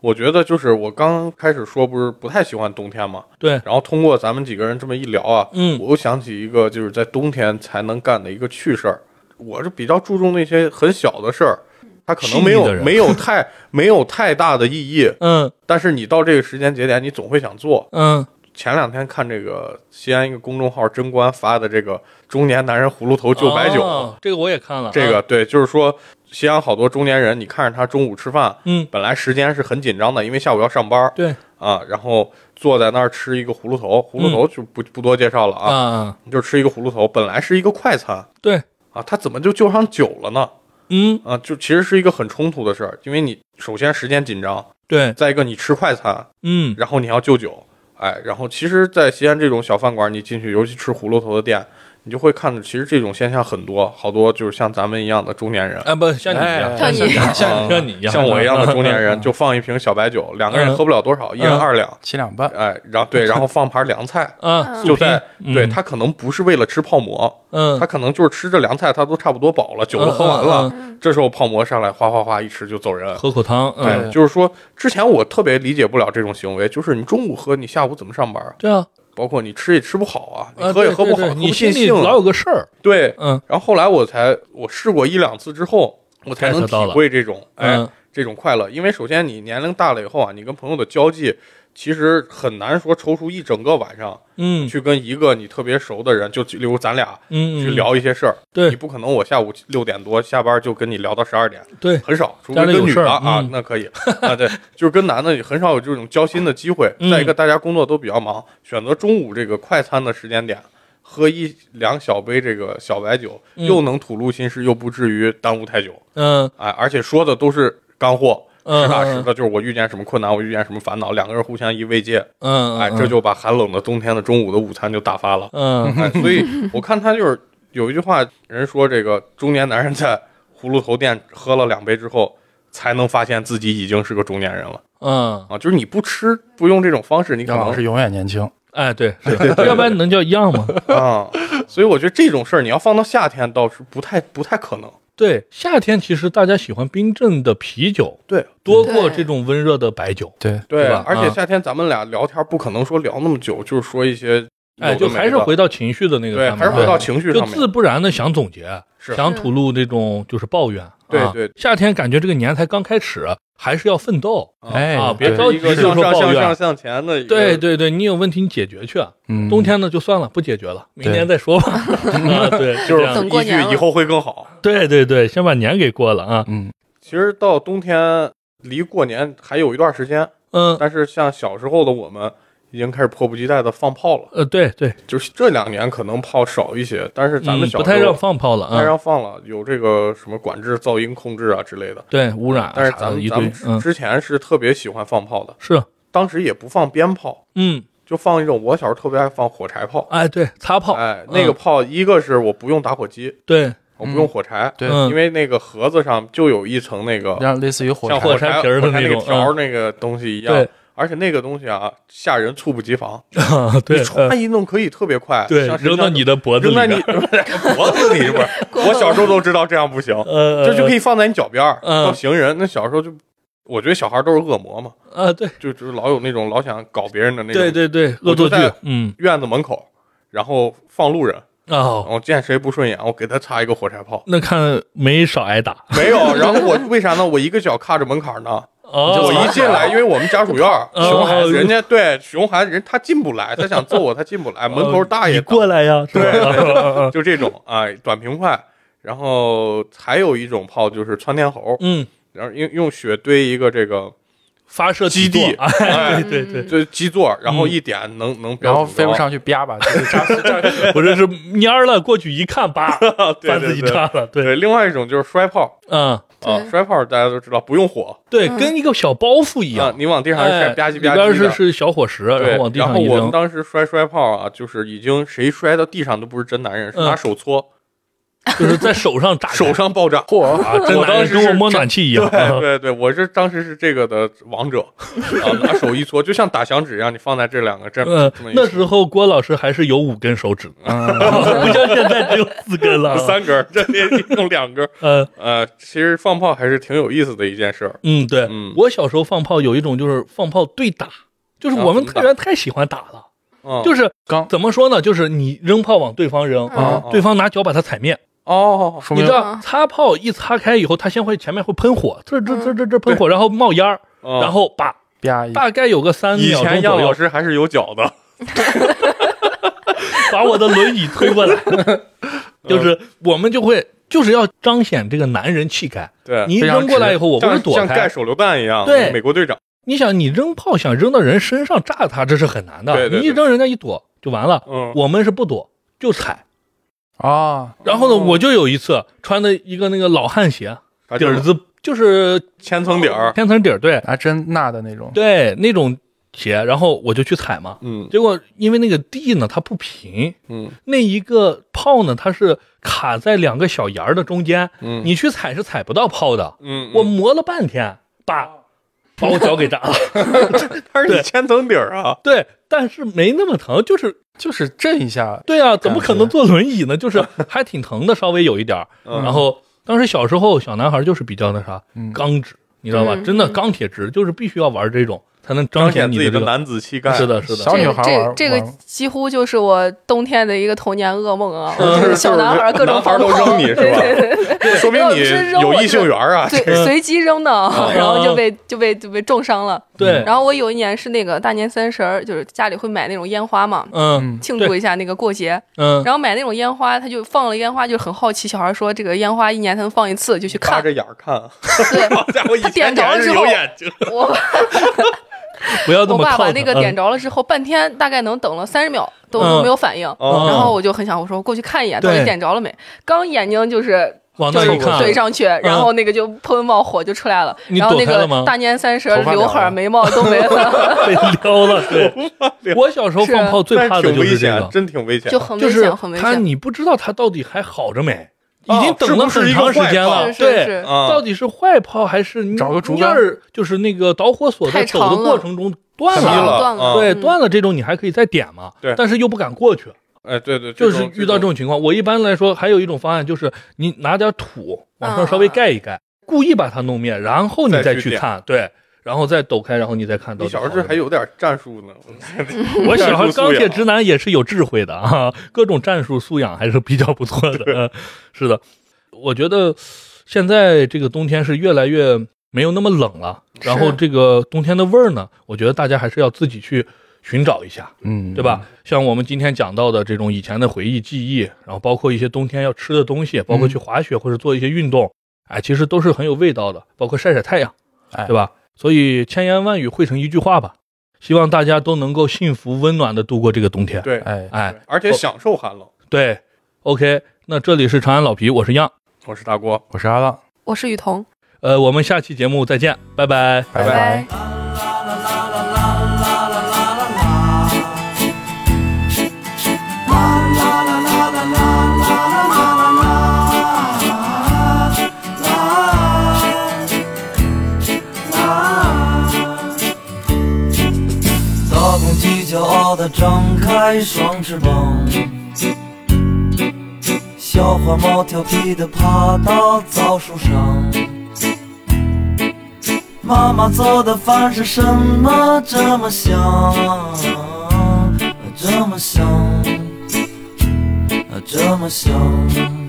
S2: 我觉得就是我刚开始说不是不太喜欢冬天嘛，
S1: 对
S2: 然后通过咱们几个人这么一聊啊，
S1: 嗯
S2: 我又想起一个就是在冬天才能干的一个趣事儿。我是比较注重那些很小的事儿，它可能没
S1: 细腻
S2: 有
S1: 的人
S2: 没有太没有太大的意义，
S1: 嗯
S2: 但是你到这个时间节点，你总会想做。
S1: 嗯
S2: 前两天看这个西安一个公众号“贞观”发的这个中年男人葫芦头就白酒，
S1: 哦这个我也看了，
S2: 这个对，就是说西安好多中年人，你看着他中午吃饭，
S1: 嗯
S2: 本来时间是很紧张的，因为下午要上班儿
S1: 对
S2: 啊，然后坐在那儿吃一个葫芦头，葫芦头就不、不多介绍了啊，
S1: 嗯啊，
S2: 就吃一个葫芦头，本来是一个快餐
S1: 对，
S2: 啊，他怎么就就上酒了呢？
S1: 嗯
S2: 啊，就其实是一个很冲突的事儿，因为你首先时间紧张，
S1: 对，
S2: 再一个你吃快餐，
S1: 嗯
S2: 然后你要就酒，哎，然后其实，在西安这种小饭馆，你进去，尤其吃葫芦头的店，你就会看到，其实这种现象很多，好多就是像咱们一样的中年人，嗯
S1: 啊，不像你一样，
S3: 哎
S4: 像你一样
S1: 像你像你一样，
S2: 啊像我一样的中年 人，就放一瓶小白酒，两个人
S1: 嗯
S2: 喝不了多少，一人
S1: 嗯，
S2: 二两，
S3: 七两半，
S2: 哎，然后对，然后放盘凉菜
S1: 啊，
S2: 就在
S1: 嗯
S2: 对他可能不是为了吃泡馍，
S1: 嗯
S2: 他可能就是吃着凉菜，他都差不多饱了，酒都喝完了，这时候泡馍上来，哗哗哗一吃就走人。
S1: 喝口汤，嗯，
S2: 对，
S3: 对
S2: 就是说，之前我特别理解不了这种行为，就是你中午喝，你下午怎么上班？
S1: 对啊，
S2: 包括你吃也吃不好啊，你
S1: 啊
S2: 喝也
S1: 对
S2: 喝不好，
S1: 对对
S2: 喝
S1: 你
S2: 不
S1: 心
S2: 尽
S1: 里
S2: 兴
S1: 老
S2: 啊。
S1: 有个事儿，
S2: 对，
S1: 嗯
S2: 然后后来我才我试过一两次之后，我才
S1: get
S2: 能体
S1: 到了
S2: 会这种哎
S1: 嗯
S2: 这种快乐，因为首先你年龄大了以后啊，你跟朋友的交际其实很难说抽出一整个晚上
S1: 嗯
S2: 去跟一个你特别熟的人，就例如咱俩
S1: 嗯，
S2: 去
S1: 嗯，
S2: 聊一些事儿，
S1: 对
S2: 你不可能我下午六点多下班就跟你聊到十二点，
S1: 对，
S2: 很少，除
S1: 家
S2: 非
S1: 里有
S2: 跟女
S1: 事儿
S2: 的啊
S1: 嗯，
S2: 那可以啊，对，就是跟男的也很少有这种交心的机会。
S1: 嗯
S2: 再一个，大家工作都比较忙，选择中午这个快餐的时间点，喝一两小杯这个小白酒，
S1: 嗯
S2: 又能吐露心事，又不至于耽误太久。
S1: 嗯
S2: 哎，而且说的都是干货，
S1: 嗯
S2: 实打
S1: 嗯
S2: 实的，就是我遇见什么困难，我遇见什么烦恼，两个人互相一慰藉，
S1: 嗯，
S2: 哎，这就把寒冷的冬天的中午的午餐就打发了。
S1: 嗯
S2: 哎，所以我看他就是有一句话，人说这个中年男人在葫芦头店喝了两杯之后，才能发现自己已经是个中年人了
S1: 嗯，
S2: 啊！就是你不吃不用这种方式，你可
S3: 杨老
S2: 能
S3: 师永远年轻。
S1: 哎， 对，是要不然能叫一样吗？
S2: 啊，所以我觉得这种事儿你要放到夏天倒是不太不太可能。
S1: 对，夏天其实大家喜欢冰镇的啤酒
S2: 对
S1: 多过这种温热的白酒，
S3: 对，
S2: 对
S1: 对吧
S2: 而且
S1: 啊
S2: 夏天咱们俩聊天不可能说聊那么久，就是说一些
S1: 哎，就还是回到情绪的那个
S2: 对，
S1: 上面
S2: 还是回
S1: 啊
S2: 到情绪
S1: 就
S2: 上面。
S1: 自不然的想总结，
S2: 是
S1: 想吐露这种就是抱怨。
S2: 对
S1: 啊
S2: 对
S1: 夏天感觉这个年才刚开始，还是要奋斗。
S3: 哎
S1: 啊别
S2: 这
S1: 着
S2: 是一
S1: 急
S2: 个
S1: 就
S2: 向
S1: 说
S2: 上
S1: 抱
S2: 向
S1: 怨
S2: 上向前的一个，
S1: 对对对，你有问题你解决去。啊
S3: 嗯，
S1: 冬天呢就算了，不解决了，明年再 说吧。啊，对，
S2: 就
S1: 这
S2: 是
S1: 样
S4: 等过
S2: 一
S4: 年了
S2: 句以后会更好。
S1: 对对对，先把年给过了啊。
S3: 嗯，
S2: 其实到冬天离过年还有一段时间，
S1: 嗯
S2: 但是像小时候的我们已经开始迫不及待的放炮了。
S1: 呃，对对，
S2: 就是这两年可能炮少一些，但是咱
S1: 嗯
S2: 们小
S1: 不
S2: 时候
S1: 太让放炮了
S2: 不太
S1: 啊。
S2: 让放了，有这个什么管制、噪音控制啊之类的。
S1: 对，污染啊
S2: 但是
S1: 啥
S2: 咱
S1: 的
S2: 们
S1: 一
S2: 咱
S1: 堆
S2: 们，
S1: 嗯
S2: 之，之前是特别喜欢放炮的，
S1: 是，
S2: 当时也不放鞭炮，
S1: 嗯，
S2: 就放一种我小时候特别爱放火柴炮。
S1: 哎，对，擦炮，
S2: 哎，那个
S1: 嗯
S2: 炮，一个是我不用打火机，
S1: 对，
S2: 我不用火柴，
S3: 对
S1: 嗯
S2: 因为那个盒子上就有一层那个
S3: 让类似于火
S2: 像
S3: 柴，
S1: 火柴
S2: 柴
S1: 皮儿的
S2: 火柴
S1: 那
S2: 那
S1: 种嗯
S2: 个条儿那个东西一样
S1: 对，
S2: 而且那个东西啊，吓人，猝不及防，
S1: 对
S2: 你
S1: 呃
S2: 歘一弄可以特别快，
S1: 对，
S2: 像神
S1: 扔到
S2: 枪
S1: 你的脖子
S2: 扔
S1: 里
S2: 在你
S1: 边，
S2: 脖子里不是？我小时候都知道这样不行，
S1: 呃，
S2: 这就可
S1: 以
S2: 以放在你脚边儿，
S1: 嗯
S2: 到行人。那小时候就，我觉得小孩都是恶魔嘛，
S1: 啊，对
S2: 就就老有那种老想搞别人的那种。
S1: 对对对，恶
S2: 我就
S1: 作剧
S2: 在，
S1: 嗯，
S2: 院子门口，然后放路人，
S1: 哦，。
S2: 我见谁不顺眼，我给他插一个火柴炮
S1: 那看没少挨打，
S2: 没有，然后我为啥呢？我一个脚踏着门槛呢。
S1: 哦，
S2: 我一进来，因为我们家属院儿，
S1: 哦
S2: 熊孩
S1: 哦
S2: 子，人家对熊孩子人他进不来，他想揍我，他进不
S1: 哦
S2: 来，门口大
S1: 你
S2: 爷
S1: 过来呀，是吧
S2: 对
S1: 啊啊啊
S2: 就这种啊，短平快。然后还有一种炮就是窜天猴，
S1: 嗯，
S2: 然后用用雪堆一个这个
S1: 发射
S2: 基
S1: 座
S2: 地，
S1: 啊
S2: 哎，
S1: 对对对，
S2: 就是基座，然
S1: 嗯
S2: 后一点能能
S3: 然
S2: 标
S3: 后
S2: 准
S1: 哦
S3: 飞不上去啪吧，就是扎死扎死
S1: 不是是蔫儿了，过去一看，叭，
S2: 高，嗯 对
S1: 翻自
S2: 对
S1: 己
S2: 对。
S1: 炸了，对，
S2: 对，另外一种就是摔炮
S1: 嗯，
S2: 啊，
S4: 对
S2: 摔炮大家都知道不用火
S1: 对，
S4: 嗯
S1: 跟一个小包袱一
S2: 啊
S1: 样，，
S2: 你往地上
S1: 哎
S2: 晒吧唧
S1: 里
S2: 吧
S1: 边
S2: 唧
S1: 是
S2: 的。
S1: 是小火石，
S2: 对
S1: 然后往，地
S2: 然
S1: 上
S2: 后
S1: 一
S2: 我们
S1: 扔，
S2: 当时摔摔炮啊，就是已经谁摔到地上都不是真男人，是
S1: 嗯
S2: 拿手搓，
S1: 就是在手上 炸开，
S2: 手上爆炸。
S3: 嚯
S1: 啊，真男
S2: 我当
S1: 人
S2: 时
S1: 跟我
S2: 是
S1: 摸暖气一 样，
S2: 对哎对对，我是当时是这个的王者，啊，拿手一搓，就像打响指一样，你放在这两个这
S1: 嗯，
S2: 这么一
S1: 那时候郭老师还是有五根手指的，
S3: 嗯
S1: 不像现在只有四根了。
S2: 三根儿，这里弄两根儿，
S1: 呃，
S2: 呃，其实放炮还是挺有意思的一件事儿。
S1: 嗯，对
S2: 嗯
S1: 我小时候放炮有一种就是放炮对打，就是我们太原太喜欢打了，
S2: 嗯，
S1: 就是
S3: 刚
S1: 怎么说呢，就是你扔炮往对方扔，
S2: 啊
S4: 嗯
S1: 对方拿脚把它踩灭。
S2: 哦，
S3: 说
S1: 你
S3: 明
S1: 知道擦炮一擦开以后，它先会前面会喷火，这这这这这喷火，然后冒烟儿，然
S2: 然
S1: 后把
S3: 啪一
S1: 大概有个三
S2: 嗯以
S1: 秒钟
S2: 前杨
S1: 左
S2: 老
S1: 右，
S2: 师还是有脚的，
S1: 把我的轮椅推 过来，就是我们就会就是要彰显这个男人气概。
S2: 对，
S1: 你一
S3: 非常
S1: 扔过来以后，我不是
S2: 像
S1: 躲
S2: 像盖
S1: 开。
S2: 手榴弹一样，
S1: 对
S2: 美国队长，
S1: 你想，你扔炮想扔到人身上炸他，这是很难的。
S2: 对对对
S1: 你一扔，人家一躲就完了。
S2: 嗯，
S1: 我们是不躲，就踩。
S3: 啊，
S1: 然后呢，
S2: 哦
S1: 我就有一次穿的一个那个老汉鞋，
S2: 他
S1: 底
S2: 就啊
S1: 儿子就是
S2: 千层底儿，
S1: 千层底儿，对
S3: 拿针纳的那种，
S1: 对那种鞋，然后我就去踩嘛。
S2: 嗯
S1: 结果因为那个地呢，它不平，
S2: 嗯
S1: 那一个炮呢，它是卡在两个小沿儿的中间，
S2: 嗯，
S1: 你去踩是踩不到炮的。
S2: 嗯，
S1: 我磨了半天，把 把我脚给扎了。
S2: 他是你
S1: 对
S2: 千层底儿啊，
S1: 对，但是没那么疼，就是
S3: 就是震一下，
S1: 对啊，怎么可能
S3: 感
S1: 坐
S3: 觉
S1: 轮椅呢？就是还挺疼的，稍微有一点儿。
S2: 嗯
S1: 然后当时小时候小男孩就是比较那啥
S3: 嗯，
S1: 刚直，你知道吧？
S4: 嗯
S1: 真的钢铁直，就是必须要玩这种才能
S2: 彰
S1: 彰
S2: 显
S1: 显你
S2: 自己
S1: 这
S2: 的
S1: 个。
S2: 男子气概。
S1: 是，的，是
S3: 小
S1: 的，
S4: 这
S3: 女
S4: 个
S3: 孩
S4: 这
S3: 玩
S4: 个这个
S3: 玩
S4: 几乎就是我冬天的一个童年噩梦啊！
S1: 嗯
S4: 我就是小男孩各种
S2: 男孩
S4: 放
S2: 都
S4: 炮
S2: 扔你是吧
S4: 对对对
S2: 说明你有异性缘啊，
S4: 对，对随机扔的，然后就被就被就被重伤了。
S1: 对，
S4: 然后我有一年是那个大年三十儿，就是家里会买那种烟花嘛，
S1: 嗯
S3: 嗯，
S4: 庆祝一下那个过节。
S1: 嗯，
S4: 然后买那种烟花，他就放了烟花，就很好奇。小孩说这个烟花一年才能放一次，就去
S2: 擦
S4: 看。
S2: 着眼儿看，啊
S4: 对，
S2: 好 家伙，以
S4: 他点
S2: 前你
S4: 着
S2: 还
S4: 了
S2: 是
S4: 之后
S2: 有眼睛，
S4: 我
S1: 不要这
S4: 我
S1: 么
S4: 爸
S1: 靠
S4: 把
S1: 他。
S4: 那个点着了之后，半天大概能等了三十秒都
S1: 嗯
S4: 没有反应。
S2: 哦
S1: 嗯
S4: 然后我就很想，我说我过去看一眼，到底
S1: 对
S4: 点着了没？刚眼睛就是
S1: 往
S4: 就
S1: 那
S4: 是
S1: 一看，嗯
S4: 怼上去，然后那个就喷冒火就出来了。
S1: 你
S4: 然后那
S1: 躲开了
S4: 个
S1: 吗
S4: 大年三十
S3: 头发
S4: 刘
S3: 掉
S4: 海
S3: 了
S4: 儿眉毛都没 了，
S1: 被撩了。对，我小时候
S4: 啊
S1: 放炮最
S2: 但
S1: 怕的
S2: 挺
S1: 就
S2: 危
S1: 是这个
S2: 险，，真挺危险。
S4: 就很
S1: 就
S4: 危
S1: 是
S4: 险，很危
S1: 他
S4: 险。
S1: 你不知道他到底还好着没，
S2: 哦
S1: 已经等了很长时间了。
S4: 是不是
S1: 嗯对，
S4: 一个坏炮是是
S2: 嗯
S4: 是
S1: 到底是坏炮还是
S3: 找个竹
S1: 杆
S3: 竿
S1: 儿，就是那个导火索在
S4: 太
S1: 走
S4: 长
S1: 的
S4: 了
S1: 过程中断
S2: 急
S4: 断
S2: 了
S1: 了。
S4: 断了，
S2: 啊
S1: 对，
S4: 嗯
S1: 断了这种你还可以再点嘛，
S2: 对
S1: 但是又不敢过去，
S2: 哎，对对，
S1: 就是遇到这种情况。我一般来说还有一种方案就是你
S4: 嗯
S1: 拿点土往上稍微盖一盖，故意把它弄灭，然后你再去看，对，然后再抖开，然后你再看到
S2: 你
S1: 底好
S2: 小
S1: 了
S2: 时
S1: 没。
S2: 候还有点战术呢，
S1: 我小时候
S2: 战术素
S1: 钢铁
S2: 养
S1: 直男也是有智慧的啊，各种战术素养还是比较不错的。呃是的，我觉得现在这个冬天是越来越没有那么冷了，然后
S4: 是
S1: 这个冬天的味儿呢，我觉得大家还是要自己去寻找一下，
S3: 嗯，
S1: 对？吧？像我们今天讲到的这种以前的回忆、记忆，然后包括一些冬天要吃的东西，包括去滑雪或者做一些运动，哎，其实都是很有味道的，包括晒晒太阳。
S3: 哎，
S1: 对吧？所以千言万语汇成一句话吧，希望大家都能够幸福温暖的度过这个冬天。，
S2: 对，
S3: 哎，
S1: 哎，
S2: 而且享受寒冷。
S1: 对，OK，那这里是长安老皮，我是样，
S2: 我是大郭，
S3: 我是阿浪，
S4: 我是雨桐，
S1: 呃，我们下期节目再见，拜拜。
S3: 拜
S4: 拜。
S5: 大公鸡骄傲地张开双翅膀，小花猫调皮地爬到枣树上。妈妈做的饭是什么这么香，这么香，这么香。